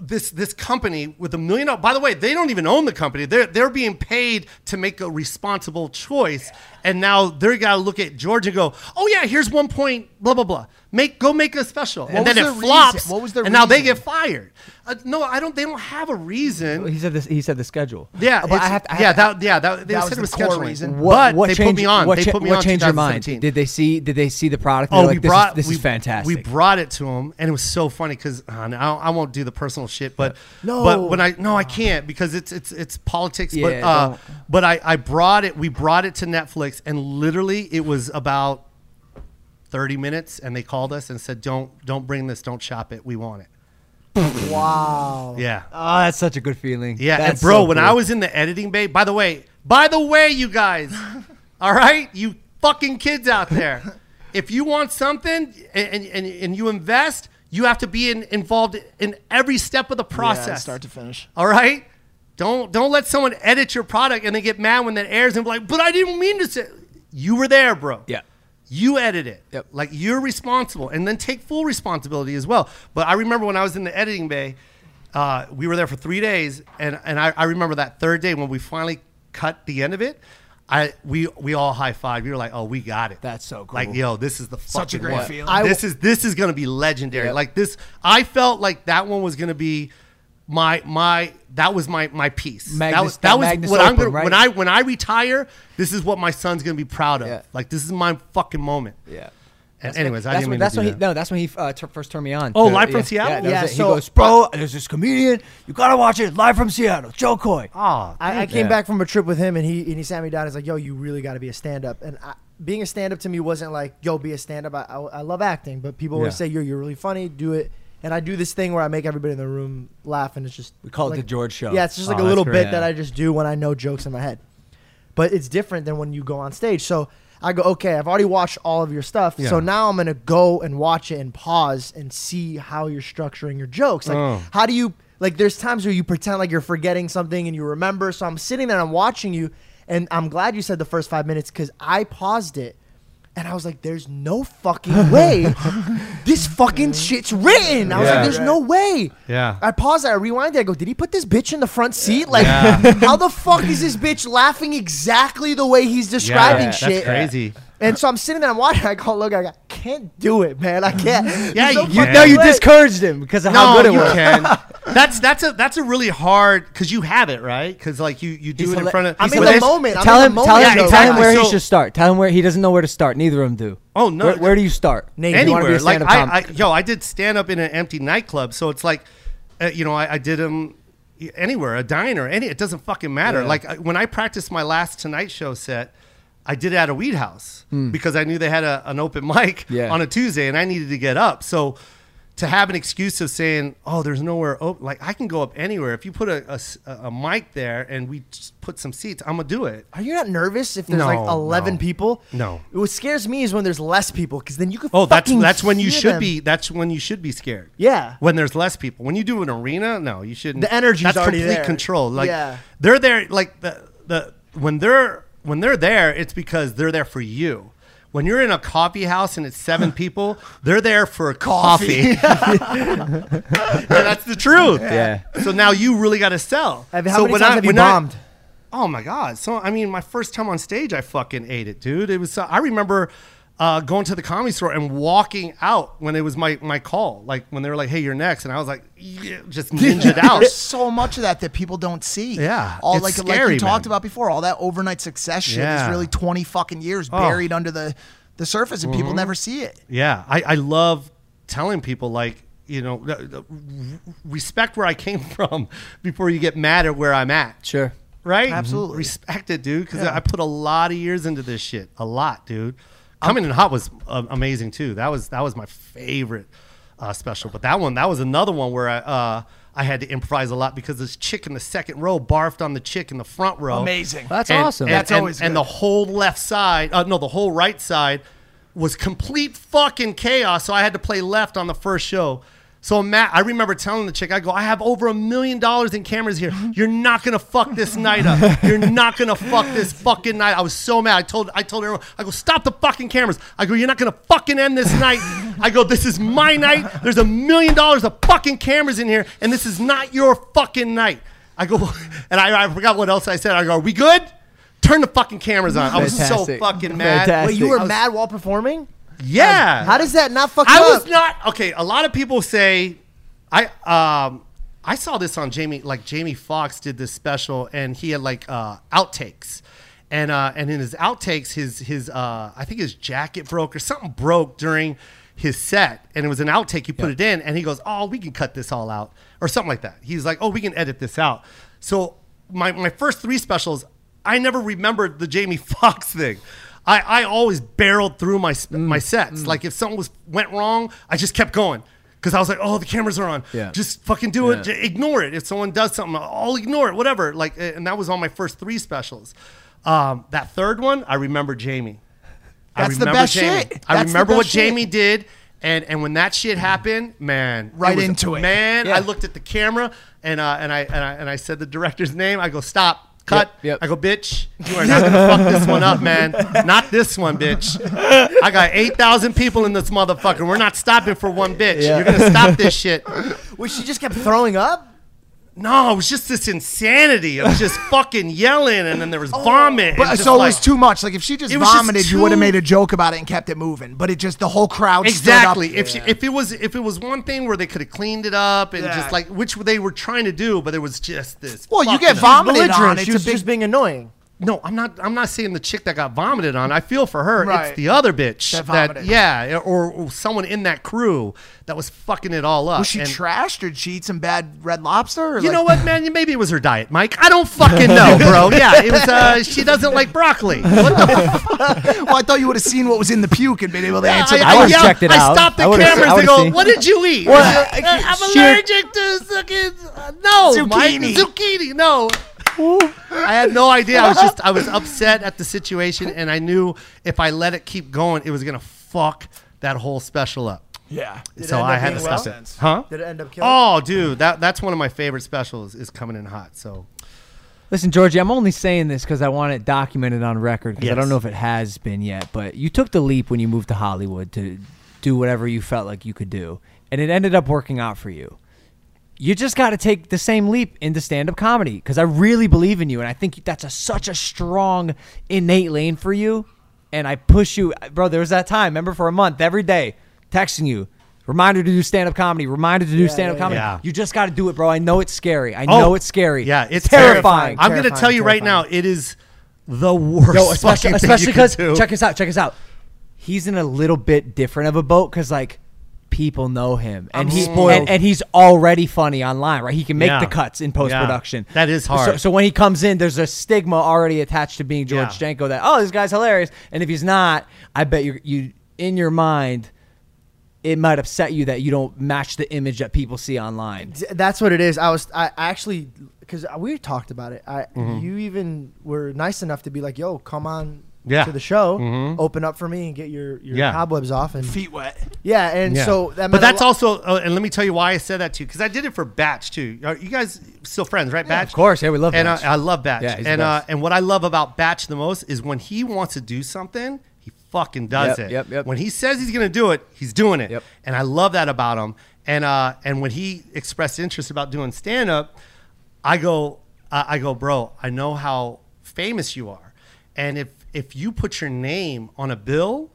S1: this this company with a million dollars? By the way, they don't even own the company. They're they're being paid to make a responsible choice, and now they're got to look at George and go, "Oh yeah, here's one point, blah blah blah. Make go make a special, and
S2: was
S1: then it
S2: the reason?
S1: flops.
S2: What was the
S1: and now they
S2: reason?
S1: get fired. Uh, no, I don't. They don't have a reason.
S5: He said this. He said the schedule. Uh,
S1: Yeah,
S5: but I
S1: it's-
S5: have to. I have
S1: yeah,
S5: to-
S1: that, yeah, that, they
S2: That
S1: said
S2: was
S1: it was
S2: the core
S1: scheduling.
S2: reason.
S1: But they put me on.
S5: What
S1: they
S5: cha-
S1: put me
S5: what
S1: on.
S5: changed your mind?
S1: 2017.
S5: Did they see? Did they see the product? and
S1: Oh,
S5: they're like,
S1: we
S5: this
S1: brought.
S5: Is, this
S1: we,
S5: is fantastic.
S1: We brought it to him, and it was so funny because uh, no, I I won't do the personal shit, but
S4: No.
S1: but when I no, I can't because it's it's it's politics. but
S5: Yeah,
S1: uh,
S5: don't.
S1: but I I brought it. We brought it to Netflix, and literally it was about thirty minutes, and they called us and said, "Don't don't bring this. Don't shop it. We want it."
S4: Wow.
S1: Yeah.
S5: oh, that's such a good feeling.
S1: Yeah, and
S5: That's
S1: bro,
S5: so
S1: when
S5: cool.
S1: I was in the editing bay, by the way, by the way, you guys, all right, you fucking kids out there, if you want something and and, and you invest, you have to be in, involved in every step of the process,
S2: Yeah, start to finish.
S1: All right, don't don't let someone edit your product and then get mad when that airs and be like, but I didn't mean to say. You were there, bro.
S5: Yeah.
S1: You edit it.
S5: Yep.
S1: Like you're responsible, and then take full responsibility as well. But I remember when I was in the editing bay, uh, we were there for three days, and and I, I remember that third day when we finally cut the end of it. I we we all high five. We were like, oh, we got it.
S5: That's so cool.
S1: Like, yo, this is the such
S2: a great feeling.
S4: I
S1: this is this is gonna be legendary. Like this, I felt like that one was gonna be my my that was my my piece.
S5: Magnus-
S1: that was that was
S5: Magnus
S1: what I'm
S5: Open,
S1: gonna
S5: right?
S1: when I when I retire, this is what my son's gonna be proud of.
S5: Yeah.
S1: Like this is my fucking moment.
S5: Yeah.
S1: And anyways, I
S5: that's
S1: didn't
S5: when,
S1: mean
S5: that's
S1: to
S5: when
S1: do
S5: he,
S1: that.
S5: no, that's when he uh, tur- first turned me on.
S1: Oh,
S5: to-
S1: live from
S5: yeah,
S1: Seattle?
S5: Yeah, that was
S4: Yeah,
S5: it. he
S4: so-
S5: goes, bro, there's this comedian. You gotta watch it live from Seattle. Joe Coy.
S1: Aw,
S4: I, I came
S5: Yeah.
S4: back from a trip with him, and he and he sat me down. He's like, "Yo, you really got to be a stand up." And I, being a stand up to me wasn't like, "Yo, be a stand up." I, I, I love acting, but people
S5: Yeah.
S4: always say, "Yo, you're really funny. Do it." And I do this thing where I make everybody in the room laugh, and it's just
S5: We call it
S4: like-
S5: the George Show.
S4: Yeah, it's just like
S5: Oh,
S4: a
S5: that's
S4: little
S5: great.
S4: bit that I just do when I know jokes in my head. But it's different than when you go on stage. So I go, okay, I've already watched all of your stuff. So now I'm gonna go and watch it and pause and see how you're structuring your jokes. Like
S5: Oh.
S4: how do you like there's times where you pretend like you're forgetting something and you remember. So I'm sitting there and I'm watching you and I'm glad you said the first five minutes because I paused it and I was like, there's no fucking way this fucking shit's written. I was
S1: Yeah.
S4: like, there's no way.
S1: Yeah.
S4: I pause it, I rewind it, I go, did he put this bitch in the front seat? Like, how the fuck is this bitch laughing exactly the way he's describing
S1: that's
S4: shit?
S1: crazy.
S4: And so I'm sitting there, I'm watching, I go, look, I go, can't do it, man. I can't.
S1: Yeah,
S4: There's no
S1: you
S4: fucking
S1: can.
S5: No, you
S4: way.
S5: discouraged him because of how good it
S1: you
S5: was.
S1: can. That's that's a that's a really hard because you have it right because like you you do
S5: He's
S1: it in
S5: hila-
S1: front of.
S4: I'm
S1: he's
S4: in
S1: hilarious.
S4: the moment. I'm
S5: Tell
S4: in
S5: him,
S4: the
S5: tell him,
S4: moment.
S1: Yeah,
S5: tell him
S1: exactly.
S5: where he
S1: So-
S5: should start. Tell him where he doesn't know where to start. Neither of them do.
S1: Oh, no.
S5: Where, where do you start?
S4: Nate,
S5: If you wanna be
S1: anywhere.
S5: a
S1: Like
S5: stand-up
S1: I,
S5: comic.
S1: I, yo, I did stand up in an empty nightclub, so it's like, uh, you know, I, I did them anywhere, a diner, any. It doesn't fucking matter. Like I, when I practiced my last Tonight Show set, I did it at a weed house because I knew they had a, an open mic
S5: Hmm. Yeah.
S1: on a Tuesday, and I needed to get up. So to have an excuse of saying, "Oh, there's nowhere open." Like I can go up anywhere. If you put a, a s- a- a mic there and we just put some seats, I'm gonna do it.
S4: Are you not nervous if there's
S1: No,
S4: like 11
S1: no.
S4: people?
S1: No.
S4: What scares me is when there's less people because then you can.
S1: Oh, that's
S4: fucking
S1: that's when you
S4: hear
S1: should
S4: them.
S1: be. That's when you should be scared.
S4: Yeah.
S1: When there's less people. When you do an arena, no, you shouldn't.
S4: The energy's
S1: that's
S4: already
S1: complete
S4: there.
S1: control. Like
S4: Yeah.
S1: they're there. Like the the when they're when they're there, it's because they're there for you. When you're in a coffee house and it's seven people, they're there for coffee. And that's the truth.
S5: Yeah.
S1: So now you really got to sell.
S4: Have- How
S1: so
S4: many
S1: when
S4: times
S1: I-
S4: have you
S1: when I-
S4: bombed?
S1: Oh my god! So I mean, my first time on stage, I fucking ate it, dude. It was. so I remember uh, going to the comedy store and walking out when it was my my call, like when they were like, "Hey, you're next," and I was like, yeah, just ninja out.
S2: There's so much of that that people don't see.
S1: Yeah,
S2: all
S1: it's
S2: like like
S1: scary,
S2: you talked
S1: man.
S2: about before. All that overnight success shit
S1: Yeah. Oh.
S2: is really 20 fucking years buried under the the surface, and
S1: Mm-hmm.
S2: people never see it.
S1: Yeah, I, I love telling people like you know r- r- respect where I came from before you get mad at where I'm at.
S5: Sure.
S1: Right? Mm-hmm.
S2: Absolutely.
S1: Respect it, dude, because I put a lot of years into this shit. A lot, dude.
S5: Um,
S1: Coming in hot was uh, amazing too. That was that was my favorite uh, special. But that one, that was another one where I uh, I had to improvise a lot because this chick in the second row barfed on the chick in the front row.
S2: Amazing.
S5: That's
S1: And-
S5: awesome.
S1: And,
S5: That's
S1: and-
S2: always
S1: and
S2: good.
S1: the whole left side, uh, no, the whole right side was complete fucking chaos. So I had to play left on the first show. So Matt, I remember telling the chick, I go, I have over a million dollars in cameras here. You're not gonna fuck this night up. You're not gonna fuck this fucking night. I was so mad. I told, I told everyone, I go, stop the fucking cameras. I go, you're not gonna fucking end this night. I go, this is my night. There's a million dollars of fucking cameras in here, and this is not your fucking night. I go, and I, I forgot what else I said. I go, are we good? Turn the fucking cameras on. I was so
S5: Fantastic.
S1: fucking mad.
S5: Fantastic.
S4: Wait, you were
S5: I was-
S4: mad while performing?
S1: Yeah.
S4: How does that not fuck
S1: I
S4: you
S1: was
S4: up?
S1: not okay. A lot of people say, I um, I saw this on Jamie. Like Jamie Foxx did this special, and he had like uh, outtakes, and uh, and in his outtakes, his his uh, I think his jacket broke or something broke during his set, and it was an outtake. He put it in, and he goes, "Oh, we can cut this all out," or something like that. He's like, "Oh, we can edit this out." So my my first three specials, I never remembered the Jamie Foxx thing. I, I always barreled through my sp
S2: Mm,
S1: my sets. Like if something was went wrong, I just kept going because I was like, oh, the cameras are on.
S5: Yeah.
S1: Just fucking do it. J- ignore it. If someone does something, I'll ignore it. Whatever. Like, eh, and that was on my first three specials. Um, that third one, I remember Jamie. I
S2: That's the
S1: remember
S2: best
S1: Jamie.
S2: shit.
S1: I
S2: That's the
S1: remember what
S2: best shit.
S1: Jamie did. And, and when that shit happened, man,
S2: Right
S1: was-
S2: into it.
S1: Man,
S5: Yeah.
S1: I looked at the camera and uh, and I and I and I said the director's name. I go, stop, cut.
S5: Yep, yep.
S1: I go, bitch, you are not gonna fuck this one up, man. Not this one, bitch. I got eight thousand people in this motherfucker. We're not stopping for one bitch. You're gonna stop this shit.
S4: Well, she just kept throwing up?
S1: No, it was just this insanity of just fucking yelling, and then there was vomit. and
S2: But
S1: just
S2: so it
S1: like-
S2: was too much. Like if she just
S1: It was just
S2: vomited, you would have
S1: too-
S2: made a joke about it and kept it moving. But it just the whole crowd stood up.
S1: Exactly. If she, if it was if it was one thing where they could have cleaned it up and
S2: Yeah.
S1: just like which they were trying to do, but there was just this.
S2: Well, you
S1: fucking-
S2: get vomited on.
S4: Belligerent. She
S2: It's a
S4: was
S2: big.
S4: just being annoying.
S1: No, I'm not. I'm not saying the chick that got vomited on. I feel for her.
S2: Right.
S1: It's the other bitch
S2: That vomited.
S1: yeah, or, or someone in that crew that was fucking it all up.
S2: was she
S1: And
S2: trashed or did she eat some bad red lobster? Or
S1: You
S2: like-
S1: know what, man? Maybe it was her diet, Mike. I don't fucking know, bro. Yeah, it was. Uh, she doesn't like broccoli. What the
S2: well, I thought you would have seen what was in the puke and been able to answer.
S1: I,
S2: that.
S5: I would've
S1: yelled-
S5: checked it
S1: I
S5: out.
S1: stopped the
S5: I would've-
S1: cameras
S5: I
S1: and
S5: would've
S1: go,
S5: seen.
S1: "What did you eat?"
S5: Well,
S1: I go, "Uh, I'm
S5: she-
S1: allergic to fucking uh, no,
S2: Zucchini.
S1: Mike, zucchini. No, I had no idea. I was just I was upset at the situation, and I knew if I let it keep going, it was gonna fuck that whole special up.
S2: Yeah.
S1: so
S4: end
S1: I
S4: up
S1: had to
S4: being
S1: stop
S4: well?
S1: it. Huh?
S4: Did it end up killing?
S1: Oh, dude, that that's one of my favorite specials is coming in hot. So
S5: Listen, Georgie, I'm only saying this because I want it documented on record. Because I
S1: Yes.
S5: don't know if it has been yet, but you took the leap when you moved to Hollywood to do whatever you felt like you could do, and it ended up working out for you. You just got to take the same leap into stand-up comedy because I really believe in you, and I think that's a, such a strong innate lane for you. And I push you, bro. There was that time, remember, for a month every day, texting you, reminder to do stand-up comedy, reminder to do stand-up
S4: yeah,
S5: comedy.
S1: yeah.
S5: You just got to do it, bro. I know it's scary. I
S1: Oh,
S5: know it's scary.
S1: Yeah, it's
S5: terrifying.
S1: I'm gonna
S4: Terrifying,
S1: tell you right now,
S4: terrifying.
S1: it is the worst.
S5: Yo, especially
S1: fucking thing
S5: especially
S1: you can
S5: because
S1: do.
S5: check us out, check us out. He's in a little bit different of a boat because like people know him and he and, and he's already funny online, right? He can make
S1: Yeah.
S5: the cuts in
S1: Yeah.
S5: post production.
S1: That is hard.
S5: So, so when he comes in, there's a stigma already attached to being George
S1: Yeah.
S5: Jenko that oh this guy's hilarious, and if he's not, I bet you you in your mind it might upset you that you don't match the image that people see online.
S4: D- That's what it is. I was I actually because we talked about it. I
S1: Mm-hmm.
S4: you even were nice enough to be like, "Yo, come on."
S1: Yeah. Mm-hmm.
S4: To the show, open up for me and get your, your
S1: Yeah.
S4: cobwebs off and
S2: Feet wet.
S4: yeah, and
S1: Yeah.
S4: so that meant
S1: but
S4: a
S1: that's
S4: lo-
S1: also, oh, and let me tell you why I said that too, because I did it for Batch too. Are you guys still friends, right? Batch,
S5: of course. Yeah, we love
S1: and uh,
S5: Batch.
S1: I, I love Batch.
S5: Yeah, he's the
S1: and uh,
S5: best.
S1: and what I love about Batch the most is when he wants to do something, he fucking does
S5: Yep,
S1: it.
S5: yep, yep.
S1: When he says he's gonna do it, he's doing it.
S5: Yep.
S1: And I love that about him. And uh, and when he expressed interest about doing stand up, I go, I I go, bro. I know how famous you are, and if if you put your name on a bill.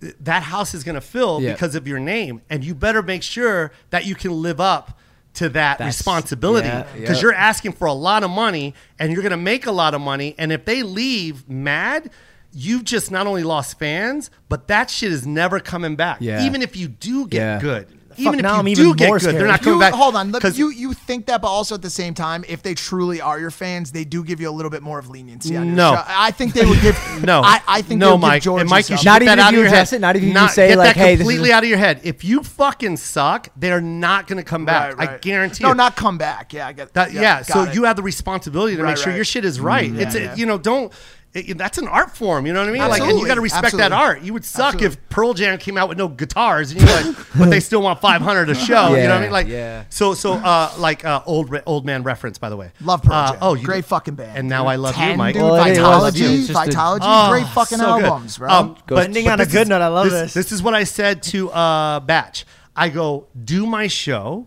S1: th- That house is going to fill
S5: Yeah.
S1: because of your name, and you better make sure that you can live up to that
S5: That's-
S1: responsibility
S5: yeah,
S1: because
S5: yeah.
S1: you're asking for a lot of money and you're going to make a lot of money. And if they leave mad, you've just not only lost fans, but that shit is never coming back.
S5: Yeah.
S1: Even if you do get
S5: Yeah.
S1: good. even if
S4: now
S1: you
S4: I'm
S1: do
S4: even
S1: get
S4: more
S1: good, they're
S4: scared.
S1: not coming
S2: You,
S1: back.
S2: hold on. Let,
S1: 'cause-
S2: you you think that, but also at the same time, if they truly are your fans, they do give you a little bit more of leniency. On your
S1: No.
S2: show. I think they would give.
S1: No,
S2: I, I think they
S1: no,
S2: would
S1: Mike.
S2: give George
S1: and Mike, you
S2: some.
S1: should
S5: Not
S1: get
S5: even
S1: that
S5: if
S1: out
S5: you
S1: of your
S5: address
S1: head.
S5: it, not even if you say,
S1: get
S5: like,
S1: that
S5: hey, this is-
S1: completely out of your head. If you fucking suck, they're not gonna come back.
S2: Right, right.
S1: I guarantee.
S2: No,
S1: it.
S2: not come back. Yeah, I get
S1: That, yeah.
S2: got
S1: so
S2: it.
S1: you have the responsibility to
S2: Right,
S1: make sure
S2: right. Mm-hmm.
S1: your shit is right. it's a,
S2: yeah.
S1: you know don't. It, that's an art form, you know what I mean? Like, and you
S2: Absolutely,
S1: got to respect that
S2: absolutely.
S1: art. You would suck
S2: Absolutely.
S1: if Pearl Jam came out with no guitars, and you're like, but they still want 500 a show. you know what I
S5: Yeah,
S1: mean? Like,
S5: yeah.
S1: so, so, uh, like, uh, old re- old man reference, by the way.
S2: Love Pearl
S1: Uh,
S2: Jam.
S1: oh, you-
S2: Great fucking band.
S1: And now I love you,
S2: Ten,
S1: Mike.
S2: Dude,
S5: Well, it is. Oh, I love you.
S2: Vitology,
S5: It's just a-
S2: Vitology,
S1: Oh,
S2: great fucking
S1: so good.
S2: albums, bro.
S1: Um, but-
S4: Ending
S1: but
S4: on a
S1: this
S4: good
S1: is-
S4: note, I love this.
S1: This is what I said to uh, Batch. I go do my show.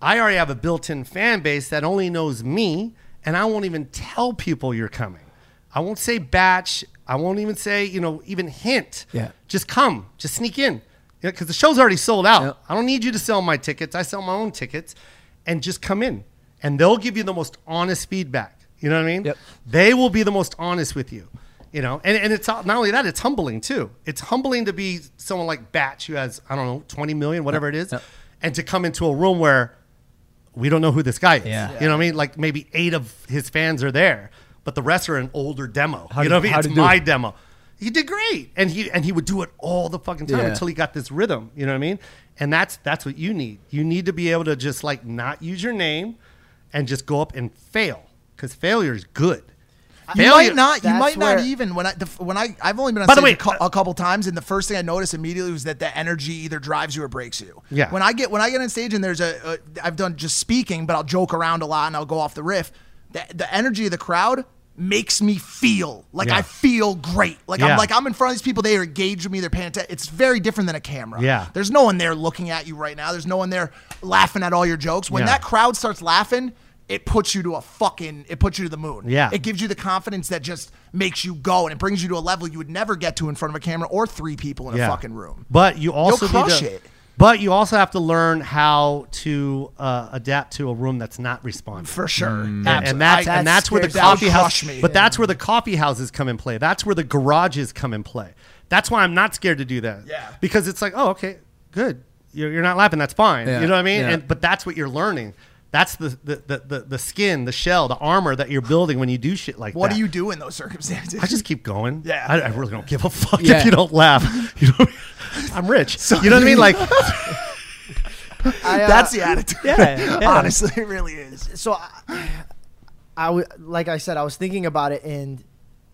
S1: I already have a built-in fan base that only knows me, and I won't even tell people you're coming. I won't say Batch. I won't even say you know even hint.
S5: Yeah.
S1: Just come. Just sneak in. Because the show's already sold out.
S5: Yeah.
S1: I don't need you to sell my tickets. I sell my own tickets, and just come in, and they'll give you the most honest feedback. You know what I mean?
S5: Yep.
S1: They will be the most honest with you. You know, and, and it's not only that, it's humbling too. It's humbling to be someone like Batch who has, I don't know, 20 million, whatever it is, and to come into a room where we don't know who this guy is.
S5: Yeah. Yeah.
S1: You know what I mean? Like maybe eight of his fans are there, but the rest are an older demo. you
S5: did-
S1: know what I mean?
S5: how'd
S1: It's
S5: he do?
S1: my demo. He did great. And he and he would do it all the fucking time
S5: Yeah.
S1: until he got this rhythm. You know what I mean? And that's that's what you need. You need to be able to just like not use your name and just go up and fail. Because failure is good.
S2: You
S1: Failure-
S2: might not. You
S4: That's
S2: might not
S4: where-
S2: even when I the, f- when I I've only been on
S1: By the way,
S2: stage a, cou-
S1: uh,
S2: a couple times, and the first thing I noticed immediately was that the energy either drives you or breaks you.
S1: Yeah.
S2: When I get when I get on stage and there's a, a I've done just speaking, but I'll joke around a lot and I'll go off the riff. The, the energy of the crowd makes me feel like
S1: Yeah.
S2: I feel great. Like
S1: Yeah.
S2: I'm like I'm in front of these people. They are engaged with me. They're paying attention. It's very different than a camera.
S1: Yeah.
S2: There's no one there looking at you right now. There's no one there laughing at all your jokes. When
S1: Yeah.
S2: that crowd starts laughing. It puts you to a fucking. It puts you to the moon.
S1: Yeah.
S2: It gives you the confidence that just makes you go and it brings you to a level you would never get to in front of a camera or three people in a fucking room.
S1: But you also
S2: crush
S1: need to,
S2: it.
S1: But you also have to learn how to uh, adapt to a room that's not responsive.
S2: for sure.
S1: Mm. and, and that's, and that's where the
S2: that would
S1: coffee house.
S2: crush me.
S1: But that's where the coffee houses come in play. That's where the garages come in play. That's why I'm not scared to do that.
S2: Yeah.
S1: Because it's like, oh, okay, good. You're, you're not laughing. That's fine.
S5: Yeah.
S1: You know what I mean?
S5: Yeah.
S1: And but that's what you're learning. That's the the, the, the the skin, the shell, the armor that you're building when you do shit like
S2: what
S1: that.
S2: do you do in those circumstances?
S1: I just keep going.
S2: Yeah.
S1: I, I really don't give a fuck
S5: Yeah.
S1: if you don't laugh. You know, what I mean? I'm rich. you know what I mean? Like,
S4: I, uh,
S2: that's the attitude.
S5: Yeah, yeah.
S2: Honestly, it really is.
S4: so I, I w- like I said, I was thinking about it, and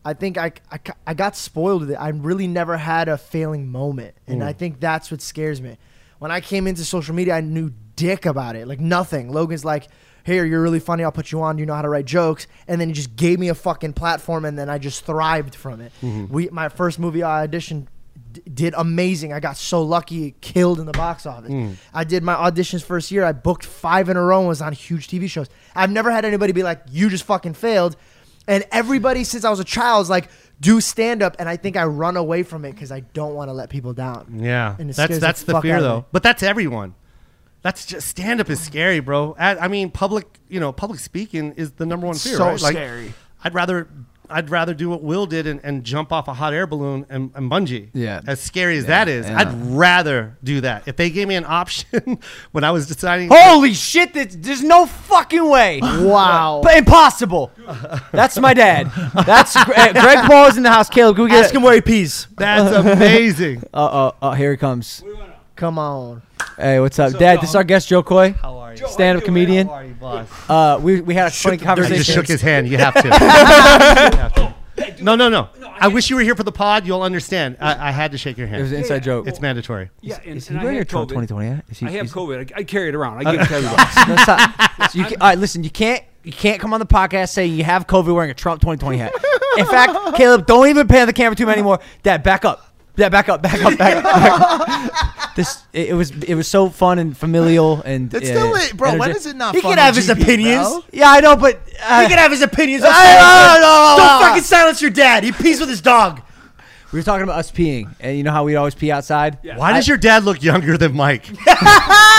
S4: I think I, I, ca- I got spoiled with it. I really never had a failing moment, and I think that's what scares me. When I came into social media, I knew dick about it, like nothing. Logan's like, "Here, you're really funny. I'll put you on. You know how to write jokes," and then he just gave me a fucking platform, and then I just thrived from it. We, my first movie I auditioned d- did amazing. I got so lucky, it killed in the box office.
S1: Hmm.
S4: I did my auditions first year. I booked five in a row and was on huge TV shows. I've never had anybody be like, "You just fucking failed," and everybody since I was a child is like, "Do stand up," and I think I run away from it because I don't want to let people down.
S1: Yeah,
S4: and it
S1: that's
S4: scares
S1: that's the,
S4: fuck out
S1: fear
S4: of me.
S1: though. But that's everyone. That's just stand up is scary, bro. I, I mean, public you know public speaking is the number one fear.
S2: so
S1: right? Like,
S2: scary.
S1: I'd rather I'd rather do what Will did and, and jump off a hot air balloon and, and bungee.
S5: Yeah.
S1: as scary as that is,
S5: yeah.
S1: I'd rather do that. If they gave me an option when I was deciding,
S5: Holy shit! That, there's no fucking way.
S4: Wow.
S5: But impossible. That's my dad. That's Gre- uh, Greg Paul is in the house. Caleb, can we get
S4: Ask him where he pees.
S1: that's amazing.
S5: Uh oh, uh, here uh, he comes.
S4: Come on.
S5: Hey, what's up, Dad? This is our guest, Joe Coy,
S6: How are you?
S5: stand-up comedian.
S6: How are you, boss?
S5: Uh, we we had a funny
S1: I just
S5: conversation.
S1: shook his hand. You have to.
S6: Oh,
S1: no, no, no.
S6: I
S1: I wish you were here for the pod. You'll understand. I, I had to shake your
S5: It was an
S1: hand.
S5: inside
S6: Yeah,
S5: joke.
S1: It's mandatory.
S6: Yeah, and,
S5: is he
S6: and I
S5: wearing a
S6: had
S5: Trump
S6: COVID.
S5: 2020? Yeah? Is he,
S6: I have
S5: is-
S6: COVID. I, I carry it around. I give it to everybody.
S5: That's not- so you can, all right, listen. You can't you can't come on the podcast saying you have COVID wearing a Trump 2020 hat. In fact, Caleb, don't even pan the camera to him anymore. Dad, back up. Dad, back up. Back up. Back up. back up. this it, it was it was so fun and familial and
S2: It's
S5: uh,
S2: still it, bro. When
S5: energetic.
S2: is it not?
S4: He
S2: fun
S4: can
S2: on
S4: have his
S2: GP,
S4: opinions.
S2: bro?
S5: Yeah, I know, but uh,
S4: he can have his opinions.
S5: Hey,
S4: on silence.
S5: no, no, no, no,
S4: Don't
S5: no.
S4: fucking silence your dad. He pees with his dog.
S5: we were talking about us peeing, and you know how we always pee outside.
S6: Yeah.
S1: Why does your dad look younger than Mike?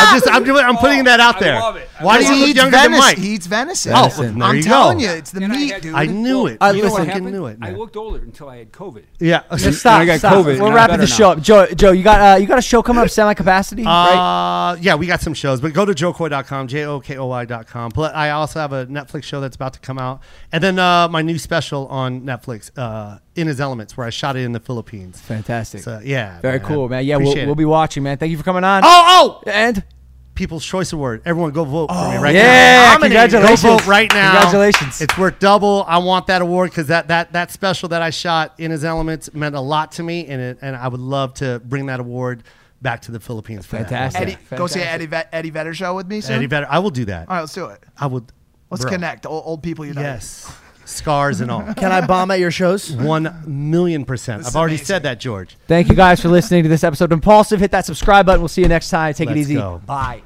S1: I'm just, I'm, doing, I'm putting that out
S6: I
S1: there.
S6: love it. I
S1: Why
S6: love
S1: does
S6: it.
S1: he
S2: He
S1: look
S2: eats
S1: younger than
S2: venison.
S1: Mike?
S2: He eats venison.
S1: Oh,
S5: Venison.
S1: there
S2: I'm
S1: you
S2: telling
S1: go.
S2: you, it's the
S6: And
S2: meat,
S6: had-
S2: dude.
S1: I knew it.
S5: I
S6: You know what
S5: listen,
S6: happened?
S1: knew it,
S6: I
S1: man.
S6: looked older until I had COVID.
S1: Yeah.
S5: Just stop.
S6: I got
S5: stop.
S6: COVID, and
S5: We're
S6: I'm
S5: wrapping the
S6: better
S5: show up. Joe, Joe, you got uh, you got a show coming up, semi capacity, right?
S1: Uh, yeah, we got some shows, but go to joekoy.com, J O K O Y.com. Pl- I also have a Netflix show that's about to come out. And then uh, my new special on Netflix, uh, In His Elements, where I shot it in the Philippines.
S5: Fantastic.
S1: So, yeah.
S5: Very cool, man. Yeah, we'll,
S1: Appreciate it.
S5: we'll be watching, man. Thank you for coming on.
S1: Oh, oh!
S5: And
S1: People's Choice Award. Everyone go vote for me right now.
S5: Oh, yeah,
S4: Nominated.
S1: Go
S5: congratulations.
S1: vote right now.
S5: Congratulations.
S1: It's worth double. I want that award because that, that, that special that I shot in his elements meant a lot to me, and, it, and I would love to bring that award back to the Philippines. For that.
S5: Fantastic.
S2: Eddie, go see
S5: Fantastic.
S2: an Eddie, Ve- Eddie Vedder show with me soon.
S1: Eddie Vedder. I will do that.
S2: All right, let's do it.
S1: I would.
S2: Let's
S1: bro.
S2: connect. Old, old people unite.
S1: Yes. Scars and all.
S4: Can I bomb at your shows?
S1: One million percent.
S2: This is
S1: I've already
S2: amazing.
S1: said that, George.
S5: Thank you guys for listening to this episode of Impulsive. Hit that subscribe button. We'll see you next time. Take
S1: Let's
S5: it easy.
S1: go.
S5: Bye.